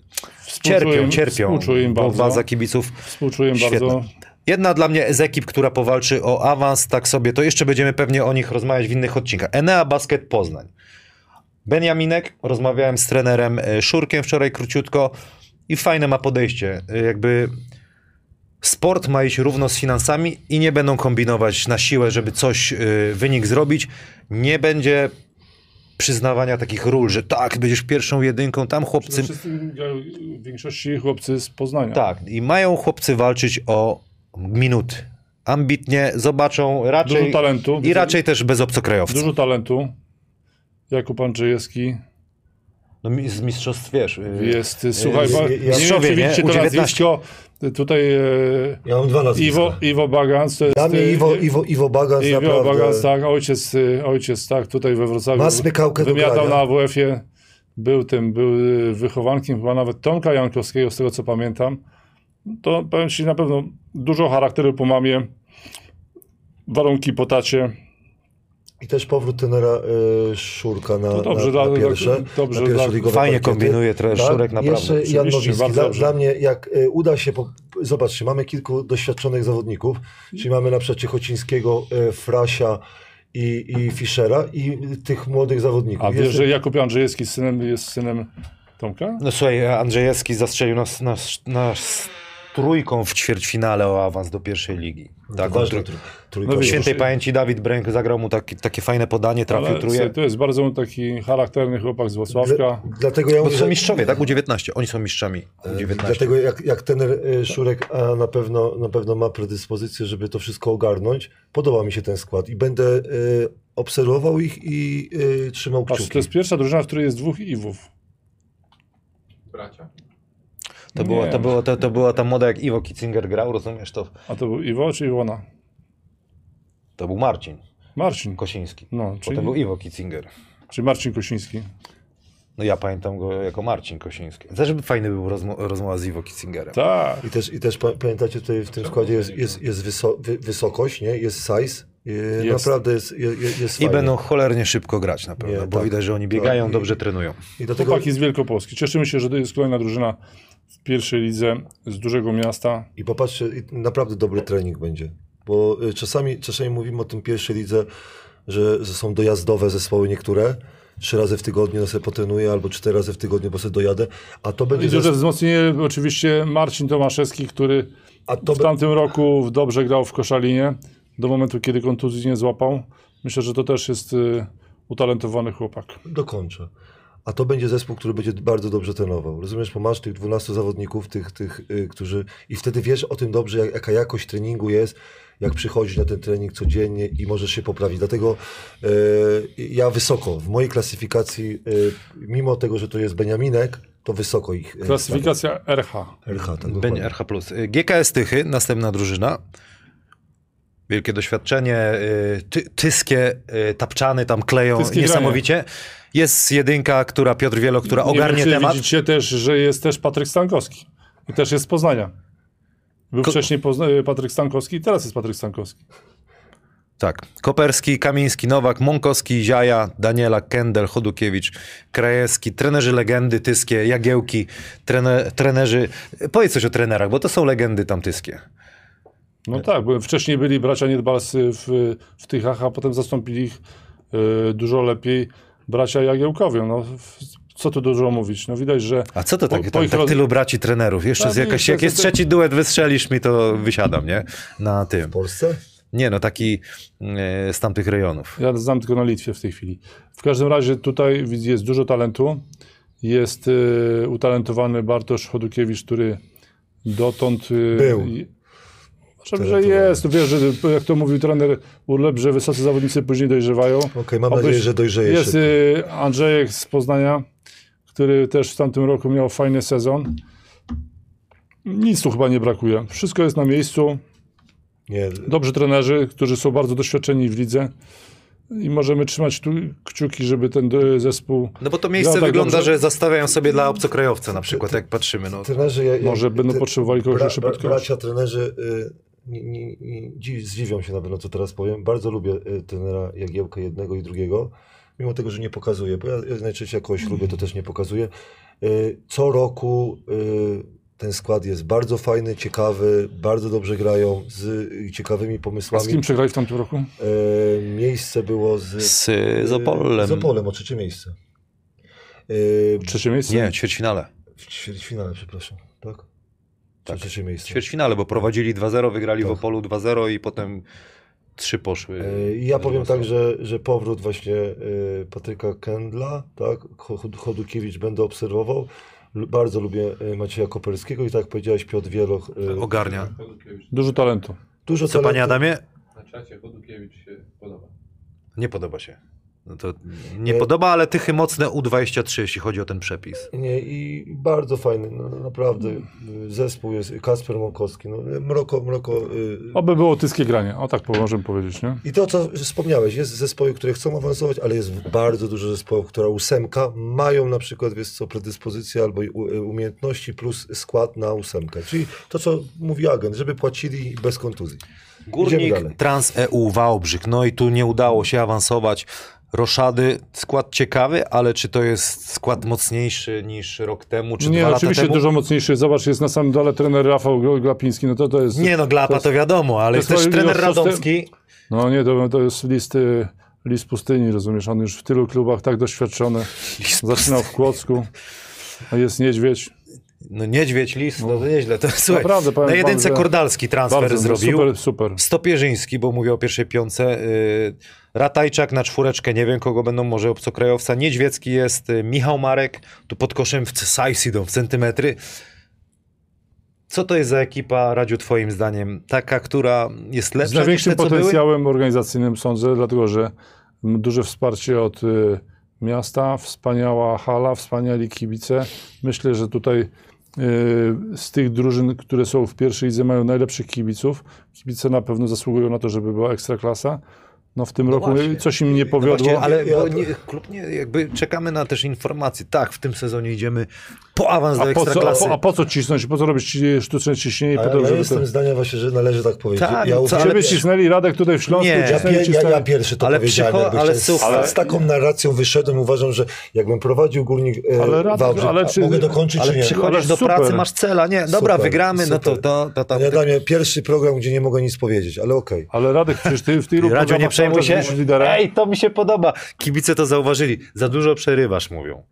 S4: Współczuję
S2: cierpią,
S4: im-
S2: cierpią.
S4: współczuję im
S2: Bo
S4: bardzo.
S2: Baza kibiców.
S4: Współczuję
S2: Świetne.
S4: bardzo.
S2: Jedna dla mnie z ekip, która powalczy o awans, tak sobie, to jeszcze będziemy pewnie o nich rozmawiać w innych odcinkach. Enea Basket Poznań. Benjaminek, rozmawiałem z trenerem y, Szurkiem wczoraj króciutko i fajne ma podejście. Y, Jakby sport ma iść równo z finansami i nie będą kombinować na siłę, żeby coś, y, wynik zrobić. Nie będzie przyznawania takich ról, że tak, będziesz pierwszą jedynką, tam chłopcy...
S4: Wszyscy, w większości chłopcy z Poznania.
S2: Tak, i mają chłopcy walczyć o minuty. Ambitnie zobaczą raczej...
S4: Dużo talentu.
S2: I raczej też bez obcokrajowców.
S4: Dużo talentu. Jakub Andrzejewski.
S2: No mi- z mistrzostw, wiesz... y,
S4: Jest, y, słuchaj,
S2: y,
S4: ba,
S3: ja-
S4: nie wiem,
S2: mistrzowie,
S4: czy
S2: nie?
S4: widzicie to
S2: U19.
S4: nazwisko, y, tutaj e,
S3: Ja mam dwa nazwiska.
S4: Iwo, Iwo Bagans, to jest...
S3: Dla mnie
S4: y,
S3: Iwo,
S4: y,
S3: Iwo, Iwo Bagans
S4: Iwo
S3: naprawdę...
S4: Bagans, tak, ojciec, y, ojciec, tak, tutaj we Wrocławiu.
S3: Ma smykałkę do
S4: Wymiatał
S3: grania.
S4: na AWF-ie, był tym, był y, wychowankiem chyba nawet Tomka Jankowskiego, z tego co pamiętam. To powiem Ci na pewno dużo charakteru po mamie, warunki po tacie.
S3: I też powrót tenera y, Szurka na,
S4: To No dobrze, tak-
S3: na, na
S4: dla-
S3: pierwsze.
S4: dobrze,
S3: na pierwsze
S4: dla-
S3: ligowe
S2: Fajnie
S3: parkiety.
S2: kombinuje trener Szurek, naprawdę.
S3: No, Jeszcze Jan
S4: Oczywiście,
S3: Nowiński.
S4: bardzo
S3: Dla,
S4: dobrze.
S3: dla mnie, jak y, uda się, po, zobaczcie, mamy kilku doświadczonych zawodników, czyli mamy na przykład Ciechocińskiego, y, Frasia i, i Fischera i tych młodych zawodników.
S4: A wiesz,
S3: Jeszcze-
S4: że Jakub Andrzejewski z synem, jest synem Tomka?
S2: No słuchaj, Andrzejewski zastrzelił nas, nas, nas trójką w ćwierćfinale o awans do pierwszej ligi. Tak,
S3: ważny
S2: trój-
S3: tr- No trójka.
S4: No
S2: w
S4: wiesz,
S2: świętej
S4: już-
S2: pamięci Dawid Bręk zagrał mu taki, takie fajne podanie, trafił
S4: Ale
S2: truje.
S4: To jest bardzo taki charakterny chłopak z Wrocławka.
S3: Dla- Dlatego ja
S2: Bo
S3: mówię,
S2: to
S3: że-
S2: są mistrzowie, tak? U19. Oni są mistrzami U19.
S3: Dlatego jak, jak ten e, Szurek a na, pewno, na pewno ma predyspozycję, żeby to wszystko ogarnąć, podoba mi się ten skład i będę e, obserwował ich i e, trzymał
S4: Patrz, to
S3: kciuki.
S4: jest pierwsza drużyna, w której jest dwóch Iwów.
S5: Bracia.
S2: To, była,
S4: Nie.
S2: to, było, to, to była ta moda, jak Iwo Kitzinger grał, rozumiesz? To,
S4: A to był Iwo czy Iwona?
S2: to był Marcin
S4: Marcin.
S2: Kosiński.
S4: No, czyli,
S2: Potem był Iwo Kitzinger.
S4: czyli Marcin Kosiński.
S2: No ja pamiętam go jako Marcin Kosiński. Zresztą by fajny był rozmo rozmowa z Iwo Kitzingerem.
S4: Tak.
S3: I też, I też pa- pamiętacie, tutaj w tym składzie jest, jest, jest wyso, wy, wysokość, nie? jest size, e,
S4: Jest.
S3: naprawdę jest, je- je- jest
S2: I
S3: fajnie.
S2: będą cholernie szybko grać na pewno,
S3: Nie,
S2: bo
S3: tak.
S2: widać, że oni biegają,
S3: Tak. I-
S2: dobrze trenują.
S3: I dlatego,
S4: Chłopaki z Wielkopolski. Cieszymy się, że to jest kolejna drużyna w pierwszej lidze z dużego miasta.
S3: I popatrzcie, i naprawdę dobry trening będzie. Bo y, czasami, czasami mówimy o tym pierwszej lidze, że, że są dojazdowe zespoły niektóre. Trzy razy w tygodniu no sobie potrenuję, albo cztery razy w tygodniu, bo sobie dojadę. A to
S4: I
S3: będzie,
S4: duże
S3: zespół,
S4: wzmocnienie oczywiście Marcin Tomaszewski, który
S3: a to
S4: w
S3: be,
S4: tamtym roku w- dobrze grał w koszalinie do momentu, kiedy kontuzji nie złapał. Myślę, że to też jest y, utalentowany chłopak.
S3: dokończę. A to będzie zespół, który będzie bardzo dobrze trenował. Rozumiesz, bo masz tych 12 zawodników, tych, tych y, którzy. I wtedy wiesz o tym dobrze, jak, jaka jakość treningu jest, jak przychodzisz na ten trening codziennie i możesz się poprawić. Dlatego y, ja wysoko w mojej klasyfikacji, y, mimo tego, że to jest Beniaminek, to wysoko ich.
S2: tak.
S3: y,
S4: Klasyfikacja RH.
S3: stawiam. RH, tak.
S2: Beń
S3: dokładnie.
S2: RH+. Y, GKS Tychy, następna drużyna. Wielkie doświadczenie. y, Ty, tyskie y, tapczany tam kleją
S4: Tyskie
S2: niesamowicie. Jest jedynka, która Piotr Wielo, która
S4: nie
S2: ogarnie
S4: wiem, czy
S2: temat.
S4: Widzicie też, że jest też Patryk Stankowski. I też jest z Poznania. Był
S2: Ko-
S4: wcześniej Pozna- Patryk Stankowski i teraz jest Patryk Stankowski.
S2: Tak. Koperski, Kamiński, Nowak, Mąkowski, Ziaja, Daniela, Kendel, Chodukiewicz, Krajewski, trenerzy legendy tyskie, Jagiełki, trene, trenerzy... Powiedz coś o trenerach, bo to są legendy tam tyskie.
S4: No tak, bo wcześniej byli bracia Niedbalscy w, w Tychach, a potem zastąpili ich e, dużo lepiej bracia Jagiełkowie. No, w, co tu dużo mówić? No widać, że
S2: A co to
S4: Po-
S2: tak,
S4: po
S2: tak,
S4: ich
S2: tak
S4: roz-
S2: tylu braci trenerów? Jeszcze
S4: Tak,
S2: z jakaś,
S4: jeszcze
S2: jak
S4: z-
S2: jest trzeci duet, wystrzelisz mi, to wysiadam, nie? Na tym.
S3: W Polsce?
S2: Nie, no taki e, z tamtych rejonów.
S4: Ja znam tylko na Litwie w tej chwili. W każdym razie tutaj widz- jest dużo talentu. Jest y, utalentowany Bartosz Chodukiewicz, który dotąd... Y,
S3: Był.
S4: i- Znaczy, że
S3: Utalentowany.
S4: jest. Wiesz, że, jak to mówił trener Urlep, że wysocy zawodnicy później dojrzewają.
S3: Okej, mam nadzieję, że dojrzeje
S4: Jest
S3: szybko.
S4: y, Andrzejek z Poznania, który też w tamtym roku miał fajny sezon. Nic tu chyba nie brakuje. Wszystko jest na miejscu
S3: Nie,
S4: dobrzy trenerzy, którzy są bardzo doświadczeni w lidze i możemy trzymać tu kciuki, żeby ten e, zespół
S2: No bo to miejsce
S4: Ja tak
S2: wygląda,
S4: dobrze-
S2: że zastawiają sobie dla obcokrajowca na przykład, jak patrzymy. No.
S3: trenerzy, ja, ja,
S4: może będą
S3: te-
S4: potrzebowali kogoś
S3: Bra,
S4: jeszcze
S3: bra,
S4: pod kogoś.
S3: bracia trenerzy y, nie, nie, nie, dzi- zdziwią się na pewno, co teraz powiem. Bardzo lubię y, trenera Jagiełka jednego i drugiego, mimo tego, że nie pokazuje, bo ja ja najczęściej jakoś lubię, to też nie pokazuję. Y, co roku y, ten skład jest bardzo fajny, ciekawy, bardzo dobrze grają, z y, ciekawymi
S4: A z
S3: pomysłami.
S4: kim przegrali w tamtym roku?
S3: Y, miejsce było z,
S2: Z
S3: y,
S2: Zopolem.
S3: Z Opolem, o trzecie miejsce. Y,
S4: Trzecie miejsce?
S2: Nie, ćwierćfinale.
S3: w ćwierćfinale, przepraszam, tak?
S2: Tak.
S3: Trzecie miejsce.
S2: Ćwierćfinale, bo prowadzili 2-0, wygrali w
S3: Tak.
S2: Opolu 2-0 i potem trzy poszły.
S3: E, i Ja
S2: z
S3: powiem
S2: Wrocławia.
S3: tak, że, że powrót właśnie e, Patryka Kendla, tak, Chod- Chodukiewicz będę obserwował. Lu- Bardzo lubię e, Macieja Koperskiego i tak jak powiedziałeś Piotr Wieloch. e,
S2: Ogarnia.
S5: Chodukiewicz.
S4: Dużo talentu.
S3: Dużo
S2: Co,
S3: talentu.
S2: panie Adamie?
S5: Na czacie Chodukiewicz się podoba.
S2: Nie podoba się. No to nie
S3: E,
S2: podoba, ale tychy mocne U23, jeśli chodzi o ten przepis.
S3: Nie, i bardzo fajny, no, naprawdę. y, Zespół jest Kasper Mąkowski. No, mroko, mroko. y,
S4: Oby było tyskie granie, o tak po- możemy powiedzieć, nie?
S3: I to, co wspomniałeś, jest zespoły, które chcą awansować, ale jest bardzo dużo zespołów, która ósemka, mają na przykład, wiesz co, predyspozycje albo i u- y, umiejętności plus skład na ósemkę. Czyli to, co mówi agent, żeby płacili bez kontuzji. Idziemy
S2: Górnik
S3: dalej.
S2: Trans-EU E Wałbrzych. No i tu nie udało się awansować. Roszady, skład ciekawy, ale czy to jest skład mocniejszy niż rok temu, czy
S4: Nie,
S2: dwa lata
S4: oczywiście
S2: temu?
S4: dużo mocniejszy. Zobacz, jest na samym dole trener Rafał Gl- Glapiński, no to, to jest...
S2: Nie no, Glapa to, wiadomo, ale
S4: to
S2: jest
S4: jest
S2: też
S4: moje
S2: trener
S4: miłość,
S2: Radomski.
S4: No nie, to, to jest list, y, list pustyni, rozumiesz? On już w tylu klubach tak doświadczony. Zaczynał w Kłodzku, a jest Niedźwiedź.
S2: No niedźwiedź, lis, no to nieźle. To, słuchaj,
S4: Naprawdę, powiem
S2: na
S4: wam,
S2: jedynce
S4: że-
S2: Kordalski transfer
S4: Bardzo, no,
S2: zrobił.
S4: super, super.
S2: Stopierzyński, bo mówię o pierwszej piące. y, Ratajczak na czwóreczkę, nie wiem kogo będą może obcokrajowca. Niedźwiecki jest, y, Michał Marek, tu pod koszem w size idą w centymetry. Co to jest za ekipa, Radziu, twoim zdaniem? Taka, która jest
S4: Z
S2: lepsza niż
S4: największym
S2: te, co były?
S4: potencjałem organizacyjnym sądzę, dlatego że m, duże wsparcie od y, miasta, wspaniała hala, wspaniali kibice. Myślę, że tutaj y, z tych drużyn, które są w pierwszej lidze, mają najlepszych kibiców. Kibice na pewno zasługują na to, żeby była ekstraklasa. No w tym roku
S2: właśnie. No
S4: coś im nie powiodło.
S2: Właśnie, ale
S3: Ja-
S2: bo nie, klub nie, jakby czekamy na też informacje. Tak, w tym sezonie idziemy po awans do
S4: a, po co, a,
S2: Ekstraklasy.
S4: po, a po co cisnąć? Po co robić ci- sztuczne ciśnienie?
S3: A
S4: po
S3: ja,
S4: to,
S3: ja
S4: żeby
S3: jestem
S4: to...
S3: zdania właśnie, że należy tak powiedzieć.
S2: Tak,
S3: ja
S2: no co,
S3: uważam-
S2: ale
S4: Ciebie
S2: wiesz-
S4: cisnęli Radek tutaj w Śląsku,
S2: Nie.
S4: cisnęli,
S3: Ja, ja,
S4: cisnęli.
S3: ja pierwszy to
S2: Ale
S3: powiedziałem.
S2: przycho-
S3: jakby
S2: ale
S3: się-
S2: słuchaj-
S3: ale z taką narracją wyszedłem, uważam, że jakbym prowadził górnik e,
S4: Ale Radek,
S3: Wałbrzych,
S4: ale
S3: a
S4: czy-
S3: mogę dokończyć
S2: Ale
S3: czy nie?
S2: przychodzisz
S4: Ale
S2: do
S4: super.
S2: pracy, masz cela, nie? Dobra,
S3: Super,
S2: wygramy, no to,
S3: super.
S2: to, to, to,
S3: Panie Adamie, pierwszy program, gdzie nie mogę nic powiedzieć, ale okej.
S4: Ale Radek, przecież ty w tylu
S2: Radziu, nie
S4: programach
S2: przejmuj
S4: cały czas
S2: się.
S4: byłeś liderem.
S2: Ej, to mi się podoba. Kibice to zauważyli. Za dużo przerywasz, mówią.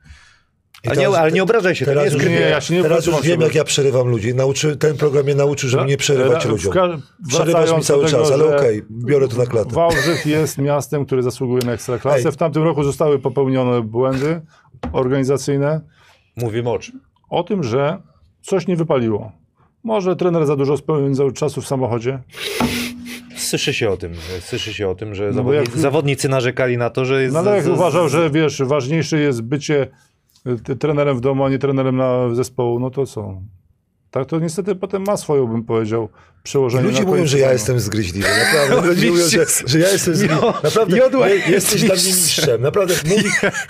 S3: I
S2: Ale,
S3: teraz-
S2: nie, ale nie obrażaj się, to nie
S3: Teraz,
S2: jest
S3: już,
S4: Nie,
S2: krytyka.
S4: ja się nie
S3: teraz już
S4: wytłumaczę,
S3: wiem,
S4: bo-
S3: jak ja przerywam ludzi. Nauczy, ten program mnie nauczył,
S2: No,
S3: żeby nie przerywać
S4: Ra-
S3: ludziom.
S4: w ka-
S3: Przerywasz mi
S4: wracając
S3: cały
S4: do tego,
S3: czas, ale
S4: że
S3: okej, biorę to na klatę.
S4: Wałbrzych jest miastem, które zasługuje na ekstraklasę.
S3: Ej.
S4: W tamtym roku zostały popełnione błędy organizacyjne
S2: Mówimy o czym?
S4: o tym, że coś nie wypaliło. Może trener za dużo spędzał czasu w samochodzie.
S2: Słyszy się o tym, że- słyszy się o tym, że
S4: No bo
S2: zawodnicy,
S4: jak-
S2: zawodnicy narzekali na to, że jest...
S4: No
S2: za-
S4: ale jak
S2: za-
S4: uważał, że wiesz, ważniejsze jest bycie y, t- trenerem w domu, a nie trenerem na zespołu, no to co? Tak to niestety potem ma swoją, bym powiedział, przełożenie
S3: Ludzie
S4: na
S3: mówią,
S4: koniec
S3: że ja
S4: sezonu.
S3: jestem zgryźliwy. Naprawdę. Ludzie
S2: Oczywiście.
S3: mówią, że, że ja jestem zgryźliwy.
S2: Jo-
S3: Naprawdę,
S2: jodłe
S3: je- jesteś dla mnie
S2: mistrzem.
S3: mistrzem. Naprawdę.
S2: <laughs>
S3: Mówi,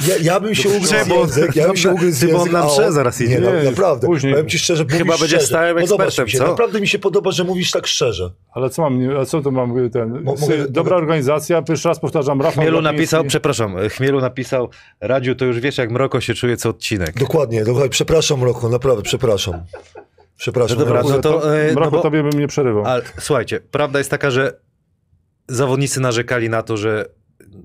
S3: ja, ja bym się ugryzł
S2: Czemu?
S3: w język. Ja bym się
S2: Dobra,
S3: ugryzł w
S2: ty, bo on
S3: język,
S2: nam
S3: a
S2: prze zaraz
S3: Nie,
S2: idzie.
S3: na-
S4: Nie,
S3: naprawdę.
S4: później.
S3: Powiem ci szczerze,
S2: Chyba
S3: mówisz
S2: będziesz
S3: szczerze.
S2: stałym
S3: Podoba
S2: ekspertem,
S3: mi się.
S2: co?
S3: Naprawdę mi się podoba, że mówisz tak szczerze.
S4: Ale co mam, a co to mam ten?
S3: Mo- mogę-
S4: dobra organizacja, pierwszy raz powtarzam, Rafał
S2: Chmielu
S4: Glapiński.
S2: napisał, przepraszam, Chmielu napisał, Radziu, to już wiesz, jak mroko się czuje co odcinek.
S3: Dokładnie, dokładnie. Przepraszam, Roko, naprawdę, przepraszam. Przepraszam.
S2: No dobra,
S3: naprawdę.
S2: no to, e, no
S4: Mroko,
S2: bo-
S4: tobie bym nie przerywał.
S2: Ale słuchajcie, prawda jest taka, że zawodnicy narzekali na to, że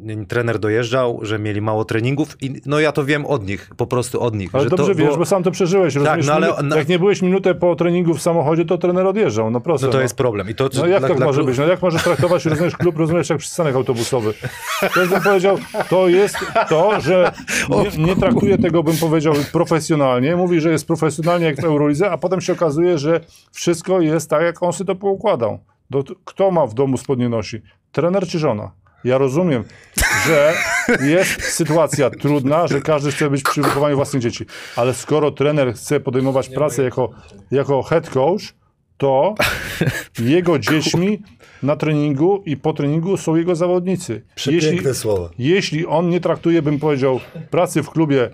S2: n- trener dojeżdżał, że mieli mało treningów i no ja to wiem od nich, po prostu od nich.
S4: Ale
S2: że
S4: dobrze
S2: to
S4: wiesz,
S2: było-
S4: bo sam to przeżyłeś. Rozumiesz?
S2: no ale
S4: Minu-
S2: na-
S4: Jak nie byłeś minutę po treningu w samochodzie, to trener odjeżdżał. No proste.
S2: No to jest problem. I to,
S4: No jak
S2: dla-
S4: tak
S2: dla
S4: może
S2: klub-
S4: być? No jak możesz traktować, rozumiesz, klub, rozumiesz, jak przystanek autobusowy? To bym powiedział, to jest to, że nie, nie traktuje tego, bym powiedział, profesjonalnie. Mówi, że jest profesjonalnie jak w Eurolidze, a potem się okazuje, że wszystko jest tak, jak on sobie to poukładał. Do, kto ma w domu spodnie nosi? Trener czy żona? Ja rozumiem, że jest sytuacja trudna, że każdy chce być przy wychowaniu własnych dzieci, ale skoro trener chce podejmować pracę jako, jako head coach,
S2: <laughs>
S4: to jego dziećmi na treningu i po treningu są jego zawodnicy.
S3: Przepiękne słowa.
S4: jeśli on nie traktuje, bym powiedział, pracy w klubie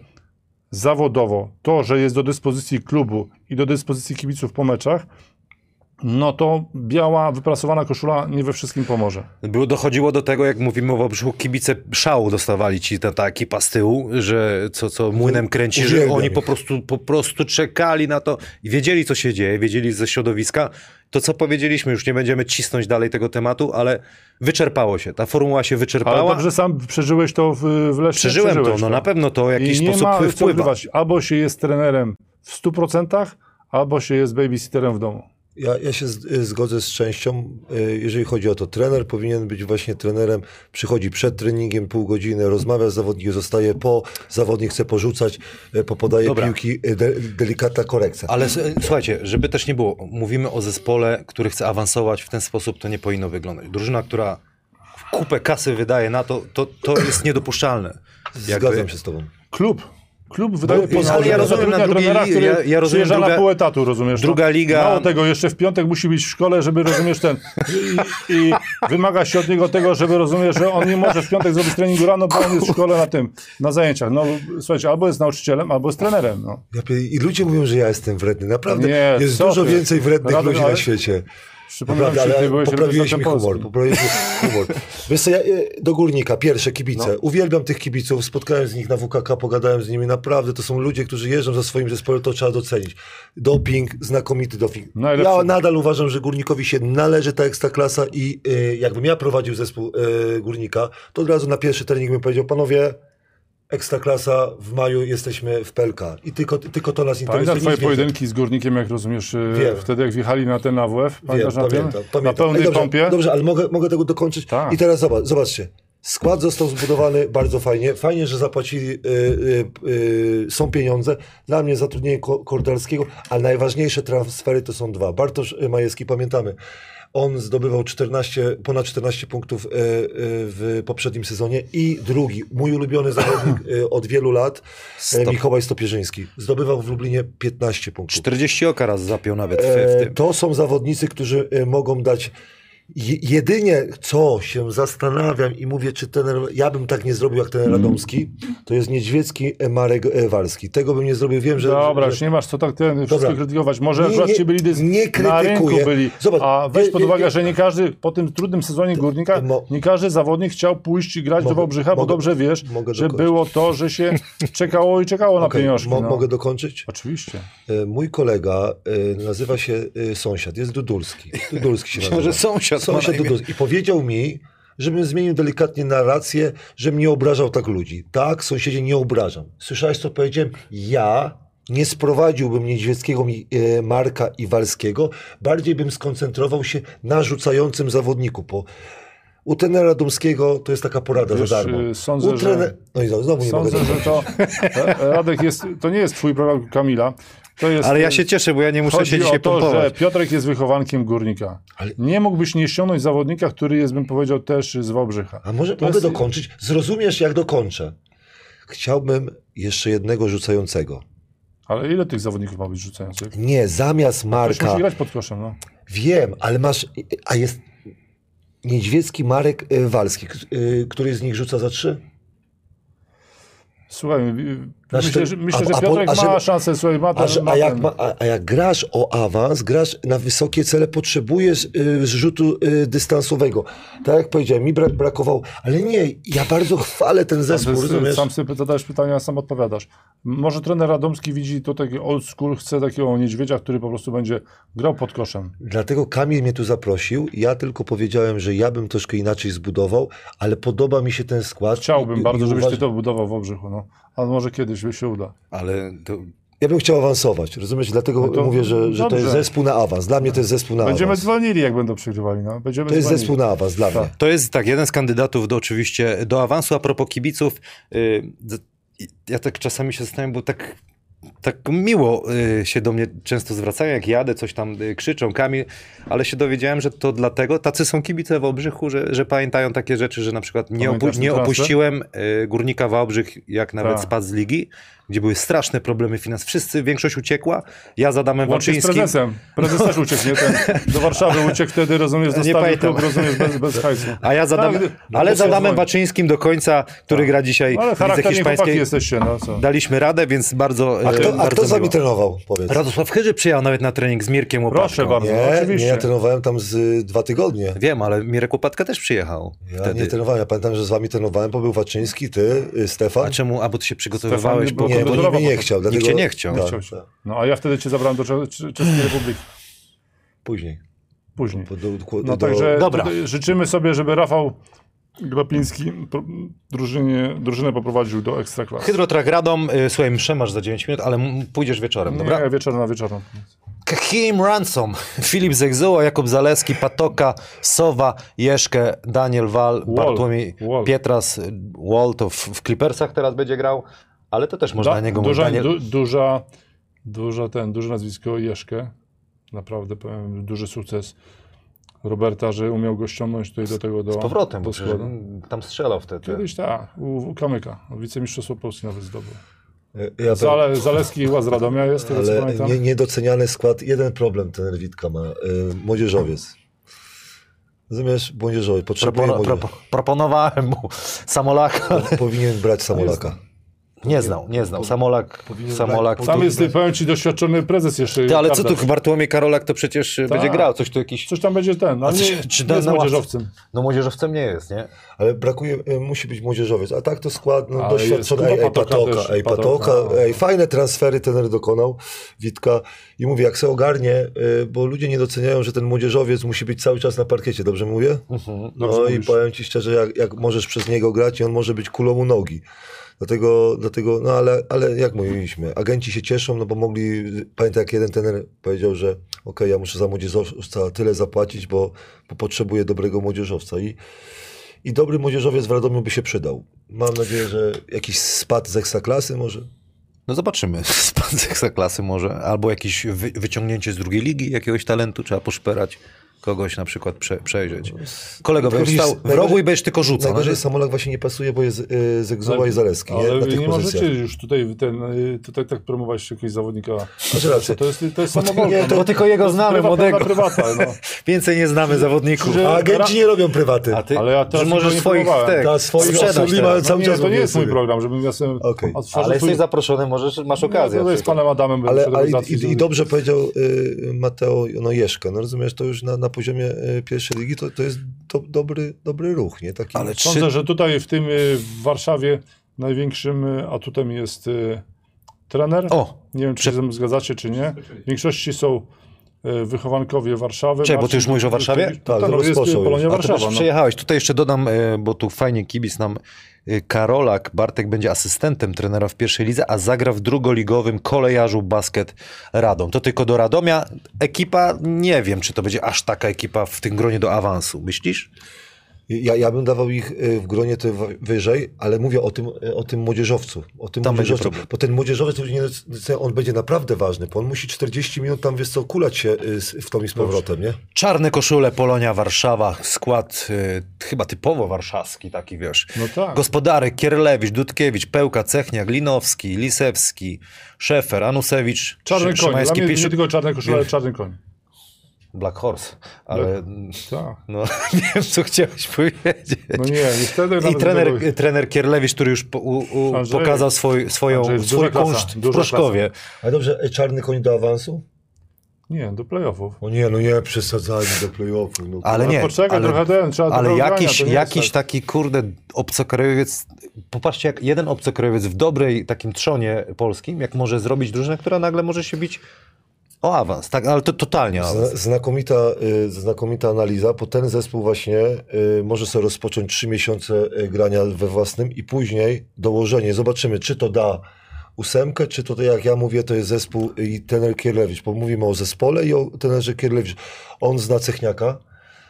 S4: zawodowo, to, że jest do dyspozycji klubu i do dyspozycji kibiców po meczach, no to biała, wyprasowana koszula nie we wszystkim pomoże.
S2: Było, dochodziło do tego, jak mówimy o Wałbrzychu, kibice szału dostawali ci ta, ta ekipa z tyłu, że co, co młynem kręci, że
S3: Uwielbiam
S2: oni
S3: ich.
S2: po prostu, po prostu czekali na to i wiedzieli, co się dzieje, wiedzieli ze środowiska. To, co powiedzieliśmy, już nie będziemy cisnąć dalej tego tematu, ale wyczerpało się. Ta formuła się
S4: Ale
S2: wyczerpała.
S4: dobrze sam przeżyłeś to w, w Lesznie.
S2: Przeżyłem to, no
S4: przeżyłeś
S2: na pewno to w jakiś
S4: I nie
S2: sposób
S4: ma co
S2: wpływa.
S4: ukrywać. Albo się jest trenerem w 100%, albo się jest babysitterem w domu.
S3: Ja, ja się z, y, zgodzę z częścią, y, jeżeli chodzi o to. Trener powinien być właśnie trenerem, przychodzi przed treningiem pół godziny, rozmawia z zawodnikiem, zostaje po, zawodnik chce porzucać, y, popodaje
S2: Dobra.
S3: piłki, y, de, delikatna korekcja.
S2: Ale s- słuchajcie, żeby też nie było, mówimy o zespole, który chce awansować w ten sposób, to nie powinno wyglądać. Drużyna, która kupę kasy wydaje na to, to, to jest niedopuszczalne.
S3: Zgadzam się z tobą.
S4: Klub. Klub wydaje
S2: Bo-
S4: pieniądze.
S2: ale ja
S4: na
S2: rozumiem,
S4: zatrudnia
S2: na drugiej
S4: trenera,
S2: li-
S4: który
S2: ja- ja rozumiem,
S4: przyjeżdża
S2: druga-
S4: na pół etatu, rozumiesz?
S2: druga
S4: no?
S2: liga-
S4: Mało tego, jeszcze w piątek musi być w szkole, żeby, rozumiesz, ten... I, i wymaga się od niego tego, żeby, rozumiesz, że on nie może w piątek zrobić treningu rano, bo on jest w szkole na tym, na zajęciach. No, słuchajcie, albo jest nauczycielem, albo jest trenerem, no.
S3: Ja pie- I ludzie mówią, że ja jestem wredny. Naprawdę
S4: Nie,
S3: jest
S4: co
S3: dużo
S4: ty.
S3: więcej wrednych
S4: Radu-
S3: ludzi na
S4: ale-
S3: świecie.
S4: Przypominam
S3: Naprawdę,
S4: się, ty
S3: ale
S4: byłeś
S3: poprawiłeś mi
S4: reprezentantem
S3: humor,
S4: Polski.
S3: poprawiłeś mi humor. Wiesz co, ja, e, do górnika, pierwsze kibice.
S4: No.
S3: Uwielbiam tych kibiców, spotkałem z nich na WKK, pogadałem z nimi. Naprawdę, to są ludzie, którzy jeżdżą za swoim zespołem, to trzeba docenić. Doping, znakomity doping.
S4: Najlepszy.
S3: Ja nadal uważam, że górnikowi się należy ta ekstraklasa i e, jakbym ja prowadził zespół e, górnika, to od razu na pierwszy trening bym powiedział, panowie, ekstraklasa, w maju jesteśmy w PLK. I tylko, tylko to nas interesuje.
S4: Pamiętasz
S3: nic
S4: twoje
S3: więcej.
S4: pojedynki z Górnikiem, jak rozumiesz, e,
S3: Wiem.
S4: wtedy jak wjechali na ten AWF?
S3: Wiem,
S4: Pamiętasz na tym?
S3: pamiętam, pamiętam.
S4: Na pełnej
S3: Ej, dobrze,
S4: pompie?
S3: Dobrze, ale mogę, mogę tego dokończyć.
S4: Tak.
S3: I teraz zobacz, zobaczcie. Skład został zbudowany bardzo fajnie. Fajnie, że zapłacili, y, y, y, są pieniądze. Dla mnie zatrudnienie Ko- Kordalskiego, a najważniejsze transfery to są dwa. Bartosz Majewski, pamiętamy. On zdobywał 14, ponad 14 punktów y, y, w poprzednim sezonie. I drugi, mój ulubiony zawodnik y, od wielu lat, y,
S2: Stop.
S3: Mikołaj Stopierzyński. Zdobywał w Lublinie 15 punktów.
S2: 40 oka raz zapiął nawet w,
S3: E,
S2: w tym.
S3: To są zawodnicy, którzy e, mogą dać. Je- Jedynie co się zastanawiam i mówię, czy ten. Ja bym tak nie zrobił jak
S4: Mhm.
S3: ten Radomski, to jest niedźwiecki e, Marek e, Walski. Tego bym nie zrobił. Wiem, że.
S4: Dobra,
S3: że-
S4: już nie masz co tak ten wszystko krytykować. Może
S3: Nie,
S4: akurat
S3: nie-
S4: ci byli dys-
S3: nie
S4: na rynku
S3: krytykuję.
S4: byli.
S3: Zobacz,
S4: A weź
S3: nie-
S4: pod
S3: nie-
S4: uwagę,
S3: nie- E,
S4: że nie każdy po tym trudnym sezonie górnika,
S3: mo-
S4: nie każdy zawodnik chciał pójść i grać
S3: Mogę-
S4: do Wałbrzycha, bo
S3: mogę-
S4: dobrze wiesz,
S3: mogę
S4: że
S3: dokończyć.
S4: było to, że się czekało i czekało na
S3: Okej,
S4: pieniążki.
S3: mo-
S4: no.
S3: Mogę dokończyć?
S4: Oczywiście.
S3: E, Mój kolega e, nazywa się e, sąsiad, jest Dudulski. Dudulski się nazywa.
S2: Myślałem, że sąsiad ma na
S3: sąsiad
S2: imię.
S3: Dudulski. I powiedział mi, żebym zmienił delikatnie narrację, żebym nie obrażał tak ludzi. Tak, sąsiedzie, nie obrażam. Słyszałeś, co powiedziałem? Ja nie sprowadziłbym Niedźwieckiego, mi- e, Marka i Walskiego. Bardziej bym skoncentrował się na rzucającym zawodniku, bo u trenera Radomskiego to jest taka porada
S4: Wiesz,
S3: za darmo.
S4: e, sądzę,
S3: u trener-
S4: że-
S3: No i znowu, znowu nie
S4: Sądzę,
S3: mogę
S4: że to E, Radek jest, to nie jest twój problem Kamila. To jest,
S2: Ale ja się cieszę, bo ja nie muszę
S4: Chodzi
S2: się
S4: o
S2: dzisiaj
S4: to, że
S2: pompować.
S4: Piotrek jest wychowankiem górnika.
S3: Ale-
S4: Nie mógłbyś nie ściągnąć zawodnika, który jest, bym powiedział, też z Wałbrzycha.
S3: A może
S4: To
S3: mogę
S4: jest-
S3: dokończyć? Zrozumiesz, jak dokończę. Chciałbym jeszcze jednego rzucającego.
S4: Ale ile tych zawodników ma być rzucających?
S3: Nie, zamiast
S4: Ktoś
S3: Marka.
S4: musi grać pod koszem, no.
S3: Wiem, ale masz. A jest niedźwiecki Marek y, Walski. K- y, Który z nich rzuca za trzy?
S4: Słuchaj, y,
S3: Znaczy,
S4: myślę, że,
S3: a-
S4: myślę, że
S3: a po-
S4: Piotrek
S3: a że-
S4: ma szansę, słuchaj, ma ten,
S3: A, że,
S4: ma
S3: a, jak,
S4: ten.
S3: ma, a, a jak grasz o awans, grasz na wysokie cele, potrzebujesz y, rzutu y, dystansowego. Tak jak powiedziałem, mi bra- brakowało. Ale nie, ja bardzo chwalę ten zespół,
S4: To jest-
S3: rozumiesz?
S4: Sam sobie zadajesz pytania, sam odpowiadasz. Może trener Radomski widzi to taki old school, chce takiego niedźwiedzia, który po prostu będzie grał pod koszem.
S3: Dlatego Kamil mnie tu zaprosił. Ja tylko powiedziałem, że ja bym troszkę inaczej zbudował, ale podoba mi się ten skład.
S4: Chciałbym
S3: I-
S4: bardzo,
S3: i
S4: żebyś ty
S3: uważam-
S4: to budował w Obrzychu, no. Ale może kiedyś się uda.
S2: Ale to,
S3: Ja bym chciał awansować, rozumiesz? Dlatego
S4: No to
S3: mówię, że, że to
S4: dobrze.
S3: jest zespół na awans. Dla mnie to jest zespół na
S4: Będziemy
S3: awans.
S4: dzwonili, jak będą przegrywali, no. Będziemy
S3: To jest
S4: dzwonili.
S3: zespół na awans dla mnie.
S2: to jest tak, jeden z kandydatów do oczywiście do awansu. A propos kibiców, y, d- ja tak czasami się zastanawiam, bo tak, tak miło y, się do mnie często zwracają, jak jadę, coś tam y, krzyczą, Kamil, ale się dowiedziałem, że to dlatego tacy są kibice w Obrzychu, że, że pamiętają takie rzeczy, że na przykład nie,
S4: Pamiętasz
S2: opu-
S4: ten
S2: nie
S4: transfer?
S2: opuściłem y, Górnika Wałbrzych, jak nawet
S4: Tak.
S2: spadł z ligi, gdzie były straszne problemy finansowe. Wszyscy, większość uciekła, ja z Adamem
S4: Łącznie z
S2: Waczyńskim.
S4: prezesem. Prezes też uciekł, nie? Ten, do Warszawy uciekł wtedy, rozumiesz, zostawił
S2: pamiętam.
S4: klub, rozumiesz, bez, bez hajsu.
S2: A ja zadam,
S4: Tak,
S2: ale
S4: no,
S2: z Adamem
S4: dzwoni. Tak. No,
S2: Baczyńskim do końca, który gra dzisiaj
S4: Ale
S2: w lidze
S4: charakternie chłopaki
S2: hiszpańskiej,
S4: jesteście, no co.
S2: daliśmy radę, więc bardzo
S3: A
S2: e,
S3: kto, a
S2: bardzo
S3: kto z wami
S2: miło.
S3: trenował? Powiedz.
S2: Radosław Chyży przyjechał nawet na trening z Mirkiem Łopatką.
S4: Proszę bardzo, no,
S3: Nie, nie,
S4: oczywiście.
S3: ja trenowałem tam z y, dwa tygodnie.
S2: Wiem, ale Mirek Łopatka też przyjechał
S3: Ja
S2: wtedy.
S3: nie trenowałem. Ja pamiętam, że z wami trenowałem, bo był Waczyński, ty, y, Stefan.
S2: A czemu? A bo ty się przygotowywałeś
S4: Stefan
S2: po...
S4: nie
S3: nie, bo nikt
S4: trenowałem.
S3: mnie nie chciał. Dlatego...
S2: cię nie chciał.
S3: Tak,
S2: Nie
S4: Chciał się.
S3: tak.
S4: No a ja wtedy cię zabrałem do Cze- Cze- Czeskiej Republiki
S3: Później.
S4: później.
S3: Po- Do, do,
S4: No
S3: do-
S4: także
S2: Dobra.
S4: tutaj życzymy sobie, żeby Rafał Glapiński pro- drużynie, drużynę poprowadził do Ekstraklasy.
S2: Hydrotrak Radom, y, słuchaj, mszę masz za 9 minut, ale m- pójdziesz wieczorem, dobra?
S4: Nie, wieczorem na wieczorem.
S2: Kim Ransom, <laughs> Filip Zegzuła, Jakub Zaleski, Patoka, Sowa, Jeszkę, Daniel Wal,
S4: Wall.
S2: Bartłomiej
S4: Wall.
S2: Pietras, Wall to w, w Clippersach teraz będzie grał, ale to też można na
S4: Da-
S2: niego mówić.
S4: duża,
S2: Daniel...
S4: du, duża, duża ten, duże nazwisko Jeszkę. Naprawdę powiem, duży sukces Roberta, że umiał go ściągnąć tutaj do tego do
S2: Z powrotem,
S4: do
S2: bo przecież
S4: składu.
S2: tam strzelał wtedy.
S4: Kiedyś tak, u, u Kamyka, wicemistrzostwo Polski nawet zdobył.
S3: y, Ja powiem-
S4: Zale, Zaleski chyba z Radomia jest, tego co
S3: Ale
S4: pamiętam.
S3: nie, niedoceniany skład. Jeden problem ten Rwitka ma. Y, młodzieżowiec. Rozumiesz? Młodzieżowiec. Potrzebuje
S2: Propono,
S3: młodzież.
S2: propo, proponowałem mu Samolaka, <laughs> ale
S3: Powinien brać Samolaka.
S2: nie znał, nie znał. Samolak, Samolak.
S4: Tam jest, powiem ci, doświadczony prezes jeszcze.
S2: Ty, ale co
S4: Kardasz.
S2: tu, Bartłomiej Karolak to przecież y,
S4: Tak.
S2: będzie grał, coś tu jakiś...
S4: Coś tam będzie ten, ale
S2: A coś-
S4: nie,
S2: czy
S4: nie
S2: da-
S4: jest
S2: na ławce?
S4: młodzieżowcem.
S2: No młodzieżowcem nie jest, nie?
S3: Ale brakuje, y, musi być młodzieżowiec. A tak to skład, no
S4: Ale
S3: doświadczony.
S4: jest-
S3: Ej, ej,
S4: Patoka
S3: patoka,
S4: też,
S3: ej, patoka.
S4: Patoka. no.
S3: Ej, fajne transfery tener dokonał, Witka. I mówię, jak se ogarnie, y, bo ludzie nie doceniają, że ten młodzieżowiec musi być cały czas na parkiecie, dobrze mówię?
S4: Dobrze
S3: No i
S4: mówisz.
S3: powiem ci szczerze, jak, jak możesz przez niego grać i on może być kulą u nogi. Dlatego, dlatego no ale, ale jak mówiliśmy, agenci się cieszą, no bo mogli, pamiętam jak jeden tener powiedział, że okej, ja muszę za młodzieżowca tyle zapłacić, bo, bo potrzebuję dobrego młodzieżowca i i dobry młodzieżowiec w Radomiu by się przydał. Mam nadzieję, że jakiś spad z ekstraklasy może.
S2: No zobaczymy. <laughs> Spadek za klasy może. Albo jakieś wy, wyciągnięcie z drugiej ligi jakiegoś talentu. Trzeba poszperać kogoś na przykład prze, przejrzeć. Kolego, będziesz stał
S3: Najgorzej-
S2: w rogu i będziesz tylko rzucał.
S3: Najgorzej
S2: No,
S3: samolot właśnie nie pasuje, bo jest y, z Egzuła i Zaleski, nie?
S4: Ale
S3: Na
S4: nie,
S3: tych pozycjach.
S4: możecie już tutaj, ten, y, tutaj tak promować jakiegoś zawodnika.
S3: Masz rację.
S4: To jest, to jest samobójstwo. no.
S3: nie,
S4: Nie,
S3: to-
S2: bo tylko jego znamy,
S4: prywa,
S2: młodego.
S4: Prywata, no.
S2: <laughs> Więcej nie znamy zawodników.
S4: Że-
S3: A agenci nie robią prywaty.
S2: A ty,
S4: Ale ja teraz
S2: że możesz
S4: tego nie
S2: swoich
S4: próbowałem.
S2: tak,
S3: Ta swoich
S2: sprzedać
S3: osób nie
S2: teraz.
S3: ma- cały
S4: nie,
S3: czas
S4: to nie
S3: mówię
S4: jest mój
S3: sobie.
S4: program, żebym ja sobie
S3: Okej.
S2: Ale
S4: otworzył swój...
S2: jesteś zaproszony, możesz, masz okazję.
S4: Ja tutaj z no, panem Adamem byłem
S3: Ale,
S4: przed
S3: ale i,
S4: organizacją
S3: i, i
S4: zawodników.
S3: dobrze powiedział y, Mateo no Jeszka. No rozumiesz, to już na, na poziomie y, pierwszej ligi to, to jest do, dobry, dobry ruch, nie? Taki,
S2: Ale trzy,
S4: Sądzę, że tutaj w tym y, w Warszawie największym y, atutem jest y, trener.
S2: O,
S4: nie wiem, czy się ze mną zgadzacie, czy nie. W większości są y, wychowankowie Warszawy.
S2: Czekaj, bo ty
S4: Marcin
S2: już mówisz o
S4: Kukiewicz-
S2: Warszawie?
S4: Tak,
S3: Tak,
S4: tak, jest
S3: rozpoczął
S4: y,
S3: już.
S4: Polonia
S3: A
S2: A ty
S4: Warszawa.
S2: też przejechałeś. Tutaj jeszcze dodam, e, bo tu fajnie kibic nam e, Karolak Bartek będzie asystentem trenera w pierwszej lidze, a zagra w drugoligowym kolejarzu basket Radom. To tylko do Radomia. Ekipa, nie wiem, czy to będzie aż taka ekipa w tym gronie do awansu. Myślisz?
S3: Ja, ja bym dawał ich y, w gronie to w- wyżej, ale mówię o tym, y, o tym młodzieżowcu. O tym
S2: Tam będzie
S3: młodzieżowcu.
S2: problem.
S3: Bo ten młodzieżowiec, ludzie nie doceniają, on będzie naprawdę ważny, bo on musi 40 minut tam, wiesz co, kulać się y, z- w tom i z powrotem, nie?
S2: Czarne koszule, Polonia, Warszawa, skład e, chyba typowo warszawski, taki wiesz.
S4: No tak.
S2: Gospodarek, Kierlewicz, Dudkiewicz, Pełka, Cechniak, Linowski, Lisewski, Szefer, Anusewicz,
S4: Czarny
S2: Szy-
S4: koń. Dla mnie
S2: Pisz-
S4: nie tylko czarny koszul, ale czarny koń.
S2: Black Horse, ale
S4: Tak.
S2: No, <laughs> wiem, co chciałeś powiedzieć.
S4: No nie, niestety
S2: I
S4: nawet
S2: trener,
S4: tego-
S2: trener Kierlewicz, który już po, u, u,
S4: Andrzej-
S2: pokazał swój, swoją,
S4: Andrzej, duża
S2: swój
S4: klasa, No,
S2: kunszt w
S4: duża
S2: Proszkowie.
S3: Ale dobrze, y, czarny koń do awansu?
S4: Nie, do playoffów.
S3: O nie, no nie, przesadzali do playoffu. No.
S2: Ale
S4: Ale
S2: nie,
S4: poczekaj
S2: ale,
S4: trochę, ten, trzeba
S2: ale
S4: dobrego grania,
S2: jakiś,
S4: to nie jest
S2: jakiś
S4: tak.
S2: taki kurde obcokrajowiec, popatrzcie jak jeden obcokrajowiec w dobrej takim trzonie polskim, jak może zrobić drużynę, która nagle może się bić o awans, tak, ale to totalnie o awans.
S3: Zna- Znakomita, y, znakomita analiza, bo ten zespół właśnie y, może sobie rozpocząć trzy miesiące y, grania we własnym i później dołożenie. Zobaczymy, czy to da ósemkę, czy to, tak jak ja mówię, to jest zespół i tener Kierlewicz, bo mówimy o zespole i o tenerze Kierlewicz. On zna Cechniaka,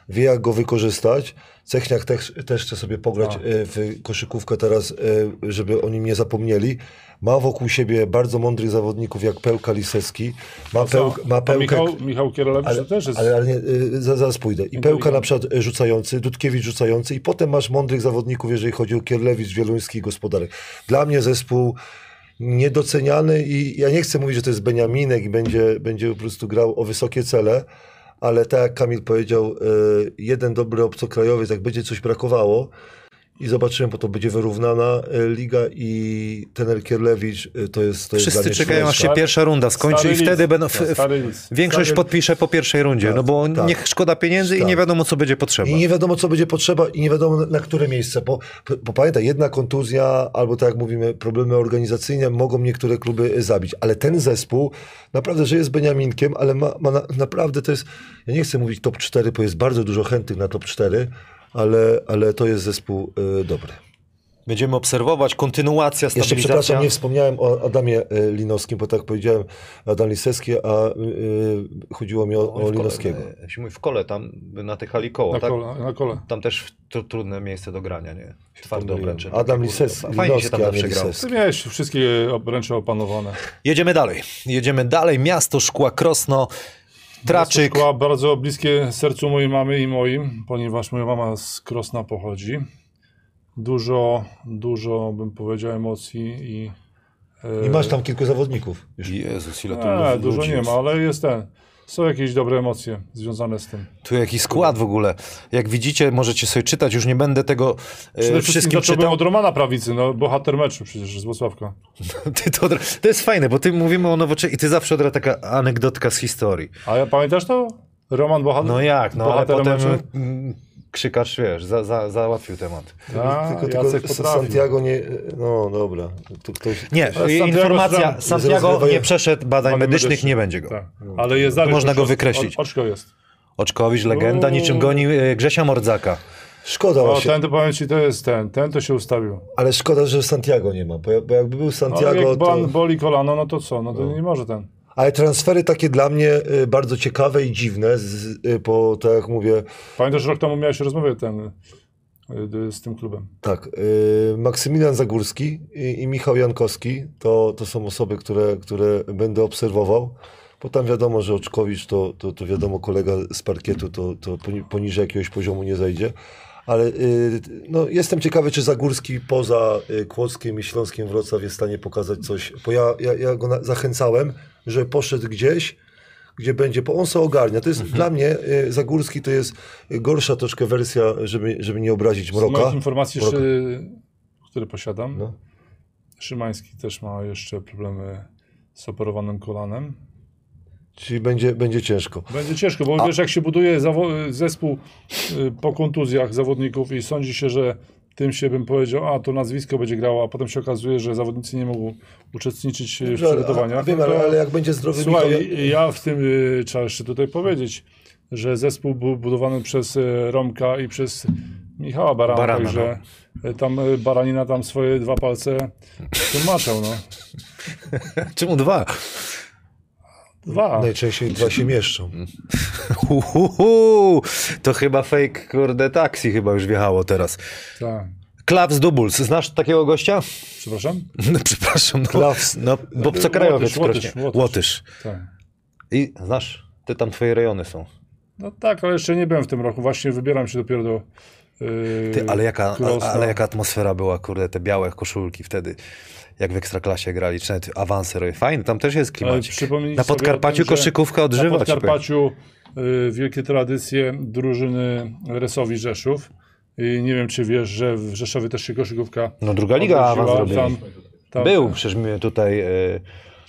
S3: wie jak go wykorzystać. Cechniak też, też chce sobie pograć
S4: Tak.
S3: y, w koszykówkę teraz, y, żeby o nim nie zapomnieli. Ma wokół siebie bardzo mądrych zawodników, jak Pełka Lisecki. Ma, pełk, ma
S4: A
S3: pełkę,
S4: No Michał, Michał Kierlewicz to też jest... No
S3: ale, ale nie, y, za- zaraz pójdę. I Pełka na przykład y, rzucający, Dudkiewicz rzucający i potem masz mądrych zawodników, jeżeli chodzi o Kierlewicz, Wieluński i Gospodarek. Dla mnie zespół niedoceniany i ja nie chcę mówić, że to jest Beniaminek i będzie, będzie po prostu grał o wysokie cele, ale tak jak Kamil powiedział, y, jeden dobry obcokrajowiec, jak będzie coś brakowało, i zobaczymy, bo to będzie wyrównana y, liga i tener Kierlewicz y, to jest to jest dla
S2: Wszyscy
S3: mnie
S2: czekają, aż się
S3: śmieeszka.
S2: pierwsza runda skończy
S4: Stary
S2: i wtedy
S4: list.
S2: będą... w-
S4: No,
S2: w-
S4: stary list.
S2: Większość
S3: Stary-
S2: podpisze po pierwszej rundzie,
S3: Tak,
S2: no bo
S3: tak.
S2: niech szkoda pieniędzy
S3: Tak.
S2: i nie wiadomo, co będzie potrzeba.
S3: I nie wiadomo, co będzie potrzeba i nie wiadomo, na- na które miejsce. Bo, bo pamiętaj, jedna kontuzja albo tak jak mówimy, problemy organizacyjne mogą niektóre kluby y, zabić. Ale ten zespół naprawdę, że jest Beniaminkiem, ale ma, ma na, naprawdę to jest... Ja nie chcę mówić top 4, bo jest bardzo dużo chętnych na top 4, ale, ale to jest zespół y, dobry.
S2: Będziemy obserwować kontynuacja
S3: Jeszcze
S2: stabilizacja.
S3: przepraszam, nie wspomniałem o Adamie y, Linowskim, bo tak powiedziałem Adam Lisecki, a y, y, chodziło mi o, o
S2: w kole,
S3: Linowskiego.
S2: e, się mówi w kole, tam na tych hali koło,
S4: Na
S2: tak?
S4: kole, na kole.
S2: Tam też w- tru- trudne miejsce do grania, nie? Twarde
S3: pomyliłem.
S2: obręcze.
S3: Adam
S2: Takie,
S3: Lisecki,
S2: kurwa, Fajnie się
S3: Linowski,
S2: tam
S3: a
S2: zawsze
S3: nie
S2: grało.
S3: Lisecki.
S4: Ty miałeś wszystkie obręcze opanowane.
S2: Jedziemy dalej. Jedziemy dalej. Miasto Szkła Krosno. Traczyk.
S4: Szkoła bardzo bliskie sercu mojej mamy i moim, ponieważ moja mama z Krosna pochodzi. Dużo, dużo bym powiedział emocji i... e,
S3: I masz tam kilku zawodników.
S2: Jezus, ile tu
S4: Nie,
S2: ludzi
S4: dużo nie
S2: jest.
S4: ma, ale jest ten. Są jakieś dobre emocje związane z tym.
S2: Tu jaki skład w ogóle. Jak widzicie, możecie sobie czytać, już nie będę tego
S4: Przede
S2: e,
S4: wszystkim
S2: wszystkim
S4: zacząłbym
S2: czytał.
S4: od Romana Prawicy, no, bohater meczu przecież z Włocławka.
S2: <laughs> Ty to, od- to jest fajne, bo ty mówimy o nowoczesnym i ty zawsze od razu taka anegdotka z historii.
S4: A ja pamiętasz to? Roman bohater?
S2: No jak, no ale
S4: bohaterem
S2: potem
S4: meczu?
S2: mm, krzykacz, wiesz, za, za, załatwił temat.
S4: A,
S3: Tylko,
S4: Tak, Jacek
S3: tylko
S4: potrafi.
S3: Santiago nie... No dobra. Tu ktoś...
S2: Nie,
S4: Ale
S2: i-
S4: Santiago
S2: informacja,
S4: Santiago
S2: Santiago
S3: rozrywają-
S2: nie przeszedł badań
S4: Badań
S2: medycznych,
S4: medycznych,
S2: nie będzie go.
S4: Tak. Ale jest Dariusz
S2: można go
S4: Oczko-
S2: wykreślić.
S4: O- Oczko jest.
S2: Oczkowicz, legenda,
S4: Uuu.
S2: niczym goni e, Grzesia Mordzaka.
S3: Szkoda
S4: O,
S3: właśnie.
S4: No, ten to powiem ci, to jest ten. Ten to się ustawił.
S3: Ale szkoda, że Santiago nie ma, bo, ja- bo jakby był
S4: No, Ale
S3: Santiago,
S4: jak
S3: to...
S4: ban boli kolano, no to co? No to nie może ten.
S3: Ale transfery takie dla mnie y, bardzo ciekawe i dziwne, z, y, bo tak jak mówię,
S4: Pamiętasz, rok temu miałeś rozmowę ten, y, y, z tym klubem.
S3: tak, y, Maksymilian Zagórski i, i Michał Jankowski to, to są osoby, które, które będę obserwował, bo tam wiadomo, że Oczkowicz to, to, to wiadomo kolega z parkietu, to, to poni- poniżej jakiegoś poziomu nie zajdzie. Ale y, no, jestem ciekawy, czy Zagórski poza y, Kłodzkiem i Śląskiem Wrocław jest w stanie pokazać coś. Bo ja, ja, ja go na, zachęcałem, że poszedł gdzieś, gdzie będzie, bo on se ogarnia. To jest dla mnie y, Zagórski to jest gorsza troszkę wersja, żeby, żeby nie obrazić
S4: Z
S3: Mroka.
S4: moich informacji,
S3: Mroka.
S4: szy, które posiadam,
S3: No.
S4: Szymański też ma jeszcze problemy z operowanym kolanem.
S3: Czyli będzie, będzie ciężko.
S4: Będzie ciężko, bo wiesz, jak się buduje zawo- zespół y, po kontuzjach zawodników i sądzi się, że tym się bym powiedział, a to nazwisko będzie grało, a potem się okazuje, że zawodnicy nie mogą uczestniczyć y, w
S3: Dobrze, ale-
S4: przygotowaniach.
S3: a- No, Wiem, ale, ale jak będzie zdrowy Michał...
S4: Słuchaj, ja w tym y, trzeba jeszcze tutaj powiedzieć, że zespół był budowany przez y, Romka i przez Michała Barana,
S2: Barana, no.
S4: także y, tam y, Baranina tam swoje dwa palce tłumaczał, no.
S2: <laughs> Czemu dwa?
S4: Dwa.
S2: No
S3: Najczęściej dwa się mieszczą.
S2: Uhuhu, to chyba fake, kurde, taksi chyba już wjechało teraz.
S4: Tak.
S2: Klaps Dubuls, znasz takiego gościa? <laughs>
S4: Przepraszam?
S2: No, przepraszam, no,
S3: Klaps.
S2: no bo co krajowiec
S4: Łotysz,
S2: Łotysz,
S4: Łotysz, Łotysz.
S2: Łotysz.
S4: Tak.
S2: I znasz, ty tam twoje rejony są.
S4: No tak, ale jeszcze nie byłem w tym roku. Właśnie wybieram się dopiero do. Yy,
S2: Ty, ale jaka,
S4: Krosna.
S2: ale jaka atmosfera była, kurde, te białe koszulki wtedy, jak w Ekstraklasie grali, czy nawet awanse robi. Fajny, tam też jest
S4: Ale
S2: klimat.
S4: przypomnijcie
S2: Na
S4: sobie o
S2: Podkarpaciu
S4: tym, że
S2: koszykówka odżywa.
S4: Na
S2: ci powiem.
S4: Podkarpaciu yy, wielkie tradycje drużyny Resowi Rzeszów. I nie wiem, czy wiesz, że w Rzeszowie też się koszykówka.
S2: No druga liga awans
S4: odrodziła.
S2: zrobiła.
S4: tam
S2: Był, przecież my tutaj... y,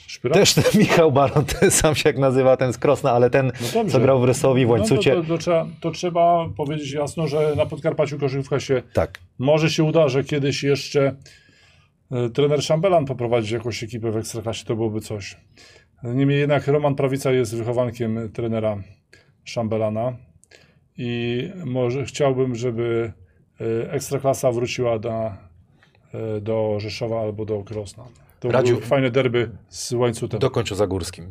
S4: Szpyra?
S2: Też ten <laughs> Michał Baron, ten sam się jak nazywa, ten z Krosna, ale ten,
S4: No dobrze.
S2: co grał w Rysowi, w Łańcucie.
S4: No to, to, to, trzeba, to trzeba powiedzieć jasno, że na Podkarpaciu koszykówka się
S2: Tak.
S4: Może się uda, że kiedyś jeszcze e, trener Szambelan poprowadzi jakąś ekipę w Ekstraklasie, to byłoby coś. Niemniej jednak Roman Prawica jest wychowankiem e, trenera Szambelana i może chciałbym, żeby e, Ekstraklasa wróciła do, e, do Rzeszowa albo do Krosna. To
S2: Radziu-
S4: były fajne derby z Łańcutem.
S2: Dokończ o Zagórskim.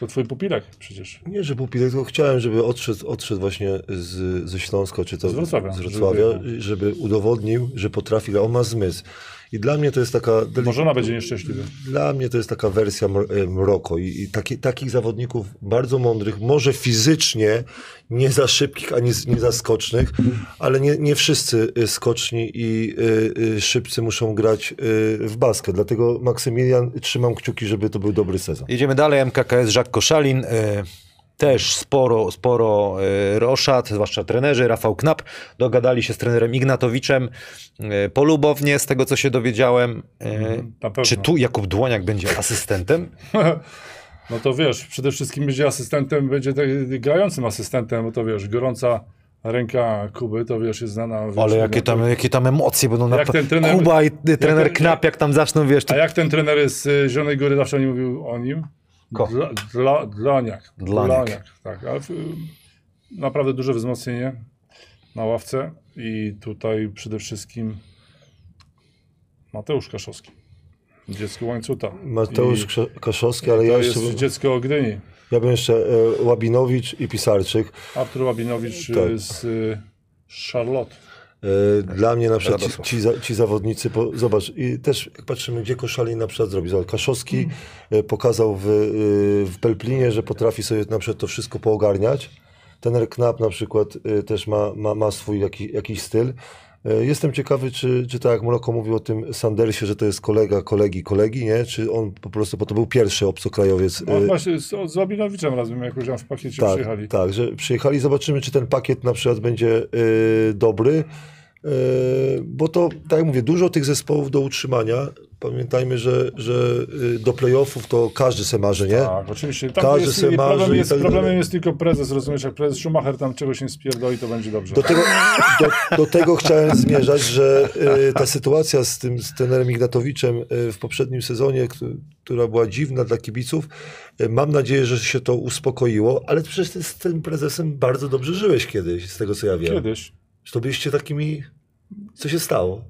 S4: To twój pupilek przecież.
S3: Nie, że pupilek, tylko chciałem, żeby odszedł, odszedł właśnie z, ze Śląska, czy to
S4: Z Wrocławia.
S3: z Wrocławia żeby, udowodnił, że potrafi, ale on ma zmysł. I dla mnie to jest taka... delik-
S4: Może ona będzie nieszczęśliwa.
S3: Dla mnie to jest taka wersja Mro- e, Mroko i, i taki, takich zawodników bardzo mądrych, może fizycznie nie za szybkich, ani z- nie za skocznych, ale nie, nie wszyscy e, skoczni i e, e, szybcy muszą grać e, w baskę. Dlatego Maksymilian, trzymam kciuki, żeby to był dobry sezon.
S2: Jedziemy dalej, MKKS Żak Koszalin. Y, też sporo, sporo y, roszad, zwłaszcza trenerzy, Rafał Knap. Dogadali się z trenerem Ignatowiczem y, polubownie, z tego co się dowiedziałem. Y,
S4: Mhm, Na pewno.
S2: czy tu Jakub Dłoniak będzie
S4: <laughs>
S2: asystentem?
S4: No to wiesz, przede wszystkim będzie asystentem, będzie tak- grającym asystentem, bo to wiesz, gorąca ręka Kuby, to wiesz, jest znana. Wiesz, no
S2: Ale jakie
S4: jak-
S2: tam, jakie tam emocje będą na
S4: Znaczy, Jak ten trener-
S2: Kuba i y, trener
S4: ten-
S2: Knap, jak tam zaczną, wiesz, to
S4: A jak ten trener z y, Zielonej Góry zawsze nie mówił o nim?
S2: Ko?
S4: Dla, dla, dlaniak.
S2: Dlaniak.
S4: tak. Ale w, naprawdę duże wzmocnienie na ławce i tutaj przede wszystkim Mateusz Kaszowski. Dziecko Łańcuta.
S3: Mateusz
S4: I
S3: Krze- Kaszowski, ale
S4: to
S3: ja
S4: jest
S3: jeszcze, bym-
S4: dziecko Gdyni.
S3: ja bym jeszcze e, Łabinowicz i Pisarczyk.
S4: Artur Łabinowicz y,
S3: Tak.
S4: z y, Charlotte.
S3: E, Dla mnie na przykład ci,
S2: Radosław.
S3: ci, za, ci zawodnicy, po, zobacz, i też jak patrzymy, gdzie Koszalin na przykład zrobił. Zobacz, Kaszowski e, pokazał w, e, w Pelplinie, że potrafi sobie na przykład to wszystko poogarniać. Tener Knap na przykład e, też ma, ma, ma swój jaki, jakiś styl. E, Jestem ciekawy, czy, czy tak jak Mroko mówił o tym Sandersie, że to jest kolega kolegi kolegi, nie? Czy on po prostu, bo to był pierwszy obcokrajowiec.
S4: No,
S3: e,
S4: właśnie z, z Obilowiczem razem, jak już tam w pakiecie
S3: tak,
S4: przyjechali.
S3: Tak, że przyjechali, zobaczymy, czy ten pakiet na przykład będzie y, dobry. Y, bo to, tak jak mówię, dużo tych zespołów do utrzymania. Pamiętajmy, że, że y, do playoffów to każdy se marzy, nie?
S4: Tak, oczywiście. Tam
S3: Każdy
S4: jest,
S3: se marzy
S4: problem
S3: i
S4: jest,
S3: tak dalej.
S4: problemem jest tylko prezes, rozumiesz, jak prezes Schumacher tam czegoś nie spierdoli, to będzie dobrze.
S3: Do tego, do, do tego chciałem zmierzać, że y, ta sytuacja z tym z trenerem Ignatowiczem y, w poprzednim sezonie, któ- która była dziwna dla kibiców, y, mam nadzieję, że się to uspokoiło, ale przecież ty z tym prezesem bardzo dobrze żyłeś kiedyś, z tego co ja wiem.
S4: Kiedyś.
S3: Czy to byliście takimi. Co się stało?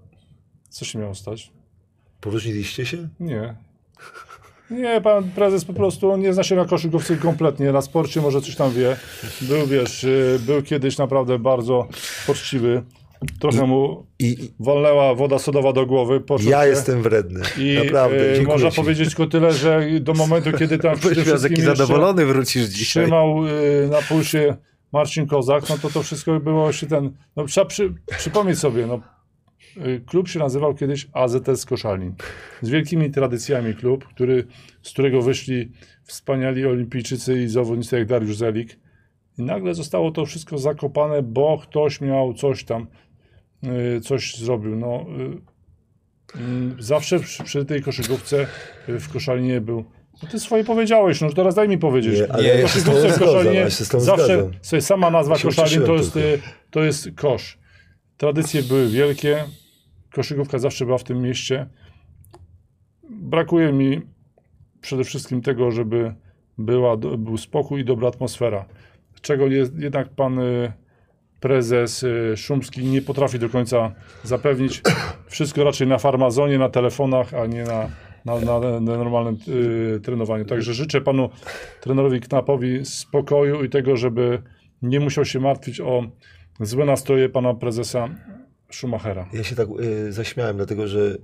S4: Co się miało stać?
S3: Poróżniliście się?
S4: Nie. Nie, pan prezes po prostu on nie zna się na koszykówce kompletnie, na sporcie może coś tam wie. Był, wiesz, y, był kiedyś naprawdę bardzo poczciwy. Trochę mu
S3: I
S4: walnęła woda sodowa do głowy. poczuł
S3: ja
S4: się.
S3: jestem wredny.
S4: I
S3: Naprawdę.
S4: y,
S3: Dziękuję
S4: można
S3: ci.
S4: powiedzieć tylko tyle, że do momentu,
S3: <laughs>
S4: kiedy tam przede
S2: Byś
S4: wszystkim
S2: taki
S4: jeszcze
S2: zadowolony wrócisz dzisiaj.
S4: trzymał y, na pulsie Marcin Kozak, no to to wszystko było się ten... No trzeba przy, przypomnieć sobie, no y, klub się nazywał kiedyś AZS Koszalin. Z wielkimi tradycjami klub, który, z którego wyszli wspaniali olimpijczycy i zawodnicy jak Dariusz Zelik. I nagle zostało to wszystko zakopane, bo ktoś miał coś tam, y, coś zrobił. No, y, mm, zawsze przy, przy tej koszykówce y, w Koszalinie był. No ty swoje powiedziałeś, no teraz daj mi powiedzieć.
S3: Nie, ale
S4: W
S2: ja się
S3: z tobą
S4: koszykówce w
S3: zgadzam,
S4: Koszalinie
S3: ja się z tobą
S4: zawsze
S3: zgadzam.
S4: sobie sama nazwa
S3: Ja się
S4: Koszalin to
S3: ucieszyłem
S4: jest, y, to jest kosz. Tradycje były wielkie, koszykówka zawsze była w tym mieście. Brakuje mi przede wszystkim tego, żeby była, do- był spokój i dobra atmosfera. Czego je- jednak pan y, prezes y, Szumski nie potrafi do końca zapewnić. Wszystko raczej na farmazonie, na telefonach, a nie na, na, na, na normalnym y, trenowaniu. Także życzę panu trenerowi Knapowi spokoju i tego, żeby nie musiał się martwić o złe nastroje pana prezesa Schumachera.
S3: Ja się tak y, zaśmiałem, dlatego że y,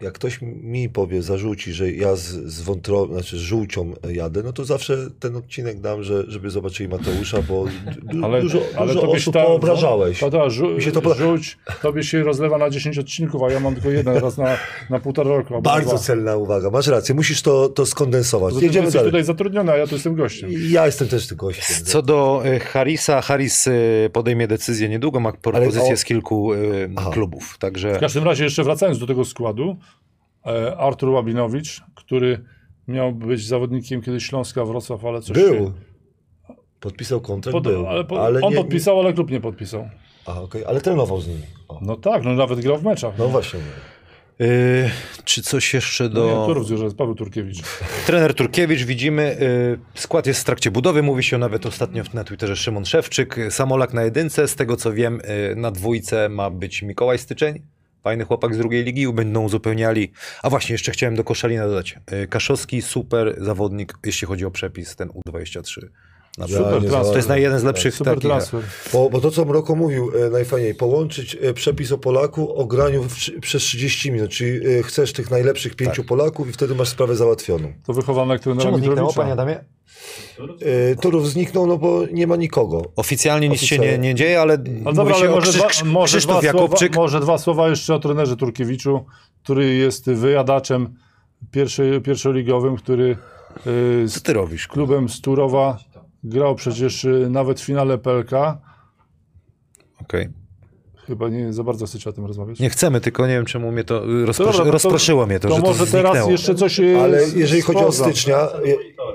S3: jak ktoś mi powie, zarzuci, że ja z, z wątro, znaczy z żółcią jadę, no to zawsze ten odcinek dam, że, żeby zobaczyli Mateusza, bo du, dużo, dużo
S4: tobie się
S3: osób
S4: ta- no,
S3: poobrażałeś.
S4: Ta, ta, żu,
S3: Mi się to poda-
S4: Rzuć, tobie się rozlewa na 10 odcinków, a ja mam tylko jeden raz na, na półtora roku. albo
S3: Bardzo
S4: dwa.
S3: celna uwaga, masz rację, musisz to, to skondensować.
S4: Poza tym
S3: Jedziemy
S4: jesteś
S3: dalej.
S4: tutaj zatrudniony, a ja tu jestem gościem.
S3: Ja jestem też tylko gościem.
S2: Co do y, Harrisa, Harris y, podejmie decyzję niedługo, ma propozycję
S3: o-
S2: z kilku y,
S3: Aha.
S2: klubów,
S4: W
S2: także
S4: każdym razie jeszcze wracając do tego składu, e, Artur Łabinowicz, który miał być zawodnikiem kiedyś Śląska Wrocław, ale coś
S3: Był.
S4: się...
S3: Podpisał kontrakt,
S4: Pod,
S3: był.
S4: ale po, on
S3: nie-
S4: podpisał, ale klub nie podpisał.
S3: Aha, okej, ale trenował z nimi. O.
S4: No tak, no nawet grał w meczach.
S3: No właśnie.
S2: y, czy coś jeszcze do...
S4: No, nie, Turów zjurze, Paweł Turkiewicz.
S2: Trener Turkiewicz, widzimy, y, skład jest w trakcie budowy, mówi się nawet ostatnio na Twitterze Szymon Szewczyk, y, Samolak na jedynce, z tego co wiem y, na dwójce ma być Mikołaj Styczeń, fajny chłopak z drugiej ligi, będą uzupełniali, a właśnie jeszcze chciałem do Koszalina dodać, y, Kaszowski, super zawodnik, jeśli chodzi o przepis, ten U23. Naprawdę.
S4: Super
S3: nie
S4: transfer.
S2: To jest na jeden z lepszych
S4: Super
S2: takich.
S4: transfer.
S3: Bo, bo to, co Mroko mówił e, najfajniej, połączyć e, przepis o Polaku o graniu w, trzy- przez 30 minut, czyli e, chcesz tych najlepszych pięciu
S2: Tak.
S3: Polaków i wtedy masz sprawę załatwioną.
S4: To wychowanek trenera
S2: Czemu zniknęło, panie
S4: Mitrowicza.
S2: Adamie?
S3: E, Turów zniknął, no bo nie ma nikogo.
S2: Oficjalnie nic się
S3: Oficjalnie.
S2: nie, nie dzieje, ale
S4: No
S2: mówi
S4: dobra,
S2: się
S4: ale
S2: o
S4: może,
S2: Krzyż,
S4: dwa, może,
S2: Krzysztof
S4: dwa słowa,
S2: Jakobczyk.
S4: może dwa słowa jeszcze o trenerze Turkiewiczu, który jest wyjadaczem pierwszy, pierwszoligowym, który y,
S2: Co
S4: z
S2: ty robisz? kurwa?
S4: klubem z Turowa grał przecież y, nawet w finale PLK.
S2: Okej.
S4: Chyba nie za bardzo chcecie o tym rozmawiać.
S2: Nie chcemy, tylko nie wiem czemu mnie to y,
S4: To
S2: rozproszy,
S3: no
S4: dobra, to-
S2: rozproszyło mnie to,
S4: to
S2: że
S4: może
S2: to zniknęło.
S4: teraz jeszcze coś y,
S3: Ale
S4: z-
S3: jeżeli chodzi o
S4: spoza.
S3: stycznia, e,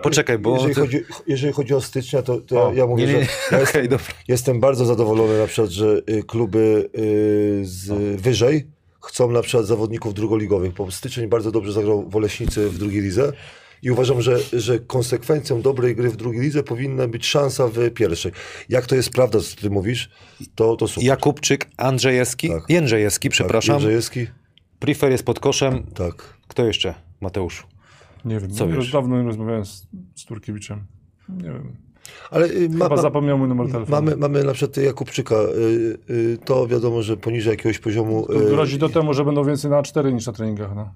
S2: Poczekaj, bo...
S3: jeżeli,
S2: ty- <laughs>
S3: chodzi, jeżeli chodzi o stycznia, to, to
S4: O,
S3: ja, ja mówię,
S2: Nie, nie, nie.
S3: że
S2: Okej, dobra.
S3: Jestem bardzo zadowolony na przykład, że y, kluby y, z wyżej chcą na przykład zawodników drugoligowych, bo styczeń bardzo dobrze zagrał w Oleśnicy w drugiej lidze i uważam, że, że konsekwencją dobrej gry w drugiej lidze powinna być szansa w pierwszej. Jak to jest prawda, co ty mówisz, to, Tak, to super.
S2: Jakubczyk, Andrzejewski,
S3: Tak.
S2: Jędrzejewski, przepraszam.
S3: Jędrzejewski?
S2: Prifer jest pod koszem.
S3: Tak.
S2: Kto jeszcze? Mateuszu.
S4: Nie wiem,
S2: Co
S4: już
S2: wiesz?
S4: dawno nie rozmawiałem z, z Turkiewiczem. Nie wiem.
S3: Ale y, ma,
S4: Chyba
S3: ma,
S4: zapomniał mój numer telefonu.
S3: mamy, mamy na przykład Jakubczyka. y, y, To wiadomo, że poniżej jakiegoś poziomu y,
S4: Grozi do temu, że będą więcej na A4 niż na treningach. No.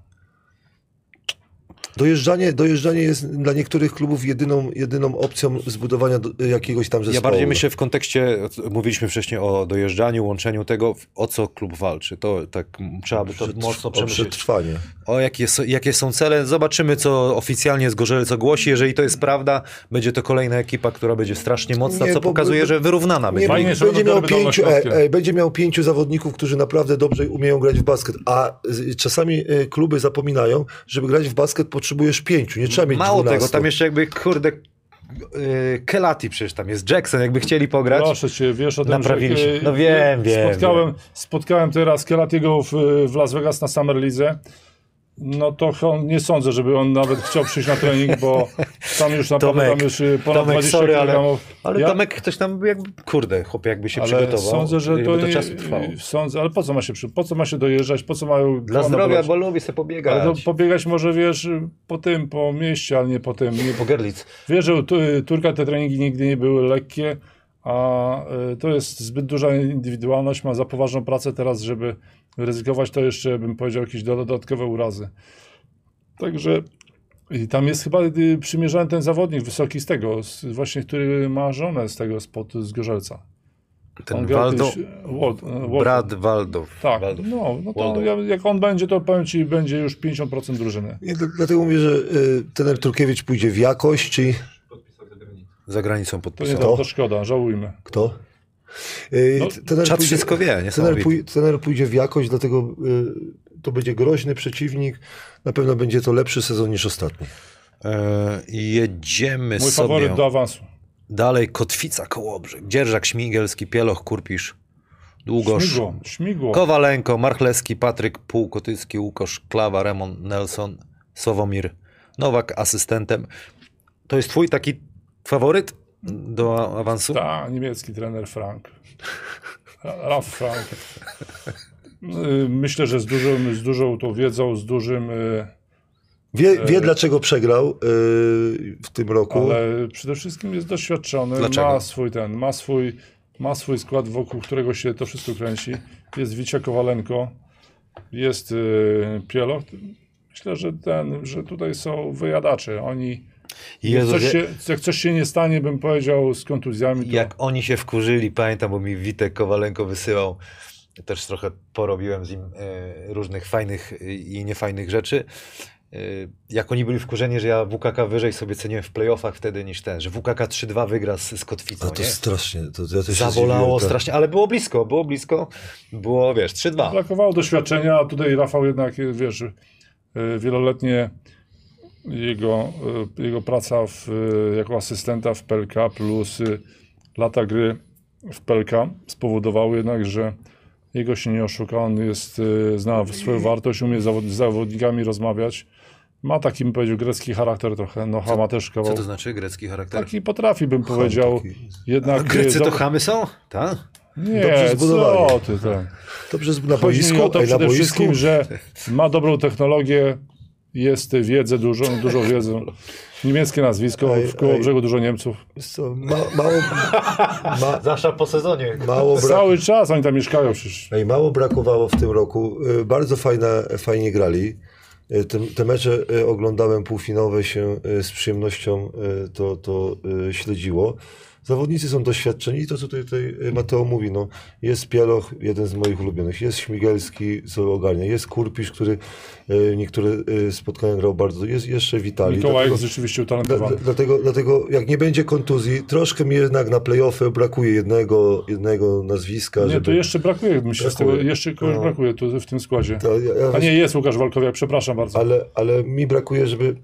S3: Dojeżdżanie, dojeżdżanie jest dla niektórych klubów jedyną, jedyną opcją zbudowania do, e, jakiegoś tam zespołu.
S2: Ja bardziej myślę w kontekście, mówiliśmy wcześniej o dojeżdżaniu, łączeniu tego, w- o co klub walczy. To tak m, trzeba by to
S3: Przetrw-
S2: mocno
S3: o
S2: przemyśleć.
S3: przetrwanie.
S2: O jakie, są- jakie są cele, zobaczymy co oficjalnie Zgorzelec ogłosi. Jeżeli to jest prawda, będzie to kolejna ekipa, która będzie strasznie mocna,
S3: Nie,
S2: co
S3: bo-
S2: pokazuje, że wyrównana
S3: Nie,
S2: będzie.
S4: Fajnie, że
S3: będzie,
S4: będą
S3: miał
S4: derby
S3: pięciu, e,
S4: dolnośląskie.
S3: e, będzie miał pięciu zawodników, którzy naprawdę dobrze umieją grać w basket, a z- czasami e, kluby zapominają, żeby grać w basket potrzebujesz pięciu, nie trzeba mieć
S2: Mało tego,
S3: 12.
S2: tam jeszcze jakby, kurde, yy, Kelati przecież tam jest, Jackson, jakby chcieli pograć.
S4: Proszę cię, wiesz o tym,
S2: Naprawili się.
S4: e,
S2: No wiem, wiem,
S4: Spotkałem, spotkałem teraz Kelatiego w, w Las Vegas na Summer Lidze. No to on, nie sądzę, żeby on nawet chciał przyjść na trening, bo tam
S2: <laughs>
S4: już naprawdę
S2: Tomek,
S4: tam już e, ponad
S2: Tomek,
S4: 20
S2: sorry, ale,
S4: kilogramów.
S2: ale
S4: Ja-
S2: Tomek ktoś tam jakby, kurde, chłopie, jakby się przygotował,
S4: Sądzę, że to,
S2: jakby to
S4: nie-
S2: czasu trwało.
S4: Sądzę, ale po co ma się, przy- po co ma się dojeżdżać, po co mają...
S2: Dla
S4: ona
S2: zdrowia,
S4: brać?
S2: bo lubi sobie pobiegać.
S4: Ale to pobiegać może, wiesz, po tym, po mieście, ale nie po tym. Nie,
S2: Po Gerlitz.
S4: wiesz, że u Tu- Turka te treningi nigdy nie były lekkie, a y, to jest zbyt duża indywidualność, ma za poważną pracę teraz, żeby ryzykować to jeszcze, bym powiedział, jakieś do- dodatkowe urazy. Także i tam jest chyba, y, przymierzałem ten zawodnik wysoki z tego, z, właśnie, który ma żonę z tego, spod, z Gorzelca.
S2: Ten
S4: On grał
S2: Waldo,
S4: kiedyś, e, Wald- e, Wald-
S2: Brad Waldo.
S4: Tak,
S2: Waldo.
S4: no, no to
S2: Waldo.
S4: ja, jak on będzie, to powiem ci, będzie już 50% drużyny.
S3: Nie, dl- dlatego mówię, że y, tener Turkiewicz pójdzie w jakość, czyli
S5: Podpisał za granicą.
S2: Za granicą
S4: To nie
S2: podpisał.
S4: to, to szkoda, żałujmy.
S3: kto? Y,
S4: No,
S3: t- tener
S2: Czad
S3: pójdzie-
S2: wszystko wie,
S3: Tener,
S2: niesamowite.
S3: pój- tener pójdzie w jakość, dlatego y, to będzie groźny przeciwnik. Na pewno będzie to lepszy sezon niż ostatni.
S2: E, jedziemy
S4: Mój
S2: sobie
S4: faworyt do awansu.
S2: dalej. Kotwica Kołobrzeg, Dzierżak Śmigielski, Pieloch Kurpisz, Długosz,
S4: Śmigło, śmigło.
S2: Kowalenko, Marchlewski, Patryk Półkotycki, Łukosz, Klawa, Remon, Nelson, Sławomir, Nowak asystentem. To jest twój taki faworyt do awansu?
S4: Ta, Tak, niemiecki trener Frank. Raf Frank. Y, Myślę, że z, dużym, z dużą tą wiedzą, z dużym, y,
S3: Wie, wie
S4: Y,
S3: dlaczego przegrał y, w tym roku.
S4: ale przede wszystkim jest doświadczony,
S2: Dlaczego?
S4: ma swój ten, ma swój, ma swój skład, wokół którego się to wszystko kręci. Jest Wicia Kowalenko, jest y, Pieloch. Myślę, że ten, że tutaj są wyjadacze. Oni,
S2: Jezu,
S4: jak, coś
S2: wie-
S4: się, jak coś się nie stanie, bym powiedział, z kontuzjami, to
S2: Jak oni się wkurzyli, pamiętam, bo mi Witek Kowalenko wysyłał, też trochę porobiłem z nim e, różnych fajnych i niefajnych rzeczy. E, Jak oni byli wkurzeni, że ja WKK wyżej sobie ceniłem w playoffach wtedy niż ten, że WKK 3-2 wygra z, z Kotwicą,
S3: A No to
S2: nie?
S3: strasznie. To, ja też się
S2: Zabolało
S3: zdziwiłem, tak.
S2: strasznie, ale było blisko, było blisko, było wiesz, 3-2.
S4: Brakowało doświadczenia, a tutaj Rafał jednak, y, wiesz, y, wieloletnie jego, y, jego praca w, y, jako asystenta w PLK plus y, lata gry w PLK spowodowały jednak, że jego się nie oszuka, on jest, y, zna swoją wartość, umie zawod- z zawodnikami rozmawiać. Ma taki, bym powiedział, grecki charakter trochę, no chama też
S2: Co
S4: kawał.
S2: to znaczy grecki charakter?
S4: Taki potrafi, bym powiedział,
S3: taki.
S4: jednak... y,
S2: No, Grecy to
S4: zab-
S2: chamy są? Tak?
S3: dobrze
S4: Nie,
S3: zbudowani.
S4: co ty, tak.
S3: Dobrze z- na
S4: Chodzi mi o
S3: boisku,
S4: to
S3: ej, na
S4: przede
S3: boisku.
S4: wszystkim, że ma dobrą technologię, jest wiedzę dużą, dużą wiedzę. Niemieckie nazwisko,
S3: Ej,
S4: w koło
S3: ej.
S4: brzegu dużo Niemców.
S3: Co, ma, mało,
S4: <laughs>
S3: ma,
S2: Zawsze po sezonie.
S3: mało, bra,
S4: Cały czas oni tam mieszkają przecież.
S3: ej, No mało brakowało w tym roku. Y, Bardzo fajne, fajnie grali. Y, Te, te mecze y, oglądałem półfinowe się y, z przyjemnością y, to, to y, śledziło. Zawodnicy są doświadczeni i to, co tutaj, tutaj y, Mateo mówi, no, jest Pieloch, jeden z moich ulubionych, jest Śmigelski, co ogarnia, jest Kurpisz, który y, niektóre y, spotkania grał bardzo, jest jeszcze Witali.
S4: Mikołaj
S3: Dlatego-
S4: jest
S3: Dla,
S4: rzeczywiście utalentowany.
S3: dla- dlatego, dlatego jak nie będzie kontuzji, troszkę mi jednak na playoffy brakuje jednego, jednego nazwiska.
S4: Nie,
S3: żeby...
S4: to jeszcze brakuje, myślę, z tego,
S3: Brakuje.
S4: jeszcze kogoś
S3: No.
S4: brakuje tu, w tym składzie.
S3: to ja, ja
S4: A nie, jest Łukasz Walkowiak, przepraszam bardzo.
S3: ale, ale mi brakuje, żeby.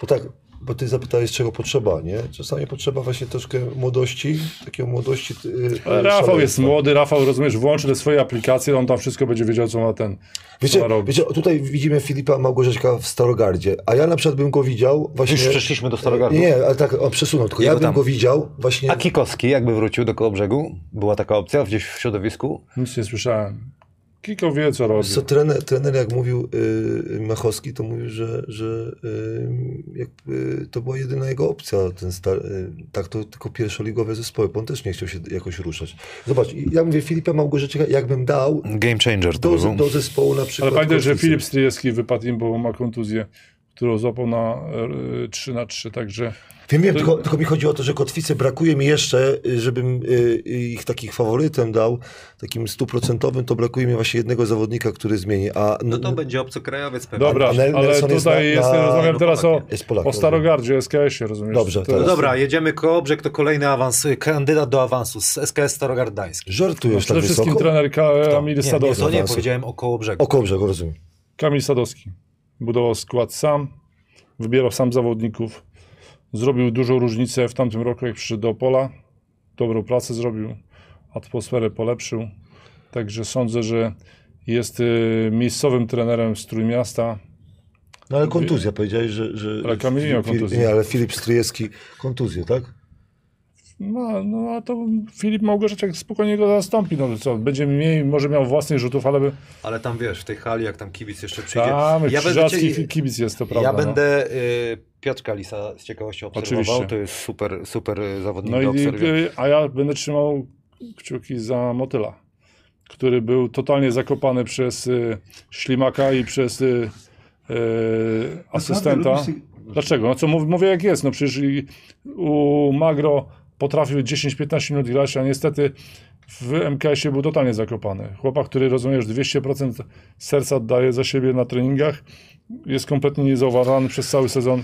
S3: Bo tak, bo ty zapytałeś, czego potrzeba, nie? Czasami potrzeba właśnie troszkę młodości, takiego młodości. y,
S4: Ale
S3: y,
S4: E, Rafał
S3: szaleństwa.
S4: jest młody, Rafał, rozumiesz, włączy te swoje aplikacje, on tam wszystko będzie wiedział, co ma ten.
S3: Wiecie,
S4: ma robić.
S3: wiecie, tutaj widzimy Filipa Małgorzaćka w Starogardzie, a ja na przykład bym go widział właśnie.
S2: Już przeszliśmy do Starogardu.
S3: Nie, ale tak, on przesunął, tylko
S2: Jego
S3: ja bym
S2: tam.
S3: go widział właśnie.
S2: A Kikowski jakby wrócił do Kołobrzegu? Była taka opcja gdzieś w środowisku?
S4: Nic nie słyszałem. Kiko wie, co robi.
S3: Co trener, trener jak mówił y, Machowski, to mówił, że, że y, jak, y, to była jedyna jego opcja. Ten star, y, tak to tylko pierwszoligowe zespoły, bo on też nie chciał się jakoś ruszać. Zobacz, i ja mówię Filipa Małgorzaczyka, jakbym dał
S2: Game changer to
S3: do,
S2: był.
S3: do zespołu na przykład...
S4: Ale pamiętaj, że
S3: Kotwicy.
S4: Filip Stryjewski wypadł im, bo ma kontuzję, którą złapał na e, 3 na 3 także
S3: Wiem, wiem
S4: To-
S3: tylko, tylko mi chodzi o to, że kotwicy brakuje mi jeszcze, y, żebym y, ich takich faworytem dał, takim stuprocentowym, to brakuje mi właśnie jednego zawodnika, który zmieni. A,
S1: No to będzie obcokrajowiec pewnie.
S4: Dobra,
S3: Nel-
S4: ale
S3: Nelson jest
S4: tutaj
S3: na-
S4: jest,
S3: na-
S4: rozmawiam teraz o,
S3: jest Polak,
S4: o Starogardzie, SKS-ie, rozumiesz?
S3: Dobrze,
S4: to,
S3: teraz.
S2: No dobra, jedziemy Kołobrzeg, to kolejny awans, y, kandydat do awansu z SKS Starogard Gdańsk.
S3: Żartujesz
S4: No, Przede
S3: tak
S4: wszystkim
S3: wysoko?
S4: trener Ka- Kamil
S2: nie, nie,
S4: Sadowski.
S2: to nie,
S3: awansu.
S2: powiedziałem o Kołobrzegu.
S3: O Kołbrzeg, rozumiem.
S4: Kamil Sadowski budował skład sam, wybierał sam zawodników, zrobił dużą różnicę w tamtym roku, jak przyszedł do Opola. Dobrą pracę zrobił, atmosferę polepszył. Także sądzę, że jest y, miejscowym trenerem z Trójmiasta.
S3: No ale kontuzja, powiedziałeś, że... że
S4: Ale Kamil nie miał
S3: Fili-
S4: kontuzji.
S3: Nie, ale Filip Stryjewski kontuzję, tak?
S4: No, no a to Filip Małgorzaczek spokojnie go zastąpi. No, co, będzie mniej, może miał własnych rzutów, ale by...
S2: Ale tam wiesz, w tej hali, jak tam kibic jeszcze przyjdzie.
S4: Tam,
S2: ja będę,
S4: krzyżacki
S2: cię-
S4: kibic jest, to prawda.
S2: ja
S4: no.
S2: będę y, Piotrka Lisa z ciekawością obserwował,
S4: Oczywiście.
S2: to jest super, super y, zawodnik
S4: No
S2: do
S4: i,
S2: obserwacji.
S4: y, a ja będę trzymał kciuki za motyla, który był totalnie zakopany przez y, ślimaka i przez y, y, asystenta.
S6: lubisz
S4: Dlaczego? No co mów, mówię jak jest. No przecież i u Magro potrafił 10-15 minut grać, a niestety w MKS-ie był totalnie zakopany. Chłopak, który rozumiesz 200% serca daje za siebie na treningach, jest kompletnie niezauważany przez cały sezon.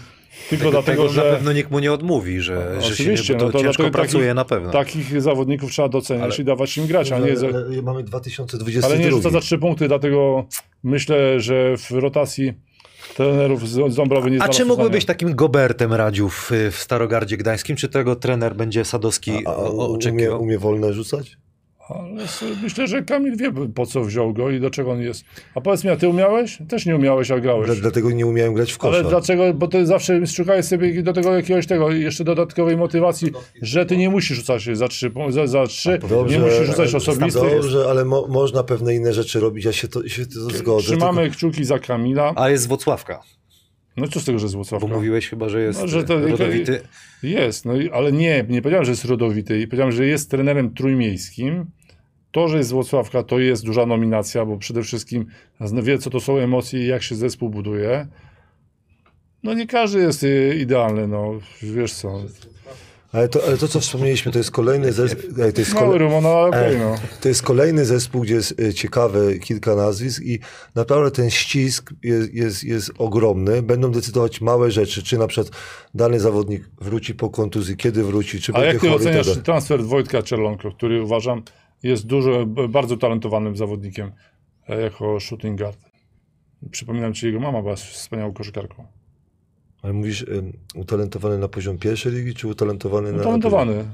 S4: Tylko dlatego,
S2: tego
S4: że...
S2: na pewno nikt mu nie odmówi, że, że się nie,
S4: Oczywiście,
S2: bo to
S4: no to
S2: ciężko
S4: dlatego
S2: pracuje
S4: takich-
S2: na pewno.
S4: Takich zawodników trzeba doceniać
S2: No. Ale-
S4: i dawać im grać, a nie. za-
S3: Ale, ale mamy 2022.
S4: Ale nie rzuca za trzy punkty, dlatego myślę, że w rotacji trenerów z Ząbrowy nie
S2: A
S4: znalazł
S2: czy mógłby
S4: uznania.
S2: być takim Gobertem Radziów y, w Starogardzie Gdańskim? Czy tego trener będzie Sadowski
S3: A, a,
S2: o-
S3: umie,
S2: oczekiwał?
S3: umie wolne rzucać?
S4: Ale s- myślę, że Kamil wie, po co wziął go i do czego on jest. A powiedz mi, a ty umiałeś? Też nie umiałeś, a grałeś.
S3: Dla, dlatego nie umiałem grać w kosza.
S4: Ale dlaczego? Bo ty zawsze szukałeś sobie do tego jakiegoś tego, jeszcze dodatkowej motywacji, że ty nie musisz rzucać za trzy, pun- za, za trzy nie musisz rzucać
S3: ale-
S4: osobistych.
S3: Dobrze, ale mo, można pewne inne rzeczy robić, ja się to, się to zgodzę.
S4: Trzymamy
S3: tylko-
S4: kciuki za Kamila.
S2: A jest z Włocławka,
S4: No co z tego, że z
S2: bo
S4: Włocławka?
S3: Tak.
S2: mówiłeś chyba, że jest
S4: No, że to-
S2: rodowity.
S4: Jest, no, i- ale nie, nie powiedziałem, że jest rodowity. I powiedziałem, że jest trenerem trójmiejskim. To, że jest z Włocławka, to jest duża nominacja, bo przede wszystkim zna- wie, co to są emocje i jak się zespół buduje. No nie każdy jest y, idealny, no wiesz co.
S3: Ale to, ale to, co wspomnieliśmy, to jest kolejny zespół. To jest,
S4: Mały
S3: kole...
S4: Rumun, no ale okej,
S3: Ej.
S4: no.
S3: to jest kolejny zespół, gdzie jest e, ciekawe kilka nazwisk i naprawdę ten ścisk jest, jest, jest ogromny. Będą decydować małe rzeczy, czy na przykład dany zawodnik wróci po kontuzji, kiedy wróci, czy
S4: A
S3: będzie
S4: jak ty
S3: chory. tak
S4: oceniasz
S3: itd.
S4: transfer Wojtka Czerlonko, który uważam jest dużo, b- bardzo talentowanym zawodnikiem e, jako shooting guard. Przypominam ci, jego mama była wspaniałą koszykarką.
S3: Ale mówisz em, utalentowany na poziom pierwszej ligi, czy utalentowany na...
S4: Utalentowany.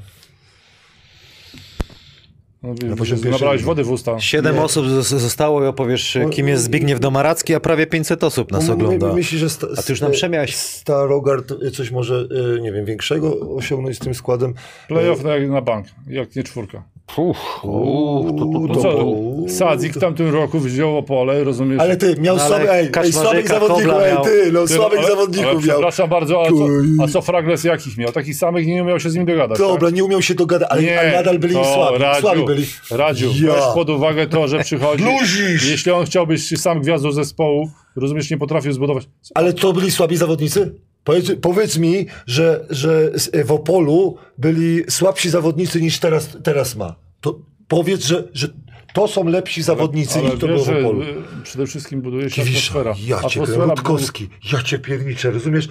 S4: No,
S3: Na
S4: na
S3: poziom
S4: nabrałeś
S3: pierwszej
S4: wody w usta.
S2: Siedem
S3: Nie.
S2: osób zos- zostało i opowiesz,
S3: No,
S2: kim jest Zbigniew Domaracki, a prawie 500 osób nas
S3: No, my- my-
S2: ogląda.
S3: Myślisz, że sta,
S2: A ty już nam przemiałeś.
S3: Starogard y, coś może, y, nie wiem, większego osiągnąć z tym składem?
S4: Playoff na, na bank, jak nie czwórka.
S2: Puch,
S3: Uuu,
S4: No co,
S3: uuu.
S4: Sadzik w tamtym roku wziął Opole, rozumiesz?
S3: Ale ty, miał
S2: No, ale
S3: słaby, ej, ej,
S2: Kaczmarzyka,
S3: słabych zawodników,
S2: Kobla
S3: ej,
S2: miał.
S3: ty, no
S4: Ty,
S3: słabych
S4: ale- ale
S3: zawodników miał.
S4: Przepraszam bardzo, ale co,
S3: Kuj.
S4: a co Fragles jakich miał? Takich samych i nie umiał się z nim dogadać.
S3: Dobra,
S4: tak?
S3: nie umiał się dogadać, ale, ale nadal byli
S4: to
S2: no,
S3: słabi, słabi byli.
S4: Radziu,
S3: Ja.
S4: tak? weź pod uwagę to, że przychodzi.
S3: Bluzisz!
S4: Jeśli on chciał być sam gwiazdą zespołu, rozumiesz, nie potrafił zbudować.
S3: Ale to byli słabi zawodnicy? Powiedz, powiedz mi, że, że s- w Opolu byli słabsi zawodnicy niż teraz, teraz ma. To powiedz, że, że to są lepsi zawodnicy
S4: Ale
S3: niż to
S4: wiesz,
S3: było w
S4: że,
S3: Opolu.
S4: y, przede wszystkim buduje się
S3: Kiwisza,
S4: atmosfera.
S3: ja cię krę-
S4: Atmosfera bu-
S3: Rutkowski, ja cię pierniczę, rozumiesz?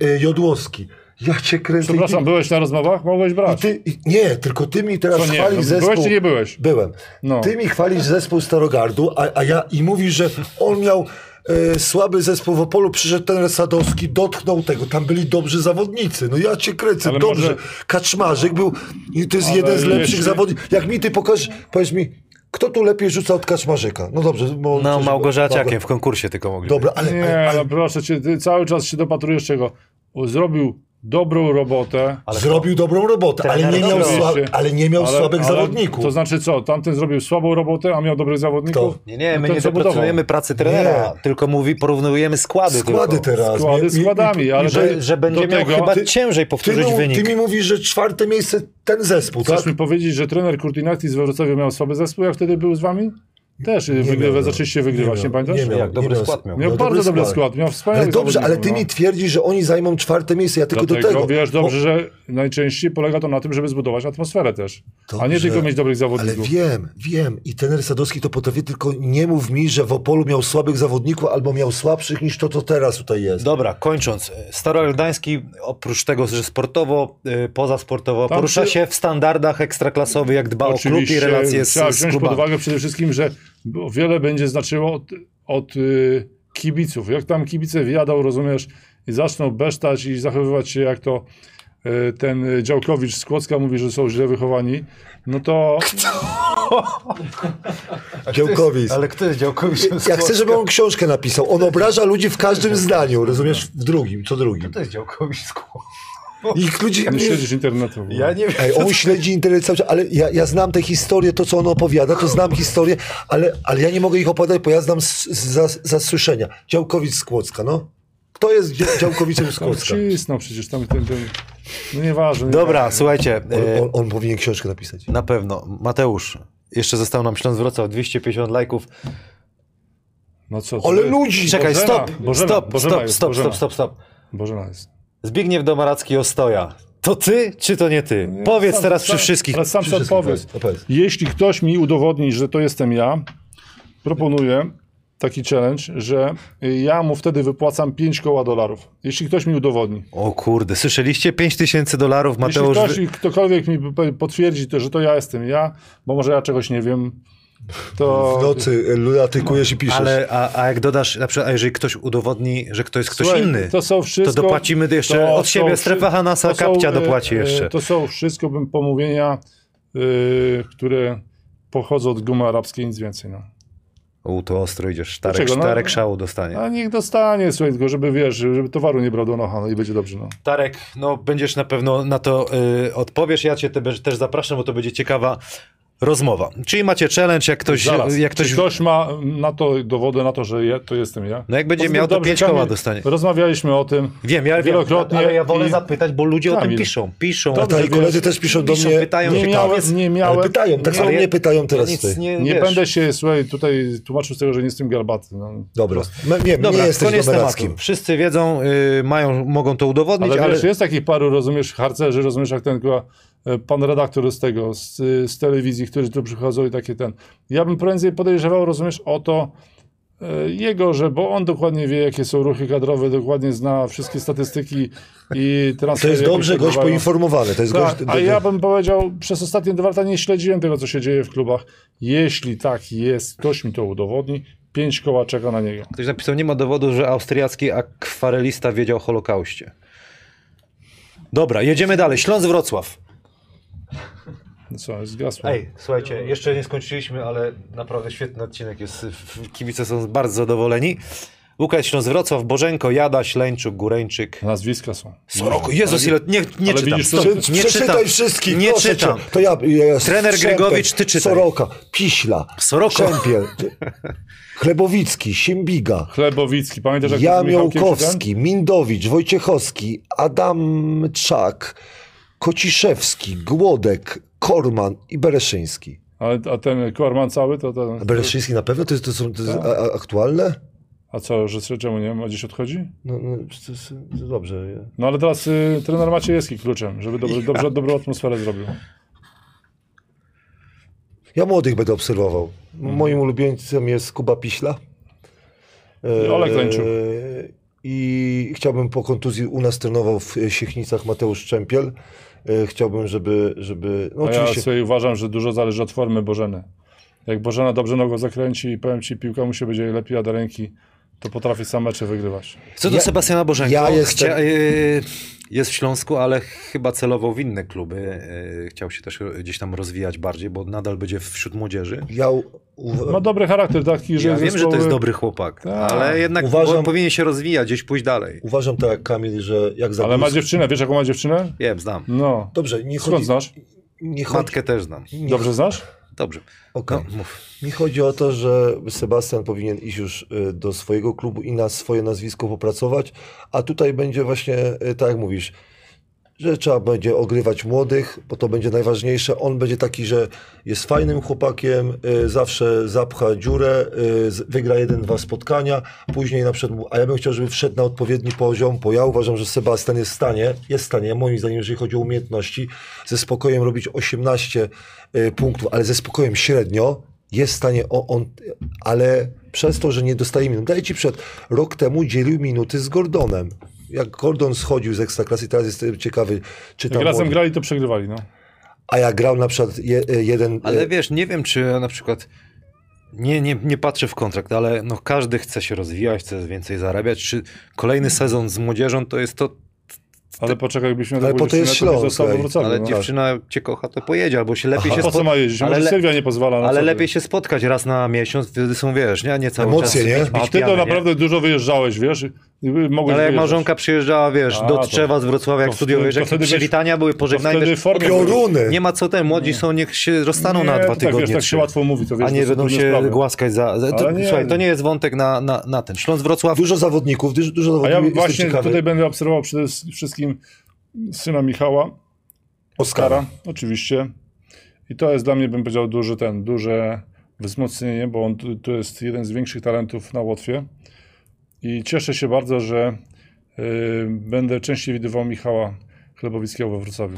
S3: E, e, Jodłowski, ja cię kręcę. i ty-
S4: Przepraszam, byłeś na rozmowach? Mogłeś
S3: I
S4: brać.
S3: ty, i, nie, tylko ty mi teraz
S4: Co nie?
S3: chwalisz
S4: No,
S3: zespół.
S4: byłeś czy nie byłeś?
S3: Byłem.
S4: No.
S3: Ty mi chwalisz zespół Starogardu, a, a ja i mówisz, że on miał e, słaby zespół w Opolu, przyszedł ten Sadowski, dotknął tego, tam byli dobrzy zawodnicy. No ja cię kręcę,
S4: Ale
S3: dobrze.
S4: może-
S3: Kaczmarzyk był, i to jest
S4: Ale
S3: jeden z lepszych
S4: jeśli-
S3: zawodników. Jak mi ty pokażesz, powiedz mi, kto tu lepiej rzuca od Kaczmarzyka? No dobrze, bo...
S2: No, Małgorzaciakiem
S3: Dobra,
S2: w konkursie tylko mogli.
S3: Dobra, ale...
S4: Nie,
S3: ale, ale
S4: no proszę cię, ty cały czas się dopatrujesz czego. O, Zrobił dobrą robotę.
S2: Ale
S3: Zrobił dobrą robotę, ale nie,
S2: Trener
S3: miał
S4: dobrze.
S3: sła, ale nie miał
S4: ale-
S3: słabych
S4: ale-
S3: zawodników.
S4: To znaczy co? Tamten zrobił słabą robotę, a miał dobrych zawodników?
S2: Nie, nie,
S4: No
S2: my
S4: to
S2: nie
S4: co budował?
S2: deprecjonujemy pracy trenera, tylko mówi, porównujemy składy.
S3: Składy
S2: tylko.
S3: teraz.
S4: Składy
S3: Mi- mi- mi-
S4: składami, ale-
S3: że-
S2: Że, że będzie
S4: Do
S2: miał
S4: tego-
S2: chyba
S3: ty-
S2: ciężej
S3: Ty,
S2: powtórzyć
S3: mu,
S2: wynik.
S3: ty mi mówisz, że czwarte miejsce ten zespół,
S4: Chcesz
S3: tak?
S4: mi powiedzieć, że trener Kurtinatis z Wrocławia miał słaby zespół, jak wtedy był z wami? Też wygrywa,
S3: miał,
S4: zaczęliście wygrywać, no. nie,
S3: miał,
S4: pamiętasz?
S3: nie miał.
S2: Jak dobry
S3: miał-
S2: skład miał.
S4: Miał
S3: No,
S4: bardzo dobry skład. miał wspaniały
S3: Ale dobrze, ale ty mi twierdzisz, że oni zajmą czwarte miejsce, ja tylko
S4: Dlatego,
S3: do tego.
S4: wiesz
S3: O,
S4: dobrze, że najczęściej polega to na tym, żeby zbudować atmosferę też. A nie
S3: Dobrze,
S4: tylko mieć dobrych
S3: Ale
S4: zawodników.
S3: wiem, wiem. I ten Sadowski to potrafi, tylko nie mów mi, że w Opolu miał słabych zawodników albo miał słabszych niż to, co teraz tutaj jest.
S2: Dobra, kończąc. Staroeldański, oprócz tego, że sportowo, y, pozasportowo,
S4: Tam
S2: porusza
S4: przy-
S2: się w standardach ekstraklasowych, jak dba o klub i relacje z,
S4: trzeba
S2: z
S4: wziąć pod
S2: klubami.
S4: uwagę przede wszystkim, że bo wiele będzie znaczyło od, od y, kibiców. Jak tam kibice wjadą, rozumiesz, i zaczną besztać i zachowywać się jak to y, ten Działkowicz z Kłodzka mówi, że są źle wychowani, no to
S3: Działkowic.
S2: Ale kto jest Działkowicz?
S3: Ja chcę, żeby on książkę napisał. On obraża ludzi w
S2: <laughs>
S3: każdym zdaniu, rozumiesz? W drugim, co drugim.
S2: jest Działkowicz z Kłodzka?
S3: Ich ludzi...
S4: nie śledzisz internetu.
S2: Ja nie wiem.
S3: Ej, on śledzi internet cały czas, ale ja, ja znam tę historię, to co on opowiada, to znam historię, ale, ale ja nie mogę ich opowiadać, bo ja znam z, z, zas- zasłyszenia. Działkowic z Kłodzka, no. Kto jest dzia, Działkowiczem z
S4: Tam
S3: Kłodzka?
S4: Wcisnął przecież tam ten, ten... No nieważne. nie
S2: Dobra,
S4: ważne.
S2: słuchajcie.
S3: On,
S2: y,
S3: on, on powinien książkę napisać.
S2: Na pewno. Mateusz, jeszcze został nam Śląsk Wrocław, 250 lajków.
S4: No co, ty?
S3: Ale ludzi!
S2: Czekaj,
S4: Bożena,
S2: stop,
S4: Bożena,
S2: stop,
S4: Bożena
S2: stop,
S4: jest,
S2: stop,
S4: Bożena.
S2: stop, stop, stop.
S4: Bożena no jest.
S2: Zbigniew Domaracki Ostoja. To ty, czy to nie ty? Powiedz
S4: Sam-
S2: teraz przy
S4: sam-
S2: wszystkich.
S4: Ale sam
S3: Przy
S4: sobie
S3: wszystkim,
S4: powiedz.
S3: powiedz, powiedz.
S4: Jeśli ktoś mi udowodni, że to jestem ja, proponuję taki challenge, że ja mu wtedy wypłacam 5 koła dolarów. Jeśli ktoś mi udowodni.
S2: O kurde, słyszeliście? 5000 dolarów Mateusz.
S4: Jeśli ktoś,
S2: wy-
S4: i ktokolwiek mi p- potwierdzi, to, że to ja jestem ja, bo może ja czegoś nie wiem, to...
S3: W nocy e, lunatykujesz i piszesz.
S2: Ale a, a jak dodasz, na przykład, a jeżeli ktoś udowodni, że ktoś jest ktoś
S4: Słuchaj,
S2: inny,
S4: To są wszystko.
S2: to dopłacimy jeszcze
S4: to
S2: od
S4: są
S2: siebie
S4: wszy-
S2: strefa Hanasa,
S4: to są,
S2: kapcia
S4: e,
S2: dopłaci
S4: e,
S2: jeszcze.
S4: To są wszystko bym pomówienia, e, które pochodzą od gumy arabskiej, nic więcej. No.
S2: U, to ostro idziesz. Tarek,
S4: Dlaczego? No-
S2: tarek szału dostanie.
S4: A niech dostanie, słuchaj, tylko żeby wiesz, żeby towaru nie brał do nocha, no i będzie dobrze. No.
S2: Tarek, no będziesz na pewno na to y, odpowiesz. Ja cię te, też zapraszam, bo to będzie ciekawa rozmowa. Czyli macie challenge, jak ktoś...
S4: Zaraz.
S2: Jak ktoś,
S4: Czy ktoś ma na to dowody, na to, że ja, to jestem ja?
S2: No jak będzie
S4: Poza tym
S2: miał, to
S4: dobrze,
S2: pięć koła
S4: Kamil,
S2: dostanie.
S4: Rozmawialiśmy o tym.
S2: Wiem, ja wiem,
S4: Wielokrotnie
S2: ale ja wolę
S4: i-
S2: zapytać, bo ludzie o tym
S4: Kamil.
S2: piszą. Piszą.
S4: Dobrze,
S3: tak, i koledzy też piszą do
S2: Piszą,
S3: mnie.
S2: pytają
S4: Nie
S2: się,
S4: miałem,
S2: powiedz-
S4: nie
S3: ale
S4: miałem.
S3: pytają, tak
S2: nie,
S3: samo
S2: ale ja-
S3: mnie pytają
S2: ja
S3: teraz.
S2: nic
S3: tutaj.
S2: nie,
S4: Nie
S2: wiesz.
S4: będę się, słuchaj, tutaj tłumaczył z tego, że nie jestem garbaty. No.
S3: Dobra. Me, nie,
S2: Dobra,
S3: nie jesteś
S2: koniec tematu.
S3: Domerackim.
S2: Wszyscy wiedzą, y, mają, mogą to udowodnić,
S4: Ale,
S2: ale...
S4: wiesz, jest takich paru, rozumiesz, harcerzy, rozumiesz, jak ten kurwa, e, pan redaktor z tego, z, y, z telewizji, którzy tu przychodzą i takie ten. Ja bym prędzej podejrzewał, rozumiesz, o to e, jego, że bo on dokładnie wie, jakie są ruchy kadrowe, dokładnie zna wszystkie statystyki i
S3: To
S4: transfery.
S3: jest
S4: jakie
S3: dobrze, gość
S4: pływają.
S3: poinformowany. To jest
S4: Tak,
S3: gość,
S4: a ja bym powiedział, przez ostatnie dwa lata nie śledziłem tego, co się dzieje w klubach. Jeśli tak jest, ktoś mi to udowodni, pięć koła czeka na niego.
S2: Ktoś napisał, nie ma dowodu, że austriacki akwarelista wiedział o Holokauście. Dobra, jedziemy dalej. Śląsk-Wrocław.
S4: No Co,
S3: Tak.
S4: zgasło.
S2: Ej, słuchajcie, jeszcze nie skończyliśmy, ale naprawdę świetny odcinek jest. Kibice są bardzo zadowoleni. Łukasz Śląz-Wrocław, Bożenko, Jada, Śleńczuk, Góreńczyk.
S4: Nazwiska są.
S3: No,
S2: Soroko, Jezus, ile... Nie, nie
S4: Ale
S2: czytam.
S4: widzisz, to-
S2: Stop, nie
S3: Przeczytaj
S2: czytam.
S3: wszystkich.
S2: Nie
S3: proszę cię.
S2: czytam.
S3: To ja, ja, ja
S2: Trener
S3: Strzępek,
S2: Grygowicz, ty czytaj.
S3: Soroka, Piśla,
S2: Soroko.
S3: Krzempiel, Chlebowicki, Siembiga,
S4: Chlebowicki, pamiętasz jak to z Michałkiem
S3: Jamiołkowski, Mindowicz, Wojciechowski, Adamczak, Kociszewski, Głodek, Korman i Bereszyński.
S4: czytałem? A, a ten Korman cały, to, to
S3: A Bereszyński na pewno? To jest, to są, to jest a, a, aktualne?
S4: A co, że z- czemu nie? Gdzieś odchodzi?
S3: No, no to, jest- to dobrze. ja-
S4: No ale teraz y, trener Maciejewski kluczem, żeby dobrze, dobrze, dobrą atmosferę zrobił.
S3: Ja młodych będę obserwował.
S4: Mhm.
S3: Moim ulubieńcem jest Kuba Piśla. E,
S4: Olek Leńczuk.
S3: I chciałbym po kontuzji u nas trenował w Siechnicach Mateusz Czempiel. E, Chciałbym, żeby. żeby no
S4: A ja
S3: oczywiście.
S4: sobie uważam, że dużo zależy od formy Bożeny. Jak Bożena dobrze nogą zakręci i powiem ci, piłka mu się będzie lepiła do ręki, to potrafi sam mecze wygrywać.
S2: Co do
S3: Ja-
S2: Sebastiana Bożenko,
S3: ja jestem-
S2: chcia, y, jest w Śląsku, ale chyba celował w inne kluby. Y, chciał się też gdzieś tam rozwijać bardziej, bo nadal będzie wśród młodzieży.
S3: Ja u, u,
S4: Ma dobry charakter taki, że
S2: Ja wiem, że to
S4: zespoły-
S2: jest dobry chłopak,
S4: Tak.
S2: ale jednak
S3: Uważam-
S2: on powinien się rozwijać, gdzieś pójść dalej.
S3: uważam tak jak Kamil, że jak
S4: Ale ma
S3: Zagórski-
S4: dziewczynę, wiesz jaką ma dziewczynę?
S2: Wiem, znam.
S4: No.
S3: Dobrze, nie
S4: Skąd
S3: chodzi...
S4: znasz?
S3: Nie chodzi...
S2: Matkę też znam.
S3: Nie,
S4: Dobrze znasz?
S2: Dobrze.
S3: okej.
S2: No, mów.
S3: Mi chodzi o to, że Sebastian powinien iść już y, do swojego klubu i na swoje nazwisko popracować, a tutaj będzie właśnie, y, tak jak mówisz, że trzeba będzie ogrywać młodych, bo to będzie najważniejsze. On będzie taki, że jest fajnym chłopakiem, y, zawsze zapcha dziurę, y, z- wygra jeden, dwa spotkania, później na przykład, mu- a ja bym chciał, żeby wszedł na odpowiedni poziom, bo ja uważam, że Sebastian jest w stanie, jest w stanie, moim zdaniem, jeżeli chodzi o umiejętności, ze spokojem robić 18 y, punktów, ale ze spokojem średnio, jest w stanie o, on, ale przez to, że nie dostaje minut. Daję ci przed, rok temu dzielił minuty z Gordonem. Jak Gordon schodził z Ekstraklasy, teraz jestem ciekawy, czy
S4: Jak
S3: tam...
S4: razem
S3: on-
S4: grali, to przegrywali, no.
S3: a ja grał na przykład je, e, jeden.
S2: Ale
S3: e,
S2: wiesz, nie wiem, czy na przykład. Nie, nie, nie patrzę w kontrakt, ale no każdy chce się rozwijać, chce więcej zarabiać. Czy kolejny sezon z młodzieżą to jest to,
S4: Ale poczekaj, jakbyśmy
S3: Ale po to jest Śląsk,
S4: zostało
S3: ej.
S4: Wrocławiu.
S2: ale
S4: no.
S2: dziewczyna cię kocha, to pojedzie, albo się lepiej się
S4: Po co
S2: spo-
S4: ma jeździć?
S2: ale
S4: Może
S2: le-
S4: Sylwia nie pozwala na
S2: Ale
S4: co
S2: lepiej
S4: ty.
S2: się spotkać raz na miesiąc, wtedy są, wiesz, nie, nie cały
S3: Emocje,
S2: czas
S3: nie?
S2: Bić, bić
S4: A ty to
S2: pijany, nie? No,
S4: naprawdę dużo wyjeżdżałeś, wiesz? I Mogłeś
S2: Ale jak
S4: wyjeżdżać.
S2: małżonka przyjeżdżała, wiesz,
S4: A,
S2: do
S4: to-
S2: Trzewa z Wrocławia,
S4: to
S2: jak
S4: wtedy-
S2: studiowałeś,
S4: to
S2: jakieś
S4: wtedy wiesz-
S2: przywitania były, pożegnania.
S4: wtedy
S2: też-
S4: formie-
S3: Pioruny!
S2: Nie ma co ten, młodzi są, niech się rozstaną na
S4: Nie,
S2: dwa
S4: tak,
S2: tygodnie.
S4: wiesz, tak
S2: trzy.
S4: się łatwo mówi, to wiesz,
S2: A nie
S4: to są
S2: będą
S4: trudne
S2: się
S4: sprawy.
S2: głaskać za... za to,
S4: Ale nie.
S2: Słuchaj, to nie jest wątek na, na, na ten. Śląsk Wrocław
S3: Dużo zawodników, dużo, dużo
S4: A ja
S3: zawodników. jestem
S4: właśnie
S3: ciekawy.
S4: tutaj będę obserwował przede wszystkim syna Michała, Oskara, oczywiście. I to jest dla mnie, bym powiedział, duży ten, duże wzmocnienie, bo on tu- to jest jeden z większych talentów na Łotwie. I cieszę się bardzo, że y, będę częściej widywał Michała Chlebowickiego we Wrocławiu.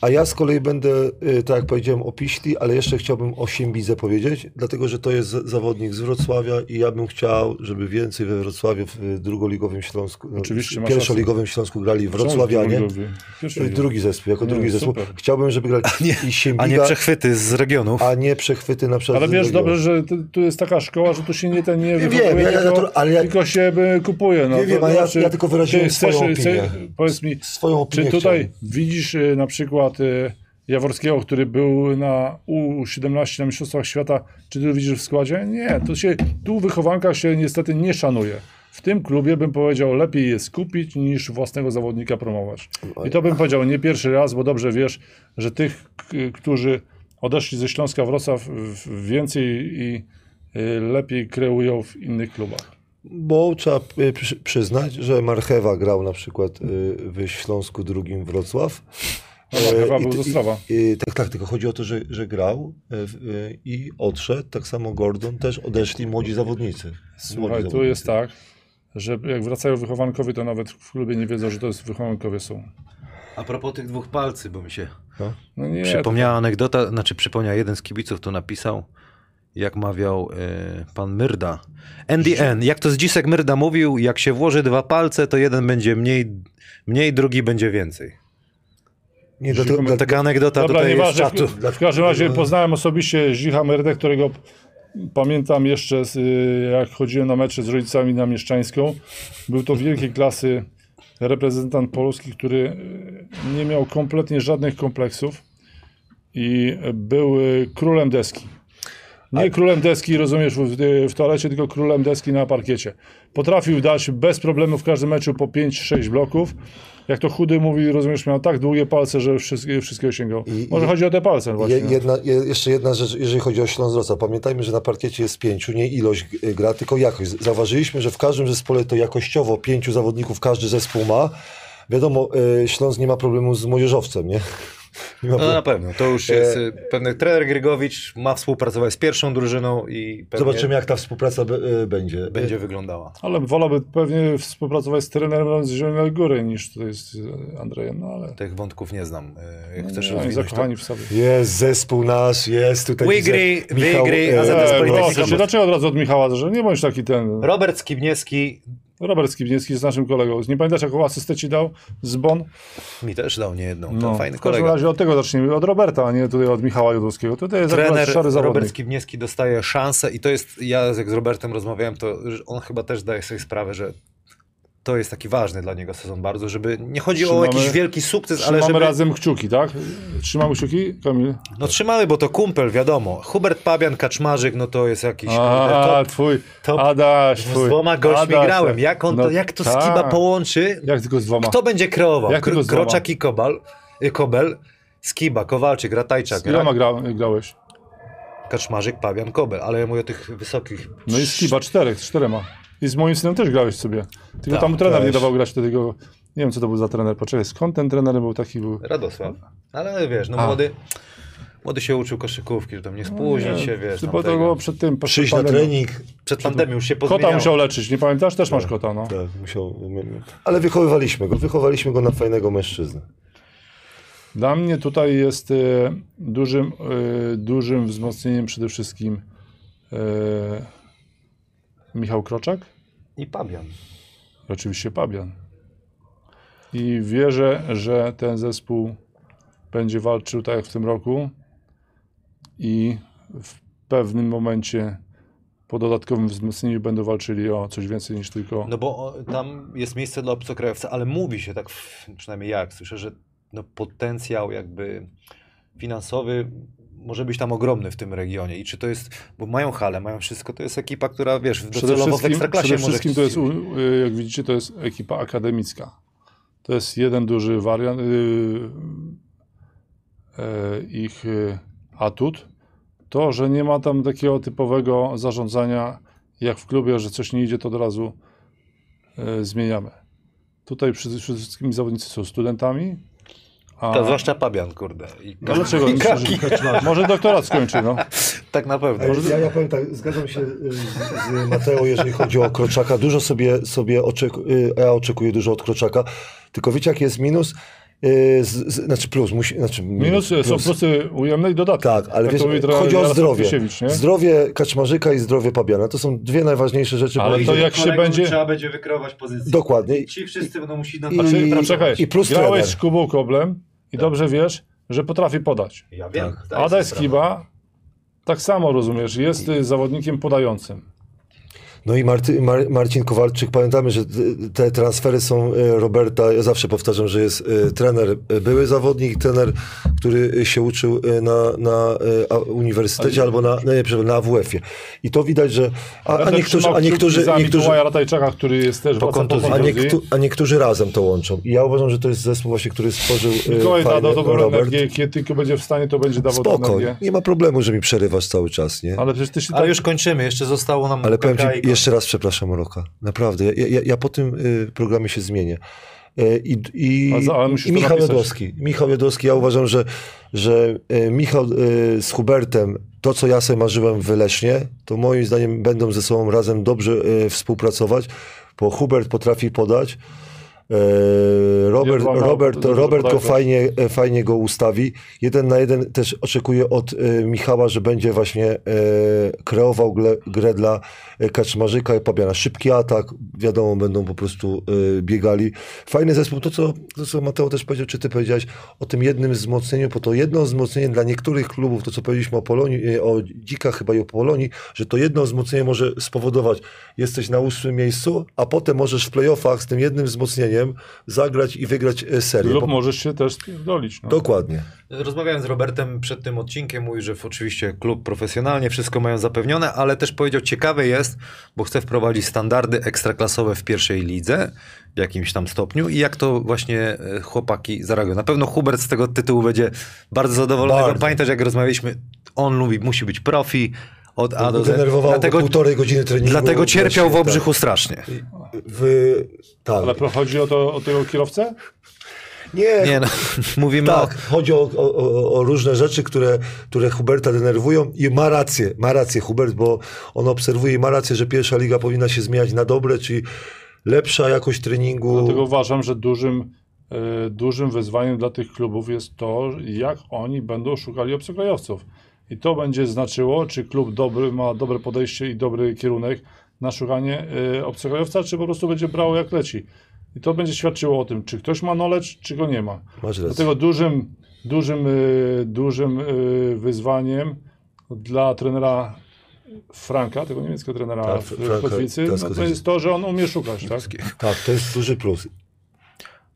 S3: A ja z kolei będę, y, tak jak powiedziałem, o Piśli, ale jeszcze chciałbym o Simbidze powiedzieć, dlatego że to jest z- zawodnik z Wrocławia i ja bym chciał, żeby więcej we Wrocławiu, w y, drugoligowym Śląsku, no,
S4: Oczywiście, masz
S3: pierwszoligowym Śląsku grali wrocławianie.
S4: Czemu w Wrocławiu? Pierwszy
S3: Y,
S4: widzę.
S3: Drugi zespół, jako
S4: Nie,
S3: drugi zespół.
S4: super.
S3: Chciałbym, żeby grali i Siembiga,
S2: a nie przechwyty z regionów.
S3: a nie przechwyty na przykład.
S4: Ale
S3: z
S4: wiesz
S3: regionu.
S4: dobrze, że tu- tu jest taka szkoła, że tu się nie ten nie
S3: wiem,
S4: wykupuje,
S3: ja- ja
S4: tylko,
S3: to- ale ja-
S4: tylko się by kupuje. No,
S3: Nie wiem,
S4: To
S3: a ja-
S4: znaczy,
S3: ja tylko wyraziłem
S4: ty
S3: swoją opinię.
S4: powiedz mi,
S3: Swoją opinię
S4: czy tutaj
S3: chciałem.
S4: widzisz y, na przykład y, Jaworskiego, który był na U17 na Mistrzostwach Świata, czy ty widzisz w składzie? Nie, tu się, tu wychowanka się niestety nie szanuje. W tym klubie bym powiedział, lepiej jest kupić niż własnego zawodnika promować. I to bym powiedział nie pierwszy raz, bo dobrze wiesz, że tych, k- którzy odeszli ze Śląska w Wrocław w- więcej i y, lepiej kreują w innych klubach.
S3: Bo trzeba y, przy, przyznać, że Marchewa grał na przykład y, w Śląsku drugim Wrocław.
S4: No, chyba
S3: E, i-
S4: był z Ostrowa.
S3: i- i- Tak, tak, tylko chodzi o to, że, że grał y, w- y, i odszedł. Tak samo Gordon też odeszli młodzi zawodnicy. Młodzi
S4: Słuchaj, tu
S3: zawodnicy.
S4: jest tak, że jak wracają wychowankowie, to nawet w klubie nie wiedzą, że to jest wychowankowie są.
S2: A propos tych dwóch palcy, bo mi się
S4: No nie,
S2: przypomniała anegdota, znaczy przypomniała, jeden z kibiców to napisał, jak mawiał e, pan Myrda. Andy N. Jak to z Dzisek Myrda mówił, jak się włoży dwa palce, to jeden będzie mniej, mniej drugi będzie więcej. No
S3: Nie, dlatego,
S4: Rzekomo-
S3: dlatego,
S2: Taka anegdota
S4: Dobra,
S2: tutaj z
S4: nieważne.
S2: czatu.
S4: W, w każdym razie poznałem osobiście Zicha Merdę, którego p- pamiętam jeszcze z, y, jak chodziłem na mecze z rodzicami na Mieszczańską. Był to wielkiej klasy reprezentant Polski, który y, nie miał kompletnie żadnych kompleksów i y, był y, królem deski. Nie królem deski, rozumiesz, w, w toalecie, tylko królem deski na parkiecie. Potrafił dać bez problemu w każdym meczu po 5-6 bloków. Jak to chudy mówi, rozumiesz, miał tak długie palce, że wszystkie, wszystkiego sięgał.
S3: I-
S4: Może
S3: i-
S4: chodzi o te palce właśnie. no.
S3: je, jedna, je, jeszcze jedna rzecz, jeżeli chodzi o Śląsk Wrocław. Pamiętajmy, że na parkiecie jest pięciu, nie ilość y, gra, tylko jakość. Zauważyliśmy, że w każdym zespole to jakościowo pięciu zawodników każdy zespół ma. Wiadomo, y, Śląsk nie ma problemu z młodzieżowcem, nie? <laughs> nie
S2: No
S3: ma problemu.
S2: na pewno, to już jest e, pewny trener Grygowicz, ma współpracować z pierwszą drużyną i pewnie
S3: Zobaczymy, jak ta współpraca be- y, będzie.
S2: będzie wyglądała.
S4: Ale wolałby pewnie współpracować z trenerem z Zielonej Góry niż tutaj z Andrejem, no ale
S2: Tych wątków nie znam. E,
S4: no,
S2: Chcesz
S4: nie, oni
S2: rozwinąć to?
S4: zakochani w sobie.
S3: Jest zespół nasz, jest tutaj.
S2: We
S3: widzę,
S2: agree, we
S3: Michał,
S2: agree,
S3: e,
S2: AZS
S4: Eee,
S2: Politechnika
S4: proszę cię,
S2: Polska.
S4: dlaczego od razu od Michała, że nie bądź taki ten...
S2: Robert Skibniewski
S4: Robert Skibniewski z naszym kolegą. Nie pamiętasz, jaką asystę ci dał z Bonn?
S2: Mi też dał nie jedną,
S4: No,
S2: to fajny
S4: w każdym
S2: kolega.
S4: razie od tego zacznijmy, od Roberta, a nie tutaj od Michała Jodłowskiego. Tutaj jest akurat
S2: Trener
S4: szary
S2: Robert
S4: zawodnik.
S2: Skibniewski dostaje szansę i to jest, ja jak z Robertem rozmawiałem, to że on chyba też daje sobie sprawę, że to jest taki ważny dla niego sezon bardzo, żeby, nie chodzi o
S4: Trzymamy-
S2: jakiś wielki sukces, ale
S4: Trzymamy
S2: żeby...
S4: razem kciuki, tak? Trzymamy kciuki, Kamil?
S2: No trzymamy, bo to kumpel, wiadomo. Hubert Pabian, Kaczmarzyk, no to jest jakiś...
S4: A,
S2: kurde,
S4: twój,
S2: to-
S4: Adaś,
S2: to,
S4: twój.
S2: z dwoma gośćmi
S4: Adaś,
S2: grałem.
S4: tak.
S2: Jak, on
S4: No
S2: to, jak to
S4: tak.
S2: Skiba połączy,
S4: Jak tylko z dwoma.
S2: Kto będzie kreował?
S4: Jak
S2: Kro,
S4: tego złama?
S2: Kroczak i Kobal, y, Kobel, Skiba, Kowalczyk, Ratajczak,
S4: Z iloma
S2: Rak,
S4: gra, grałeś?
S2: Kaczmarzyk, Pawian, Kobel. Ale ja mówię o tych wysokich.
S4: No i z Kiba, czterech, z czterema. I z moim synem też grałeś sobie. Tylko
S2: Tak,
S4: tam trener nie
S3: też.
S4: dawał grać do tego. Nie wiem, co to był za trener. Poczekaj, skąd ten trener był taki? Był...
S2: Radosław. Ale wiesz, no
S4: A.
S2: młody, młody się uczył koszykówki, żeby tam nie spóźnić
S4: No Nie,
S2: się, wiesz.
S4: to
S2: tam
S4: było- to
S2: tego.
S4: było przed tym.
S3: Przyjść na
S4: pandemią.
S3: trening.
S2: Przed pandemią już się
S4: Kota
S2: pozmieniało.
S4: musiał leczyć, nie pamiętasz? Też masz kota, no.
S3: Tak, musiał. Ale wychowywaliśmy go. Wychowaliśmy go na fajnego mężczyznę.
S4: Dla mnie tutaj jest e, dużym, e, dużym wzmocnieniem przede wszystkim e, Michał Kroczak,
S2: I Pabian.
S4: i oczywiście Pabian. I wierzę, że ten zespół będzie walczył tak jak w tym roku i w pewnym momencie po dodatkowym wzmocnieniu będą walczyli o coś więcej niż tylko...
S2: No bo o, tam jest miejsce dla obcokrajowca, ale mówi się tak, w- przynajmniej jak słyszę, że no potencjał jakby finansowy może być tam ogromny w tym regionie. I czy to jest, bo mają halę, mają wszystko, to jest ekipa, która wiesz,
S4: Przede
S2: docelowo w
S4: wszystkim,
S2: ekstraklasie
S4: przede
S2: może
S4: wszystkim to jest,
S2: chcieć-
S4: u- y, jak widzicie, to jest ekipa akademicka. To jest jeden duży wariant, y, y, ich y, atut. To, że nie ma tam takiego typowego zarządzania jak w klubie, że coś nie idzie, to od razu y, zmieniamy. Tutaj przede wszystkim zawodnicy są studentami. A...
S2: To zwłaszcza Pabian, kurde. <laughs> I
S4: No dlaczego? Myślę, że... Może doktorat skończy, no.
S2: Tak na pewno.
S3: Ja, ja powiem tak, zgadzam się y, z, z Mateo, jeżeli chodzi o Kroczaka. Dużo sobie, sobie oczeku, y, ja oczekuję dużo od Kroczaka. Tylko wiecie, jaki jest minus? Y, Z, z, znaczy plus, musi, znaczy
S4: Minus y, są plusy ujemne i dodatki.
S3: Tak, ale
S4: Jak
S3: wiesz,
S4: to mówi trener
S3: chodzi o
S4: Jarosław
S3: zdrowie.
S4: Kisiewicz, nie?
S3: Zdrowie Kaczmarzyka i zdrowie Pabiana. To są dwie najważniejsze rzeczy.
S4: Ale
S3: bo
S4: to
S3: idzie-
S4: jak się
S1: Kolegom
S4: będzie-
S1: Trzeba będzie wykreować pozycję.
S3: Dokładnie.
S1: Ci wszyscy będą musieli
S3: I-
S1: na
S4: Czyli, poczekaj,
S3: i plus
S4: grałeś
S3: trener.
S4: z Kubą Koblem i dobrze wiesz, że potrafi podać.
S1: Ja wiem.
S3: Tak.
S1: zdaję sobie
S4: Adaś
S1: sprawę.
S4: Skiba tak samo rozumiesz, jest y, zawodnikiem podającym.
S3: No i Marty, Mar, Marcin Kowalczyk, pamiętamy, że te- te transfery są e, Roberta, ja zawsze powtarzam, że jest e, trener, e, były zawodnik, trener, który e, się uczył e, na, na e, a- uniwersytecie albo na, nie, przepraszam, na AWF-ie. I to widać, że... A, a
S4: Będę
S3: niektórzy...
S4: trzymał
S3: A niektórzy,
S4: kciuki za
S3: niektórzy
S4: Mikołaja Ratajczaka, który jest też wraca po
S2: kontuzji.
S3: a,
S4: kontuzji.
S3: niektó, a niektórzy razem to łączą. I ja uważam, że to jest zespół właśnie, który stworzył e,
S4: Mikołaj da
S3: fajny
S4: dobrą
S3: Robert.
S4: energię, kiedy tylko będzie w stanie, to będzie dawał tą
S3: Spoko,
S4: energię.
S3: nie ma problemu, że mi przerywasz cały czas, nie?
S4: Ale przecież ty się
S2: Ale
S4: tak...
S2: już kończymy, jeszcze zostało nam
S3: Ale powiem
S2: kakajko.
S3: ci, jeszcze raz przepraszam Roka. Naprawdę, ja, ja, ja po tym y, programie się zmienię. Y, I, i,
S4: A za- ale musisz
S3: i
S4: to
S3: Michał
S4: napisać.
S3: Jodowski. Michał Jodowski, ja uważam, że, że y, Michał y, z Hubertem, to co ja sobie marzyłem w Lesznie, to moim zdaniem będą ze sobą razem dobrze y, współpracować, bo Hubert potrafi podać. y, Robert,
S4: Jedwabna
S3: Robert,
S4: dobrze
S3: Robert go
S4: podaje.
S3: fajnie, e, fajnie go ustawi. Jeden na jeden też oczekuję od y, Michała, że będzie właśnie y, kreował gle, grę dla y, Kaczmarzyka i Pabiana. Szybki atak, wiadomo, będą po prostu y, biegali. Fajny zespół, to co, to co Mateo też powiedział, czy ty powiedziałeś o tym jednym wzmocnieniu, bo to jedno wzmocnienie dla niektórych klubów, to co powiedzieliśmy o Polonii, y, o Dzikach chyba i o Polonii, że to jedno wzmocnienie może spowodować, jesteś na ósmym miejscu, a potem możesz w playoffach z tym jednym wzmocnieniem zagrać i wygrać y, serię.
S4: Lub
S3: Po-
S4: możesz się też spierdolić. No.
S3: Dokładnie.
S2: Rozmawiałem z Robertem przed tym odcinkiem, mówił, że w- oczywiście klub profesjonalnie wszystko mają zapewnione, ale też powiedział, ciekawe jest, bo chce wprowadzić standardy ekstraklasowe w pierwszej lidze w jakimś tam stopniu i jak to właśnie e, chłopaki zareagują. Na pewno Hubert z tego tytułu będzie bardzo zadowolony.
S3: Bardzo.
S2: Pamiętasz, jak rozmawialiśmy, on lubi, musi być profi od A do Z.
S3: Denerwowało
S2: Dlatego,
S3: go półtorej godziny treningu.
S2: dlatego cierpiał w
S3: Właśnie,
S2: Obrzychu strasznie.
S3: Tak. W, tak.
S4: Ale chodzi o, to, o tego kierowcę?
S3: Nie,
S2: Nie no, <laughs> mówimy o
S3: tak. Chodzi o, o, o- o różne rzeczy, które, które Huberta denerwują i ma rację, ma rację Hubert, bo on obserwuje i ma rację, że pierwsza liga powinna się zmieniać na dobre, czyli lepsza jakość treningu.
S4: Dlatego uważam, że dużym, e, dużym wyzwaniem dla tych klubów jest to, jak oni będą szukali obcokrajowców. I to będzie znaczyło, czy klub dobry ma dobre podejście i dobry kierunek, na szukanie y, obcokrajowca, czy po prostu będzie brało jak leci. I to będzie świadczyło o tym, czy ktoś ma knowledge, czy go nie ma.
S3: Masz rację.
S4: Dlatego dużym, dużym, y, dużym y, wyzwaniem dla trenera Franka, tego niemieckiego trenera
S3: Tak,
S4: w,
S3: Franka
S4: w Kotwicy,
S3: teraz
S4: no, to
S3: Kotwicy.
S4: jest to, że on umie szukać, tak?
S3: Tak, to jest duży plus.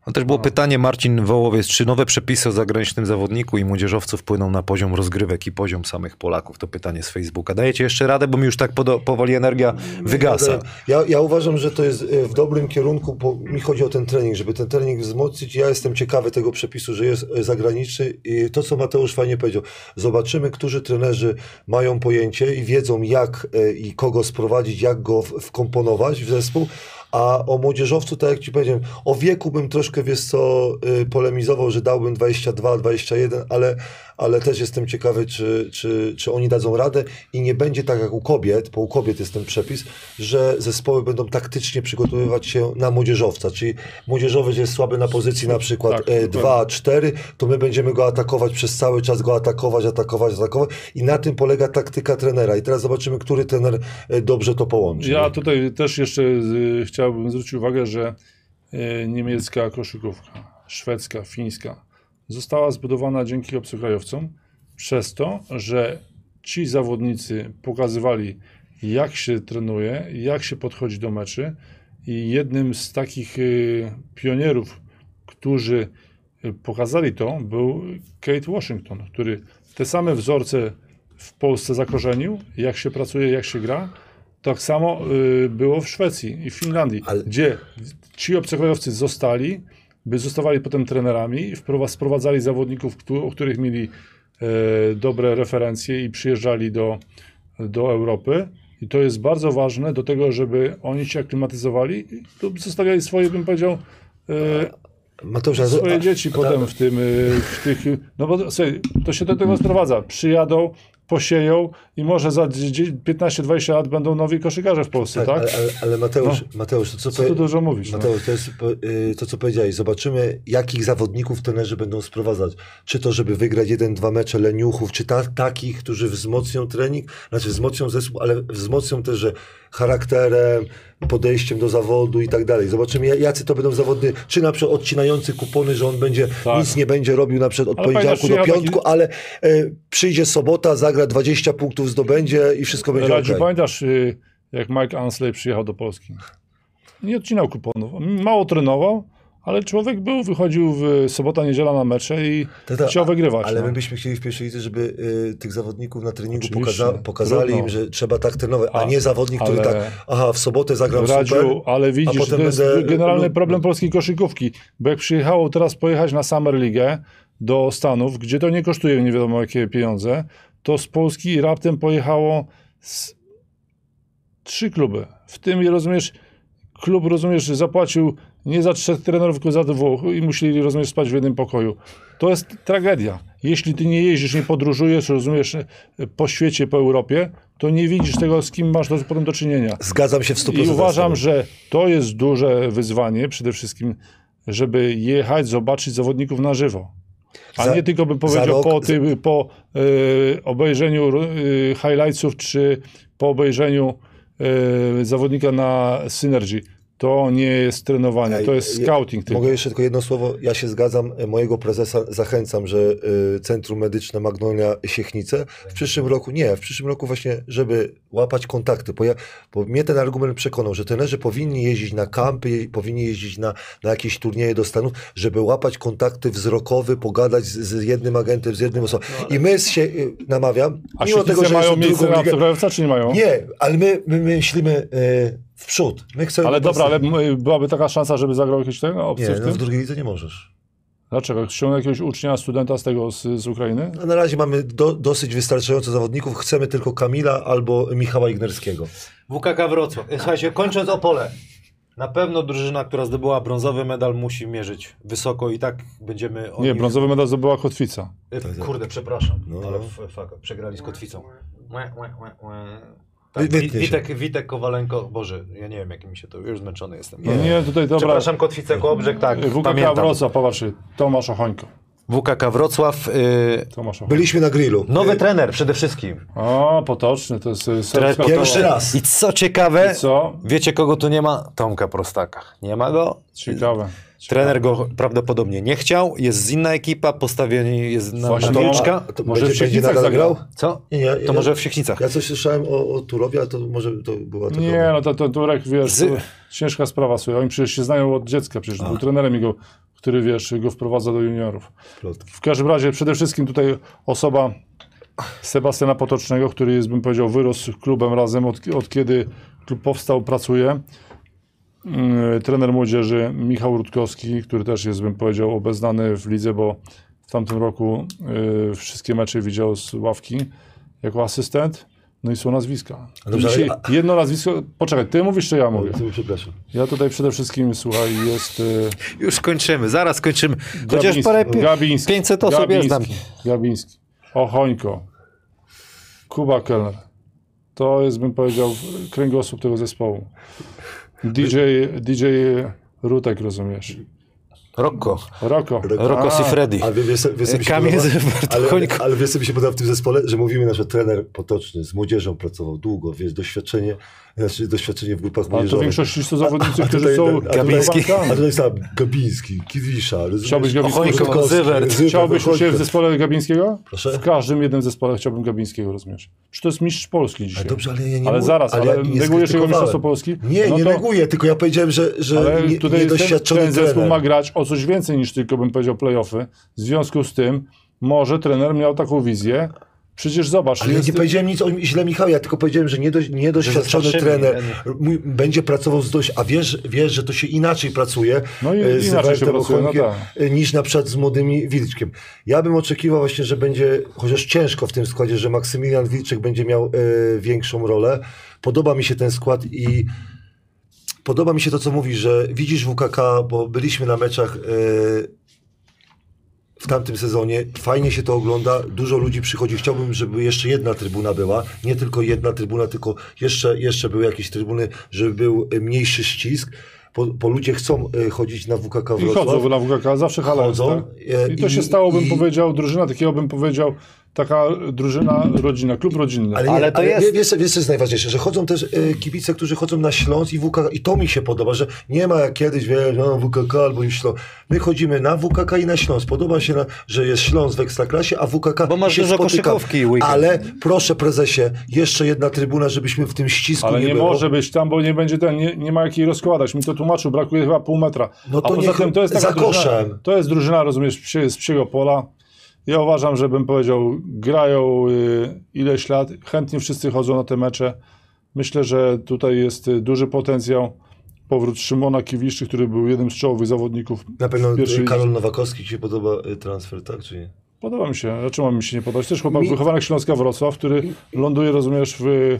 S2: No też było
S4: No.
S2: pytanie, Marcin Wołowiec, czy nowe przepisy o zagranicznym zawodniku i młodzieżowcu wpłyną na poziom rozgrywek i poziom samych Polaków? To pytanie z Facebooka. Dajecie jeszcze radę, bo mi już tak podo- powoli energia wygasa.
S3: Ja, ja uważam, że to jest e, w dobrym kierunku, bo mi chodzi o ten trening, żeby ten trening wzmocnić. Ja jestem ciekawy tego przepisu, że jest e, zagraniczny i to, co Mateusz fajnie powiedział, zobaczymy, którzy trenerzy mają pojęcie i wiedzą, jak e, i kogo sprowadzić, jak go w- wkomponować w zespół. A o młodzieżowcu, tak jak ci powiedziałem, o wieku bym troszkę, wiesz co, y, polemizował, że dałbym 22, 21, ale, ale też jestem ciekawy, czy, czy, czy oni dadzą radę i nie będzie tak jak u kobiet, bo u kobiet jest ten przepis, że zespoły będą taktycznie przygotowywać się na młodzieżowca, czyli młodzieżowiec jest słaby na pozycji na przykład
S4: Tak,
S3: e,
S4: dokładnie.
S3: 2, 4, to my będziemy go atakować przez cały czas, go atakować, atakować, atakować i na tym polega taktyka trenera i teraz zobaczymy, który trener e, dobrze to połączy.
S4: Ja tutaj też jeszcze y, chciałbym zwrócić uwagę, że y, niemiecka koszykówka, szwedzka, fińska została zbudowana dzięki obcokrajowcom przez to, że ci zawodnicy pokazywali jak się trenuje, jak się podchodzi do meczy i jednym z takich y, pionierów, którzy y, pokazali to był Kate Washington, który te same wzorce w Polsce zakorzenił, jak się pracuje, jak się gra. Tak samo y, było w Szwecji i w Finlandii,
S3: Ale-
S4: gdzie ci obcokrajowcy zostali, by zostawali potem trenerami, i wprowa- sprowadzali zawodników, któ- o których mieli e, dobre referencje i przyjeżdżali do, do Europy. I to jest bardzo ważne do tego, żeby oni się aklimatyzowali i tu zostawiali swoje, bym powiedział, e,
S3: Mateusz, a-
S4: swoje
S3: a-
S4: dzieci potem w tym, e, w tych, no bo słuchaj, to się do tego sprowadza. Przyjadą, posieją i może za dzie- dzie- 15-20 lat będą nowi koszykarze w Polsce, tak?
S3: Ale, ale, ale Mateusz, Mateusz, to co,
S4: Co
S3: powie-
S4: tu dużo mówisz, no.
S3: Mateusz, to jest po- y, to, co powiedziałeś. Zobaczymy, jakich zawodników trenerzy będą sprowadzać. Czy to, żeby wygrać jeden, dwa mecze leniuchów, czy ta, takich, którzy wzmocnią trening, znaczy wzmocnią zespół, ale wzmocnią też, że charakterem, podejściem do zawodu i tak dalej. Zobaczymy, ja- jacy to będą zawody, czy na przykład odcinający kupony, że on będzie,
S4: Tak.
S3: nic nie będzie robił na przykład od
S4: Ale
S3: poniedziałku do
S4: pamiętasz, ja
S3: piątku, ale y, przyjdzie sobota, zagra 20 punktów, zdobędzie i wszystko będzie
S4: Radziu,
S3: okej.
S4: pamiętasz, y, jak Mike Ansley przyjechał do Polski? Nie odcinał kuponów. Mało trenował, ale człowiek był, wychodził w sobota, niedziela na mecze i
S3: Tak, tak,
S4: chciał
S3: a-
S4: wygrywać.
S3: Ale
S4: no.
S3: my byśmy chcieli w pierwszej lidze, żeby y, tych zawodników na treningu
S4: Oczywiście.
S3: pokaza pokazali
S4: Trudno.
S3: im, że trzeba tak trenować, a,
S4: A-
S3: nie zawodnik, który
S4: ale-
S3: tak, aha, w sobotę zagram super.
S4: Radziu, ale
S3: a
S4: widzisz,
S3: potem
S4: to jest
S3: będę-
S4: generalny
S3: no-
S4: problem polskiej koszykówki, bo jak przyjechało teraz pojechać na Summer League do Stanów, gdzie to nie kosztuje nie wiadomo jakie pieniądze, to z Polski raptem pojechało z... trzy kluby. W tym, rozumiesz, klub, rozumiesz, zapłacił nie za trzech trenerów, tylko za dwóch i musieli, rozumiesz, spać w jednym pokoju. To jest tragedia. Jeśli ty nie jeździsz, nie podróżujesz, rozumiesz, po świecie, po Europie, to nie widzisz tego, z kim masz do, potem do czynienia.
S3: Zgadzam się w 100%.
S4: I uważam,
S3: z
S4: że to jest duże wyzwanie przede wszystkim, żeby jechać, zobaczyć zawodników na żywo. A
S3: Za-
S4: nie tylko bym
S3: za
S4: powiedział
S3: rok-
S4: po, tym, po y, obejrzeniu y, highlightsów, czy po obejrzeniu y, zawodnika na Synergy. To nie jest trenowanie,
S3: Ej,
S4: to jest
S3: je-
S4: scouting.
S3: tobą.
S4: tylko.
S3: Mogę jeszcze tylko jedno słowo. Ja się zgadzam, e, mojego prezesa zachęcam, że y, Centrum Medyczne Magnolia Siechnice w przyszłym roku, nie, w przyszłym roku właśnie, żeby łapać kontakty, bo, ja, bo mnie ten argument przekonał, że trenerzy powinni jeździć na kampy, je- powinni jeździć na, na jakieś turnieje do Stanów, żeby łapać kontakty wzrokowe, pogadać z, z jednym agentem, z jednym osobą. I my się, y, namawiam,
S4: No, A
S3: mimo tego,
S4: Sieklice
S3: że
S4: mają
S3: jest
S4: miejsce
S3: drugą
S4: na
S3: ligę,
S4: obcokrajowca, czy nie mają?
S3: nie, ale my, my myślimy y, w przód. My chcemy
S4: Ale
S3: po prostu-
S4: dobra, ale m- byłaby taka szansa, żeby zagrał jakiś ten obcy
S3: Nie,
S4: w
S3: no
S4: tym?
S3: w drugiej lidze nie możesz.
S4: Dlaczego? Ściągnął jakiegoś ucznia, studenta z tego, z, z Ukrainy?
S3: No, na razie mamy do, dosyć wystarczająco zawodników. Chcemy tylko Kamila albo Michała Ignerskiego.
S2: WKK Wrocław. Słuchajcie, kończąc Opole. Na pewno drużyna, która zdobyła brązowy medal, musi mierzyć wysoko i tak będziemy o
S4: Nie,
S2: nich-
S4: brązowy medal zdobyła Kotwica.
S2: Y,
S3: tak.
S2: Kurde, przepraszam,
S3: No.
S2: ale f- fuck, przegrali z Kotwicą. Łe, łe, łe, łe.
S3: Wy-
S2: Tak, Wi-
S3: wytnie się.
S2: Witek, Witek Kowalenko, Boże, ja nie wiem, jak mi się to, już zmęczony jestem.
S4: No nie, tutaj dobra.
S2: Przepraszam, Kotwicę Kobrzeg, tak,
S4: WKK
S2: pamiętam.
S4: Wrocław, popatrzcie, Tomasz Ochońko.
S2: WKK Wrocław. y,
S4: Tomasza.
S3: Byliśmy na grillu. Y,
S2: Nowy trener przede wszystkim.
S4: O, potoczny, to jest e, serbska
S3: Pierwszy
S4: to-
S3: raz.
S2: I co ciekawe,
S4: I co?
S2: wiecie kogo tu nie ma? Tomka Prostaka. Nie ma go.
S4: Ciekawe.
S2: Trener go prawdopodobnie nie chciał, jest z inna ekipa, postawienie jest na
S4: Właśnie
S2: na
S4: to-
S2: wilczka.
S3: A to
S4: Może w
S3: będzie, będzie
S4: Siedlcach
S3: nadal
S4: zagrał?
S3: grał?
S2: Co?
S3: Nie, nie,
S2: To
S3: ja-
S2: może w Siechnicach.
S3: Ja coś słyszałem o, o Turowie, ale to może to była taka...
S4: Nie, no to, to Turek, wiesz,
S2: Z-
S4: to ciężka sprawa, słuchaj, oni przecież się znają od dziecka, przecież był trenerem jego, który, wiesz, go wprowadza do juniorów.
S3: Plotki.
S4: W każdym razie, przede wszystkim tutaj osoba Sebastiana Potocznego, który jest, bym powiedział, wyrósł klubem razem, od, od kiedy klub powstał, pracuje. Mm, Trener młodzieży Michał Rutkowski, który też jest, bym powiedział, obeznany w lidze, bo w tamtym roku y, wszystkie mecze widział z ławki jako asystent. No i są nazwiska.
S3: dobrze,
S4: Dzisiaj
S3: ale-
S4: jedno nazwisko. Poczekaj, ty mówisz, czy ja mówię?
S3: Ty- Przepraszam.
S4: Ja tutaj przede wszystkim, słuchaj, jest. Y,
S2: Już kończymy, zaraz kończymy. Chociaż
S4: Gabiński,
S2: parę pi-
S4: Gabiński,
S2: 500 osób jest nam.
S4: Gabiński, Gabiński. Ochońko. Kuba Keller. To jest, bym powiedział, kręgosłup tego zespołu. DJ, DJ Rutek, rozumiesz.
S2: Rocco,
S4: Roko.
S2: Rocco Sifredi.
S3: Ale wie, wiesz, wiesz, co mi się
S2: Kamil
S3: podoba?
S2: Zewart,
S3: ale, ale,
S2: Końko.
S3: ale wiesz, co mi się podoba w tym zespole, że mówimy na przykład trener potoczny, z młodzieżą pracował długo, wiesz, doświadczenie, znaczy doświadczenie w grupach
S4: Ale to w
S3: młodzieżowych.
S4: większości są zawodnicy,
S3: A
S4: którzy
S3: tutaj-
S4: są
S3: a tutaj-
S2: Gabiński.
S3: <laughs> A tutaj sam Gabiński, Kiwisza, rozumiesz?
S4: Chciałbyś Gabińskiego?
S2: Ochońko,
S3: Rutkowski,
S2: Zywert.
S3: Zywert,
S4: Chciałbyś u siebie w
S3: Ochońko.
S4: zespole Gabińskiego?
S3: Proszę?
S4: W każdym jednym zespole chciałbym Gabińskiego, rozumiesz? Czy to jest mistrz Polski dzisiaj?
S3: Ale dobrze, ale ja nie
S4: Ale
S3: mów-
S4: zaraz, ale,
S3: ja nie
S4: negujesz jego
S3: skrytykowałem.
S4: mistrzostwo Polski?
S3: Nie,
S4: No
S3: nie
S4: to-
S3: neguję, tylko ja powiedziałem, że, że
S4: Ale
S3: Y, nie,
S4: tutaj ten,
S3: niedoświadczony
S4: ten zespół
S3: trener.
S4: ma grać o coś więcej niż tylko, bym powiedział, playoffy. W związku z tym, może trener miał taką wizję. Przecież zobacz,
S3: Ale ja nie powiedziałem nic o źle Michała, ja tylko powiedziałem, że niedo, niedoświadczony
S2: Że
S3: trener
S2: zastraszyli,
S3: mój, będzie pracował z dość, a wiesz, wiesz, że to się inaczej pracuje
S4: No i
S3: e,
S4: inaczej
S3: z
S4: się
S3: Wertem
S4: pracuje, no
S3: Ochonkiem e, niż na przykład z młodymi Wilczkiem. Ja bym oczekiwał właśnie, że będzie, chociaż ciężko w tym składzie, że Maksymilian Wilczek będzie miał e, większą rolę. Podoba mi się ten skład i podoba mi się to, co mówi, że widzisz WKK, bo byliśmy na meczach e, w tamtym sezonie. Fajnie się to ogląda, dużo ludzi przychodzi. Chciałbym, żeby jeszcze jedna trybuna była. Nie tylko jedna trybuna, tylko jeszcze, jeszcze były jakieś trybuny, żeby był e, mniejszy ścisk. Bo, bo ludzie chcą e, chodzić na WKK
S4: I
S3: Wrocław.
S4: chodzą na WKK, zawsze hala jest,
S3: Chodzą,
S4: tak?
S3: e,
S4: I to
S3: i-
S4: się stało, bym
S3: i-
S4: powiedział, drużyna takiego, bym powiedział, taka drużyna, rodzina, klub rodzinny.
S3: Ale, nie,
S2: Ale
S3: ale
S2: to
S3: to
S2: jest-
S3: Wiesz, wiesz, co jest najważniejsze, że chodzą też e, kibice, którzy chodzą na Śląsk i WKK i to mi się podoba, że nie ma jak kiedyś, wiesz, no, WKK albo im Śląsk. My chodzimy na WKK i na Śląsk. Podoba się, na, że jest Śląsk w Ekstraklasie, a WKK
S2: Bo masz
S3: się
S2: dużo
S3: spotyka.
S2: koszykówki weekend.
S3: Ale proszę prezesie, jeszcze jedna trybuna, żebyśmy w tym ścisku
S4: Ale
S3: nie,
S4: nie
S3: było.
S4: może być tam, bo nie będzie ten, nie, nie ma jakiej rozkładać. Mi to tłumaczył, brakuje chyba pół metra.
S3: No to
S4: A poza
S3: niech
S4: tym to jest taka
S3: za
S4: drużyna,
S3: koszem.
S4: to jest drużyna, rozumiesz, psie, z psiego pola. Ja uważam, że bym powiedział, grają y, ileś lat, chętnie wszyscy chodzą na te mecze. Myślę, że tutaj jest y, duży potencjał. Powrót Szymona Kiwiszczy, który był jednym z czołowych zawodników.
S3: Na pewno
S4: w pierwszej
S3: e,
S4: lidze.
S3: Karol Nowakowski ci się podoba e, transfer, tak czy nie?
S4: Podoba mi się. Dlaczego mi się nie podobać? Też chłopak
S3: Mi-
S4: wychowanek Śląska Wrocław, który ląduje, rozumiesz, w y,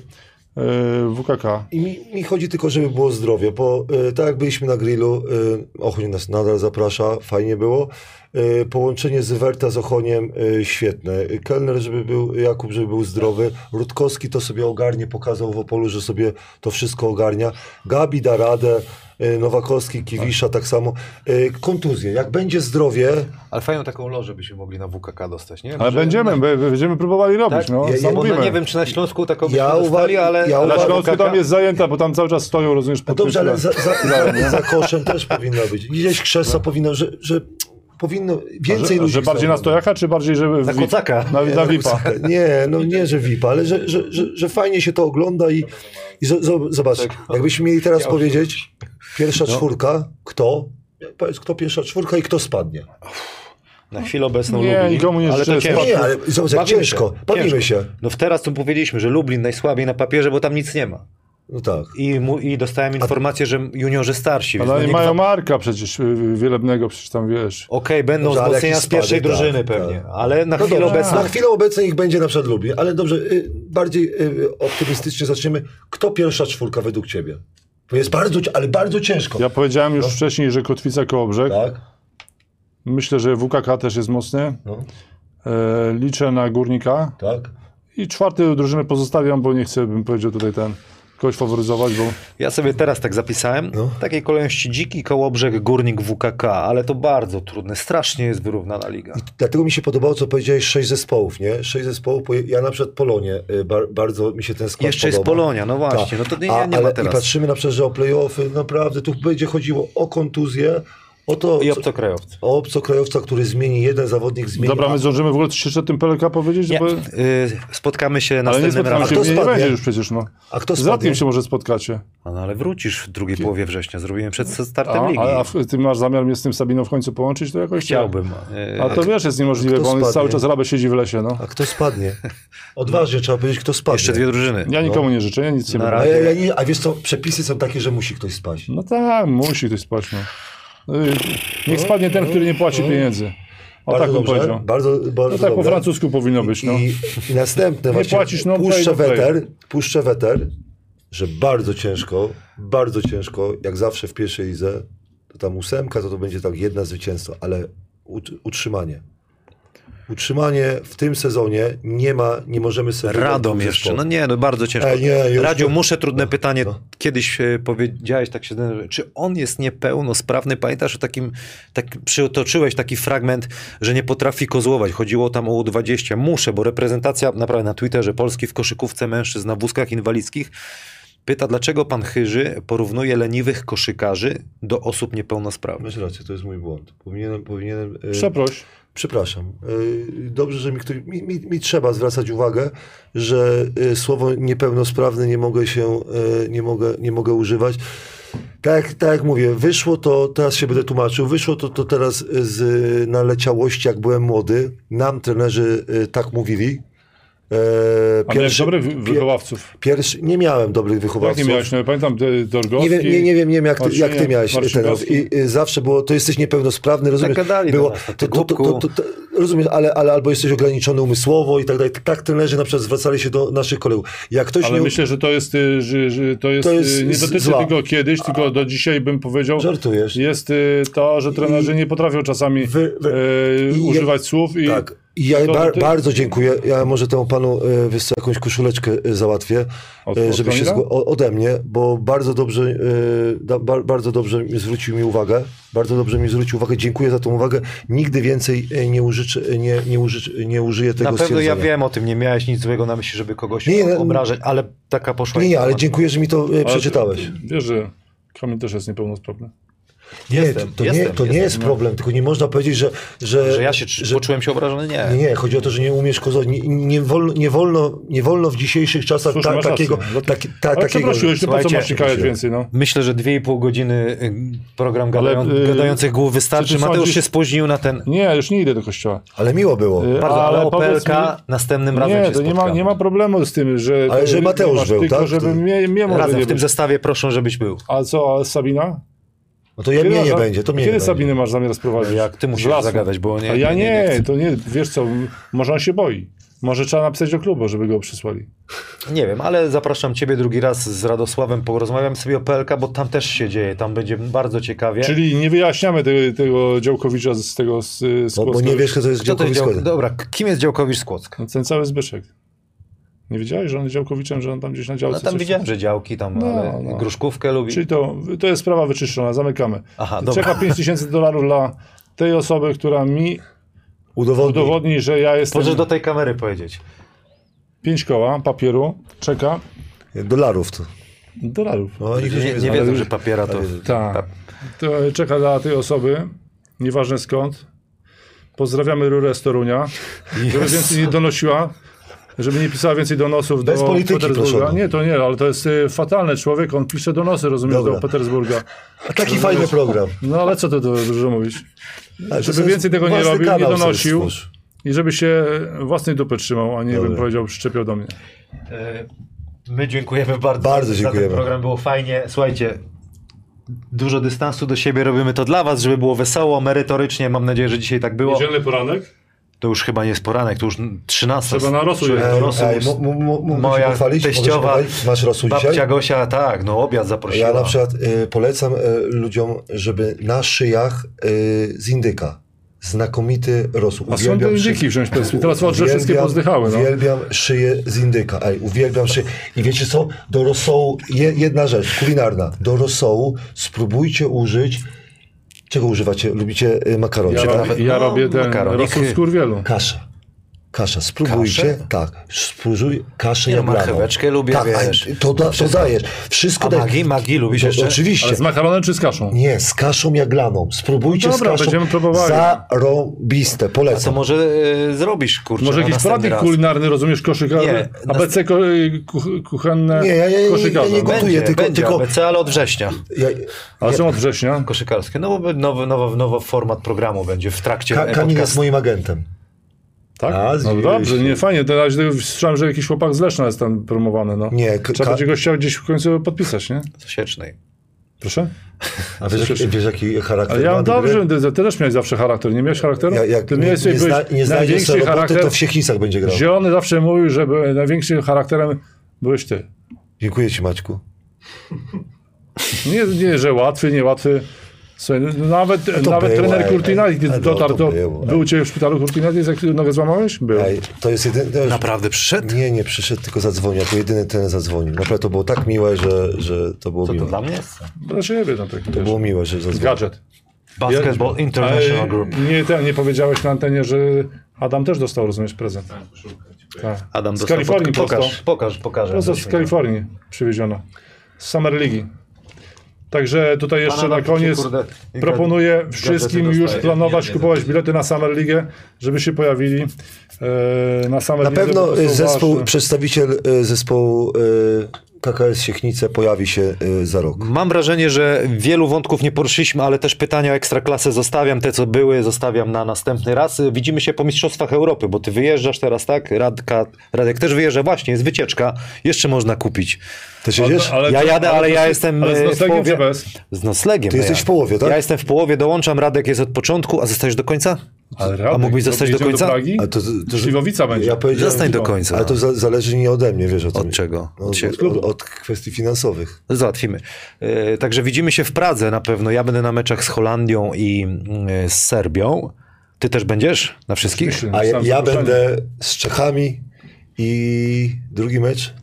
S4: WKK.
S3: I mi, mi chodzi tylko, żeby było zdrowie, bo e, tak jak byliśmy na grillu, e, Ochoń nas nadal zaprasza, fajnie było. E, połączenie Zywerta z Ochoniem e, świetne. E, Kellner, żeby był, Jakub, żeby był zdrowy. Rutkowski to sobie ogarnie, pokazał w Opolu, że sobie to wszystko ogarnia. Gabi da radę, e, Nowakowski, Kiwisza tak samo. E, kontuzje, jak będzie zdrowie,
S2: Ale fajną taką lożę byśmy mogli na WKK dostać, nie?
S4: Ale
S2: Może-
S4: będziemy, be- będziemy próbowali robić.
S2: Tak?
S4: No,
S2: ja, ja, bo
S4: zamówimy.
S2: no, nie wiem, czy na Śląsku taką byśmy
S3: Ja
S2: dostali,
S3: uwa-
S2: ale...
S3: ja
S2: ale
S4: Na
S3: uważam-
S4: Śląsku
S2: WKK
S4: tam jest zajęta, bo tam cały czas stoją, rozumiesz,
S3: No
S4: pod
S3: dobrze, ale
S4: tym
S3: za, za,
S4: no.
S3: za, za koszem też powinno być. Gdzieś krzesło powinno, że, że powinno więcej
S4: że,
S3: ludzi.
S4: że bardziej na
S3: wstawić.
S4: stojaka, czy bardziej, żeby...
S2: Na
S4: VIP?
S2: kocaka.
S4: Na,
S3: Nie,
S4: na
S3: no,
S4: VIPa.
S3: Nie, no nie, że VIP, ale że, że, że, że fajnie się to ogląda i, i z, z, zobacz, jakbyśmy mieli teraz powiedzieć, pierwsza czwórka, kto? Powiedz, kto pierwsza czwórka i kto spadnie.
S2: <laughs> Na chwilę obecną
S4: Nie,
S2: Lublin.
S4: nikomu nie
S2: ale
S4: życzę
S2: to ciężko.
S3: Nie, ale zobacz,
S2: No,
S3: jak
S2: Bawimy
S3: ciężko. Bawimy się.
S2: No teraz tu powiedzieliśmy, że Lublin najsłabiej na papierze, bo tam nic nie ma.
S3: No tak.
S2: I, mu, i dostałem informację, że juniorzy starsi. więc no
S4: Ale oni
S2: nie
S4: mają
S2: gwa-
S4: Marka przecież y, Wielebnego, przecież tam wiesz.
S2: Okej, będą
S3: Dobrze, ale
S2: wzmocnienia
S3: jakiś
S2: z pierwszej
S3: spadek,
S2: drużyny
S3: tak,
S2: pewnie,
S3: tak.
S2: ale na
S3: No
S2: chwilę
S3: dobrze,
S2: obecną...
S3: Na chwilę obecną ich będzie na przykład Lublin, ale dobrze, y, bardziej y, optymistycznie zaczniemy. Kto pierwsza czwórka według ciebie? To jest bardzo, ci- ale bardzo ciężko.
S4: Ja powiedziałem już wcześniej, że Kotwica Kołobrzeg.
S3: No. Tak?
S4: Myślę, że WKK też jest mocny.
S3: No.
S4: E, liczę na Górnika.
S3: Tak?
S4: I czwarty drużynę pozostawiam, bo nie chcę, bym powiedział tutaj ten... kogoś faworyzować, bo
S2: Ja sobie teraz tak zapisałem.
S3: No.
S2: W takiej kolejności Dziki, Kołobrzeg, Górnik, WKK, ale to bardzo trudne. Strasznie jest wyrównana liga.
S3: Dlatego mi się podobało, co powiedziałeś, sześć zespołów, nie? Sześć zespołów, bo ja na przykład Polonię, y, bar, bardzo mi się ten skład
S2: Jeszcze jest
S3: podoba.
S2: Polonia, no właśnie.
S3: Tak.
S2: No to nie,
S3: A,
S2: nie
S3: ale
S2: ma
S3: I
S2: teraz.
S3: patrzymy na przykład, że o playoffy, naprawdę, tu będzie chodziło o kontuzję, o to,
S2: I
S3: co-
S2: obcokrajowcy.
S3: o obcokrajowca, który zmieni, jeden zawodnik zmieni.
S4: dobra,
S3: a-
S4: my zdążymy w ogóle coś jeszcze o tym PLK powiedzieć,
S2: Nie,
S4: żeby...
S2: y, spotkamy się
S4: Ale nie
S2: następnym
S4: spotkamy
S2: razem.
S4: się,
S3: A kto
S4: nie, nie
S3: spadnie?
S4: będzie już przecież, no.
S3: A kto
S4: Z
S3: spadnie?
S4: Ratkiem się może spotkacie.
S2: A, No ale wrócisz w drugiej połowie września. Zrobimy przed startem
S4: A,
S2: ligi.
S4: a, a w- ty masz zamiar mnie z tym Sabiną w końcu połączyć? To jakoś
S2: Chciałbym. y,
S4: A to wiesz, jest niemożliwe,
S3: kto
S4: bo on jest cały
S3: spadnie?
S4: czas rabę siedzi w lesie, no.
S3: A kto spadnie? Odważnie trzeba powiedzieć, kto spadnie.
S2: Jeszcze dwie drużyny.
S4: Ja nikomu nie życzę, ja nic nie
S2: Na
S4: będę.
S3: a,
S2: razie.
S3: ja, ja nie, a wiesz co, przepisy są takie, że musi ktoś spaść.
S4: No tak, musi ktoś spać, no. Y, Niech spadnie ten, który nie płaci pieniędzy. O
S3: Bardzo
S4: tak bym
S3: dobrze,
S4: powiedział.
S3: Bardzo, bardzo
S4: No tak po
S3: dobre.
S4: francusku powinno być, no.
S3: I, I następne właśnie,
S4: płacisz, no,
S3: puszczę
S4: play, no, play.
S3: weter, puszczę weter, że bardzo ciężko, bardzo ciężko, jak zawsze w pierwszej lidze, to tam ósemka, to to będzie tak jedna zwycięstwo, ale ut, utrzymanie. Utrzymanie w tym sezonie nie ma, nie możemy sobie... wybrać
S2: Radom
S3: dwóch
S2: jeszcze. No
S3: zespołów.
S2: nie, no bardzo ciężko.
S3: E, nie, już
S2: Radziu,
S3: nie.
S2: muszę trudne pytanie.
S3: no.
S2: Kiedyś e, powiedziałeś, tak się zdenerwowałem, czy on jest niepełnosprawny? Pamiętasz o takim, tak przytoczyłeś taki fragment, że nie potrafi kozłować. Chodziło tam o U20. Muszę, bo reprezentacja, naprawdę na Twitterze, Polski w koszykówce mężczyzn na wózkach inwalidzkich pyta, dlaczego pan Chyży porównuje leniwych koszykarzy do osób niepełnosprawnych?
S3: Masz rację, to jest mój błąd. Powinienem, powinienem... e,
S4: Przeproś.
S3: Przepraszam. Y, Dobrze, że mi, ktoś, mi, mi, mi trzeba zwracać uwagę, że y, słowo niepełnosprawny nie mogę się, y, nie mogę, nie mogę używać. Tak, jak- tak jak mówię, wyszło to, teraz się będę tłumaczył, wyszło to, to teraz z y, naleciałości, jak byłem młody. Nam trenerzy y, tak mówili. E,
S4: A miałeś dobrych wy- wychowawców.
S3: pierwszy, nie miałem dobrych
S4: Jak
S3: wychowawców.
S4: nie miałeś? No, pamiętam e, Dorgowski.
S3: Nie wiem, nie, nie wiem, nie wiem jak, ty, jak ty
S4: Marciniak-
S3: miałeś teraz.
S4: Marcinkowski.
S3: I, y, zawsze było, to jesteś niepełnosprawny, rozumiesz?
S2: gadali do
S3: było,
S2: nas,
S3: to,
S2: ty
S3: to, to, to, to, to, rozumiesz, ale, ale albo jesteś ograniczony umysłowo i tak dalej. Tak trenerzy na przykład zwracali się do naszych kolegów. Jak ktoś
S4: Ale
S3: nie...
S4: myślę, że to jest, y, że, że to jest,
S3: To jest
S4: y, nie
S3: z-
S4: dotyczy
S3: zła.
S4: tylko kiedyś, tylko do dzisiaj bym powiedział,
S3: Żartujesz.
S4: jest y, to, że trenerzy nie potrafią czasami
S3: Wy- wy-
S4: y,
S3: i-
S4: używać słów i
S3: Tak. I ja
S4: To-
S3: bar,
S4: to-
S3: bardzo dziękuję. Ja może temu panu y, wiesz co, jakąś koszuleczkę y, załatwię,
S4: Od-
S3: y,
S4: od
S3: żeby się
S4: trenera?
S3: zgło- o- ode mnie, bo bardzo dobrze, y, da, bar, bardzo dobrze mi zwrócił mi uwagę. Bardzo dobrze mi zwrócił uwagę. Dziękuję za tą uwagę. Nigdy więcej y, nie, użyczę, nie, nie, uży, nie użyję tego
S2: Na pewno ja
S3: stwierdzenia.
S2: wiem o tym, nie miałeś nic złego na myśli, żeby kogoś
S3: Nie, nie,
S2: obrażać, ale taka poszła
S3: Nie, nie, ale
S2: informacja.
S3: dziękuję, że mi to y,
S4: Ale
S3: przeczytałeś.
S4: ty- Wiesz, że Kamil też jest niepełnosprawny.
S3: Nie,
S2: Jestem,
S3: to, nie,
S2: jestem,
S3: to nie
S2: jestem.
S3: jest problem, tylko nie można powiedzieć, że... Że,
S2: Że ja się czy-
S3: że-
S2: poczułem się obrażony? Nie.
S3: Nie, nie, chodzi o to, że nie umiesz kozo... Nie, nie, wolno, nie, wolno, nie wolno w dzisiejszych czasach
S4: Słusznie,
S3: ta,
S4: masz rację.
S3: takiego...
S4: No to-
S3: taki- ta,
S4: Ale
S3: takiego
S4: przeprosiłeś, to po co
S2: Słuchajcie,
S4: masz się kajać więcej, no?
S2: Myślę, że 2,5 godziny y, program gadają,
S4: Ale, y,
S2: gadających głów wystarczy.
S4: czy
S2: Mateusz
S4: sądzisz-
S2: się spóźnił na ten.
S4: Nie, już nie idę do kościoła.
S3: Ale miło było.
S4: Y,
S2: Bardzo, ale,
S4: ale
S2: o
S4: powiedz
S2: PLK następnym razem
S4: Nie,
S2: się
S4: to nie ma,
S2: spotkamy.
S4: nie ma problemu z tym, że...
S3: Ale
S4: to-
S3: że
S4: nie
S3: Mateusz
S4: masz,
S3: był,
S4: tylko
S3: tak?
S4: żeby mnie, mnie może
S2: Razem
S4: nie
S2: w tym
S4: być.
S2: zestawie proszę, żebyś był.
S4: A co, a Sabina?
S3: No to ja mnie nie
S4: masz-
S3: będzie, to mnie nie
S4: Kiedy
S3: będzie.
S4: Sabinę masz zamiar sprowadzić?
S2: Jak ty
S4: Z
S2: musisz
S4: lasu.
S2: zagadać, bo nie-
S4: A ja
S2: nie,
S4: nie,
S2: nie, nie chcę.
S4: to nie, wiesz co, m- może on się boi. Może trzeba napisać do klubu, żeby go przysłali.
S2: Nie wiem, ale zapraszam ciebie drugi raz z Radosławem, porozmawiam sobie o PLK, bo tam też się dzieje, tam będzie bardzo ciekawie.
S4: Czyli nie wyjaśniamy tego, tego Działkowicza z tego z, z
S3: Bo, bo
S4: Kłodzka.
S3: nie wiesz, kto to jest
S2: Kto to jest
S3: Dziękowisko.
S2: dział... Dobra, kim jest Działkowicz Skłocka?
S4: No, Ten cały Zbyszek. Nie wiedziałeś, że on jest Działkowiczem, że on tam gdzieś na działce
S2: No, tam
S4: coś-
S2: widziałem, że działki tam,
S4: No,
S2: ale
S4: no.
S2: gruszkówkę lubi.
S4: Czyli to, to jest sprawa wyczyszczona, zamykamy.
S2: Aha, dobra.
S4: Czeka 5 tysięcy dolarów dla tej osoby, która mi
S3: Udowodnij.
S4: udowodni, że ja jestem...
S2: Możesz do tej kamery powiedzieć.
S4: 5 koła papieru, czeka
S3: Dolarów to.
S4: dolarów.
S3: No,
S2: Nie,
S3: nikt już
S2: nie,
S3: zna.
S2: wiedzą, że papiera to...
S4: Tak. To czeka dla tej osoby, nieważne skąd. Pozdrawiamy Rurę z Torunia, żeby więcej nie donosiła, żeby nie pisała więcej donosów
S3: Bez
S4: do
S3: polityki,
S4: Petersburga.
S3: proszę.
S4: Nie, to nie, ale to jest y, fatalny człowiek, on pisze donosy, rozumiesz,
S3: Dobra.
S4: do Petersburga.
S3: A taki fajny program.
S4: No ale co ty to dużo mówisz?
S3: A, to
S4: Żeby
S3: jest
S4: więcej tego nie
S3: własny
S4: robił, nie
S3: kanał sobie
S4: donosił.
S3: stwórz.
S4: I żeby się własnej dupy trzymał, a nie bym
S3: Dobra.
S4: powiedział, przyczepiał do mnie.
S2: E, My dziękujemy bardzo,
S3: Bardzo
S2: za
S3: dziękujemy.
S2: ten program, było fajnie. Słuchajcie, dużo dystansu do siebie robimy to dla was, żeby było wesoło, merytorycznie. Mam nadzieję, że dzisiaj tak było.
S4: Niedzielny poranek?
S2: To już chyba nie jest poranek, to już 13.
S4: Trzeba na rosół
S2: Człowiek
S4: jechać.
S2: do rosół.
S3: Ej, mo- mo- mo- mogę się
S2: Moja
S3: pochwalić? Mogę się
S2: teściowa,
S3: pochwalić? Masz rosół
S2: babcia
S3: dzisiaj?
S2: Gosia, tak, no obiad zaprosiła.
S3: Ja na przykład y, polecam y, ludziom, żeby na szyjach y, z indyka. Znakomity rosół.
S4: A skąd te
S3: Uwielbiam szyb-
S4: indyki wziąć powiedzmy? Teraz ładnie
S3: Uwielbiam-
S4: wszystkie pozdychały, no.
S3: Uwielbiam szyję z indyka. Ej, uwielbiam szyję. I wiecie co? Do rosołu, je, jedna rzecz kulinarna. Do rosołu spróbujcie użyć, czego używacie? Lubicie y, makaron,
S4: Ja,
S3: prawda?
S4: robię- ja robię ten
S2: makaronik.
S4: rosół z kurwielu.
S3: Kasza. Kasza, spróbujcie,
S2: Kaszę?
S3: tak, spróbuj kaszę
S2: Nie no,
S3: jabraną.
S2: marcheweczkę lubię,
S3: tak, a
S2: wiesz.
S3: to, da, to dajesz. Wszystko
S2: A
S3: dajesz.
S2: magi? Magi lubisz
S3: To-
S2: jeszcze?
S3: Oczywiście.
S4: Ale z makaronem czy z kaszą?
S3: Nie, z kaszą jaglaną. Spróbujcie
S4: No dobra,
S3: z kaszą.
S4: będziemy próbowali.
S3: Zarąbiste,
S2: A co
S3: polecam.
S2: może y, zrobisz, kurczę,
S4: Może
S2: na
S4: jakiś
S2: następny
S4: poradnik
S2: raz?
S4: kulinarny, rozumiesz, koszykarz?
S2: Nie, na-
S4: ABC ko- kuch- kuchenne
S3: Nie, ja- ja- ja- ja-
S4: koszykarza.
S3: ja nie-
S2: Będzie,
S3: Gotuję, tylko-
S2: będzie
S3: tylko-
S2: ABC, ale od września.
S3: Ja,
S4: Ale są od września.
S2: Koszykarskie. No bo nowy, nowy, nowy format programu będzie w trakcie
S3: Ka-
S2: e,
S3: Kamil jest
S2: podcastu.
S3: moim agentem.
S4: Tak?
S3: A,
S4: no
S3: zdziwiłeś
S4: dobrze,
S3: się.
S4: nie, fajnie. Teraz słyszałem, że jakiś chłopak z Leszna jest tam promowany, no.
S3: Nie, k-
S4: Trzeba
S3: ka-
S4: będzie go chciał gdzieś w końcu podpisać, nie?
S2: Siecznej.
S4: Proszę?
S3: A wiesz, jaki, wiesz jaki charakter
S4: Ale ja
S3: ma
S4: mam
S3: dobry?
S4: dobrze, ty, ty też miałeś zawsze charakter. Nie miałeś charakteru?
S3: Ja, jak
S4: ty
S3: nie, nie,
S4: miałeś, byłeś
S3: zna, nie znajdzie
S4: największy
S3: sobie roboty,
S4: charakter.
S3: to w Siechnicach będzie grał.
S4: Zielony zawsze mówił, że by- największym charakterem byłeś ty.
S3: Dziękuję ci, Maćku.
S4: Nie, nie że łatwy, niełatwy. Słuchaj, no, nawet nawet
S3: było,
S4: trener
S3: ej,
S4: Kurtina,
S3: ej,
S4: kiedy
S3: ale to-
S4: dotarł,
S3: to
S4: to,
S3: było,
S4: był u ciebie w szpitalu Kurtina, jak nogę złamałeś? Był.
S3: Ej, to jest jedyny... To już,
S2: Naprawdę przyszedł?
S3: nie, nie przyszedł, tylko zadzwonił. To jedyny ten zadzwonił. Naprawdę to było tak miłe, że, że to było
S2: Co to
S3: miłe.
S2: dla mnie jest?
S4: Dla siebie, no tak.
S3: To
S4: wiesz.
S3: było miłe, że zadzwonił.
S4: Gadżet.
S2: Basketball International
S4: Ej,
S2: Group.
S4: Nie, ten, nie powiedziałeś na antenie, że Adam też dostał, rozumiesz, prezent.
S5: Dałem koszulkę. dziękuję.
S4: Tak.
S2: Adam
S4: z
S2: dostał-
S4: Kalifornii
S2: pokaż,
S4: prosto.
S2: Pokaż, pokażę.
S4: Prosto z Kalifornii przywieziono. Z Summer Ligi. Także tutaj jeszcze na
S2: Banana,
S4: koniec
S2: kurde,
S4: proponuję wszystkim
S2: gadżety
S4: już
S2: dostaję.
S4: planować,
S5: Nie, nie,
S4: kupować bilety na Summer Ligę, żeby się pojawili e, na Summer
S3: Na
S4: Lidze,
S3: pewno
S4: bo to są
S3: y,
S2: e,
S3: zespół,
S4: ważne.
S3: przedstawiciel y, zespołu y, KKS Siechnice pojawi się y, za rok.
S2: Mam wrażenie, że wielu wątków nie poruszyliśmy, ale też pytania o ekstraklasę zostawiam, te co były zostawiam na następny raz. Widzimy się po Mistrzostwach Europy, bo ty wyjeżdżasz teraz, tak? Radka, Radek też wyjeżdża, właśnie, jest wycieczka, jeszcze można kupić.
S3: Ty siedziesz?
S4: No, Ale-
S2: ja jadę, ale,
S4: ale
S2: ja
S4: to-
S2: jestem
S4: ale z
S2: e,
S4: noclegiem
S2: w
S4: czy
S2: połowie.
S4: bez?
S2: Z noclegiem.
S3: Ty
S2: no
S3: jesteś
S2: ja.
S3: w połowie, tak?
S2: Ja jestem w połowie, dołączam, Radek jest od początku, a zostajesz do końca?
S4: Ale Radek,
S2: a mógłbyś
S4: to
S2: zostać do
S4: jedziemy
S2: końca?
S4: Do Pragi?
S3: A to- to- to-
S4: Śliwowica będzie.
S3: Ja powiedziałem-
S2: Zostań do końca.
S3: Ale to za, zależy nie ode mnie, wiesz o tym.
S2: Od czego?
S4: No,
S2: Od
S3: Od,
S2: się-
S3: od, od, od kwestii finansowych.
S2: Załatwimy. E, Także widzimy się w Pradze na pewno. Ja będę na meczach z Holandią i mm, z Serbią. Ty też będziesz na wszystkich?
S4: Myślę,
S3: A
S4: że
S3: ja,
S4: sam
S3: ja
S4: zaproszenie.
S3: będę z Czechami i drugi mecz?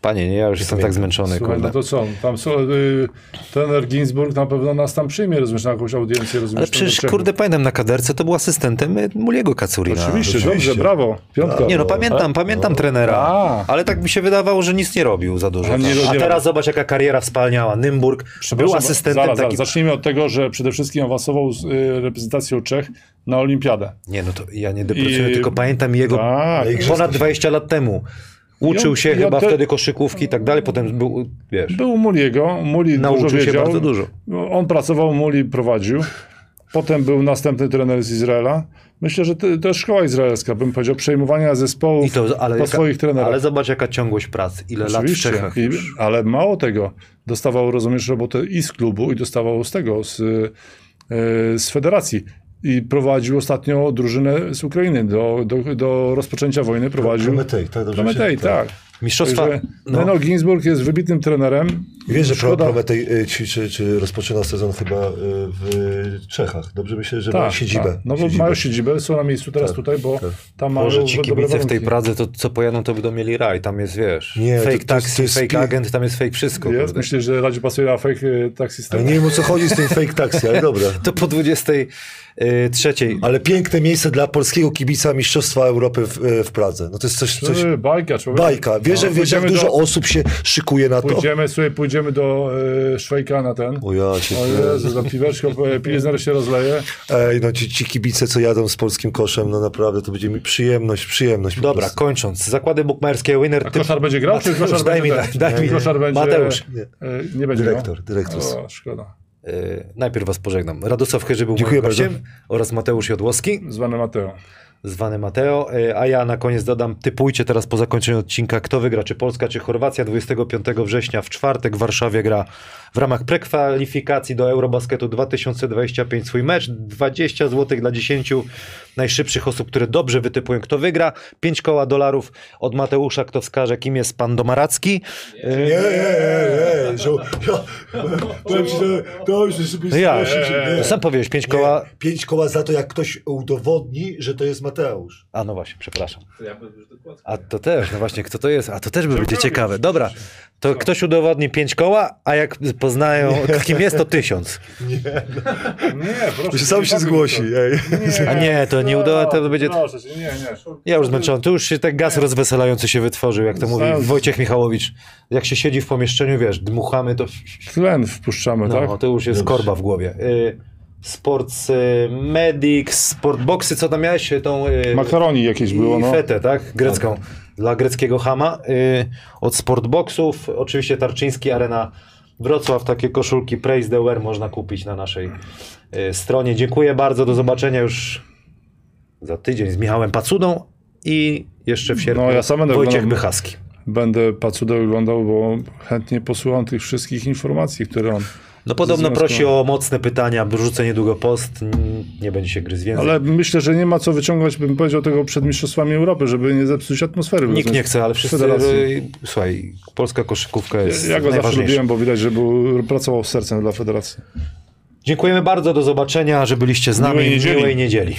S2: Panie, nie, ja już jestem tak zmęczony,
S4: Słuchaj, no
S2: kurde.
S4: to co? Tam są, y, trener Ginsburg na pewno nas tam przyjmie, rozumiesz, na jakąś audiencję, rozumiesz?
S2: Ale
S4: tam
S2: przecież,
S4: do Czechów.
S2: kurde, pamiętam na kaderce, to był asystentem y, Muliego Kacurina.
S4: Oczywiście,
S3: Oczywiście.
S4: dobrze, brawo. Piątka.
S2: no, Nie no, pamiętam, pamiętam trenera,
S4: A.
S2: ale tak mi się wydawało, że nic nie robił za dużo.
S4: A
S2: A,
S4: nie rozdziela.
S2: teraz zobacz, jaka kariera wspaniała. Nymburg był
S4: Przepraszam,
S2: asystentem
S4: zaraz,
S2: takim...
S4: zaraz, zacznijmy od tego, że przede wszystkim awansował z y, reprezentacją Czech na Olimpiadę.
S2: Nie no, to ja nie depresuję,
S4: I-
S2: tylko pamiętam jego
S4: Tak.
S2: ponad 20 lat temu. Uczył
S4: I on-
S2: się
S4: i on
S2: chyba
S4: te-
S2: wtedy koszykówki i tak dalej, potem był, wiesz,
S4: Był u Muliego, Muli
S2: Nauczył
S4: dużo
S2: się
S4: wiedział.
S2: bardzo dużo.
S4: On pracował, Muli prowadził. Potem był następny trener z Izraela. Myślę, że te- to jest szkoła izraelska, bym powiedział, przejmowania zespołów
S2: I to, ale,
S4: po swoich trenerach.
S2: ale zobacz jaka ciągłość pracy, ile
S4: Oczywiście.
S2: lat w Czechach.
S4: I, ale mało tego, dostawał, rozumiesz, robotę i z klubu, i dostawał z tego, z, y, z federacji. I prowadził ostatnio drużynę z Ukrainy do, do, do rozpoczęcia wojny. Prowadził
S3: Prometej, tak, dobrze
S4: Prometej,
S3: się-
S4: tak.
S2: Mistrzostwa...
S4: Także
S2: no.
S4: Leno Ginsburg jest wybitnym trenerem.
S3: Wiesz, że Pro-
S4: Szkoda-
S3: Prometej y, ćwiczy, czy rozpoczyna sezon chyba y, w Czechach. Dobrze myślę, że ma siedzibę.
S4: tak. No bo
S3: Siedzibę.
S4: mają siedzibę, są na miejscu teraz
S3: Tak,
S4: tutaj, bo
S3: tak.
S4: tam mają
S2: Może ci
S4: dobre
S2: kibice w tej
S4: warunki.
S2: Pradze, to co pojadą, to będą mieli raj. Tam jest, wiesz,
S3: Nie, to-
S2: fake
S3: to jest-
S2: taxi,
S3: to jest
S2: fake
S3: pi-
S2: agent, tam jest fake wszystko.
S4: Jest?
S2: kurde.
S4: Myślę, że Radzi pasuje na fake y,
S3: Ale
S4: taksistę.
S3: No nie wiem o co chodzi z tym fake taxi, ale dobra.
S2: To po y, 23.
S3: Ale piękne miejsce dla polskiego kibica Mistrzostwa Europy w, y, w Pradze. No to jest coś, coś
S4: Yy, Bajka, człowiek. No,
S3: bajka. Wiesz, że wiesz jak
S4: pójdziemy
S3: dużo
S4: do-
S3: osób się szykuje na to.
S4: Pójdziemy, słuchaj, pójdziemy do y, Szwajka na ten.
S3: O ja się...
S4: O Jezu, za piweczko, e, Pilsner się rozleje.
S3: Ej, no ci, ci kibice, co jadą z polskim koszem, no naprawdę, to będzie mi przyjemność, przyjemność. po
S2: Dobra,
S3: prostu.
S2: kończąc. Zakłady bukmerskie, winner,
S4: A
S2: typ...
S4: koszar będzie grał, czy
S2: już
S4: koszar
S2: daj mi,
S4: będzie...
S2: daj- daj mi.
S4: Koszar będzie...
S2: Mateusz.
S3: Nie.
S4: e, Nie będzie
S3: Dyrektor,
S4: grał.
S3: dyrektor.
S4: O, szkoda.
S2: y, najpierw was pożegnam. Radosław Chyży był
S3: Dziękuję
S2: moim
S3: bardzo.
S2: gościem oraz Mateusz Jodłowski.
S4: Zwany Mateo.
S2: zwany Mateo. E, A ja na koniec dodam, typujcie teraz po zakończeniu odcinka, kto wygra, czy Polska, czy Chorwacja. 25 września w czwartek w Warszawie gra w ramach prekwalifikacji do Eurobasketu 2025 swój mecz. 20 zł dla 10 najszybszych osób, które dobrze wytypują, kto wygra. 5 koła dolarów od Mateusza, kto wskaże, kim jest pan Domaracki. E,
S3: Nie, nie, nie, nie. Że, ja, powiem ci, że to już jest
S2: No ja,
S3: nie.
S2: sam powiedziałeś, 5 koła.
S3: Nie, pięć koła za to, jak ktoś udowodni, że to jest Mateusz.
S2: A no właśnie, przepraszam.
S5: To ja bym już dokładnie.
S2: A to też, no właśnie, kto to jest? A to też by będzie ciekawe. Dobra, to ktoś udowodni 5 koła, a jak poznają, kim jest, to 1000.
S4: Nie, proszę.
S3: Sam
S4: nie
S3: się
S4: robię
S3: zgłosi.
S4: tego.
S3: Ej.
S2: A nie, to nie uda- to będzie-
S4: no, Proszę, cię, nie, nie.
S2: Ja już zmęczony, tu już się tak gaz rozweselający się wytworzył, jak to mówi
S4: Zaraz.
S2: Wojciech Michałowicz. Jak się siedzi w pomieszczeniu, wiesz, dmuchamy, to
S4: Tlen wpuszczamy, tak?
S2: no, to już jest korba w głowie. Y, Sports y, Medics, Sportboxy, co tam miałeś? Tą, y,
S4: Makaroni jakieś
S2: I
S4: było, no.
S2: fetę, tak? Grecką. Dla greckiego hama. Y, od Sportboxów, oczywiście Tarczyński Arena Wrocław. Takie koszulki Praise the Wear można kupić na naszej y, stronie. Dziękuję bardzo, do zobaczenia już za tydzień z Michałem Pacudą i jeszcze w sierpniu
S4: No, ja sam będę
S2: Wojciech
S4: oglądał.
S2: Bychaski.
S4: Będę Pacudę oglądał, bo chętnie posłucham tych wszystkich informacji, które on...
S2: No podobno
S4: związku.
S2: prosi o mocne pytania, wrzucę niedługo post, n- nie będzie się gryzł więcej.
S4: Ale myślę, że nie ma co wyciągać, bym powiedział, tego przed Mistrzostwami Europy, żeby nie zepsuć atmosfery.
S2: Nikt nie chce, ale wszyscy...
S4: Federacji.
S2: y, Słuchaj, polska koszykówka jest
S4: Ja go zawsze
S2: najważniejsza.
S4: lubiłem, bo widać, że był, pracował sercem dla federacji.
S2: Dziękujemy bardzo, do zobaczenia, że byliście z nami.
S4: Miłej niedzieli.
S2: Miłej niedzieli.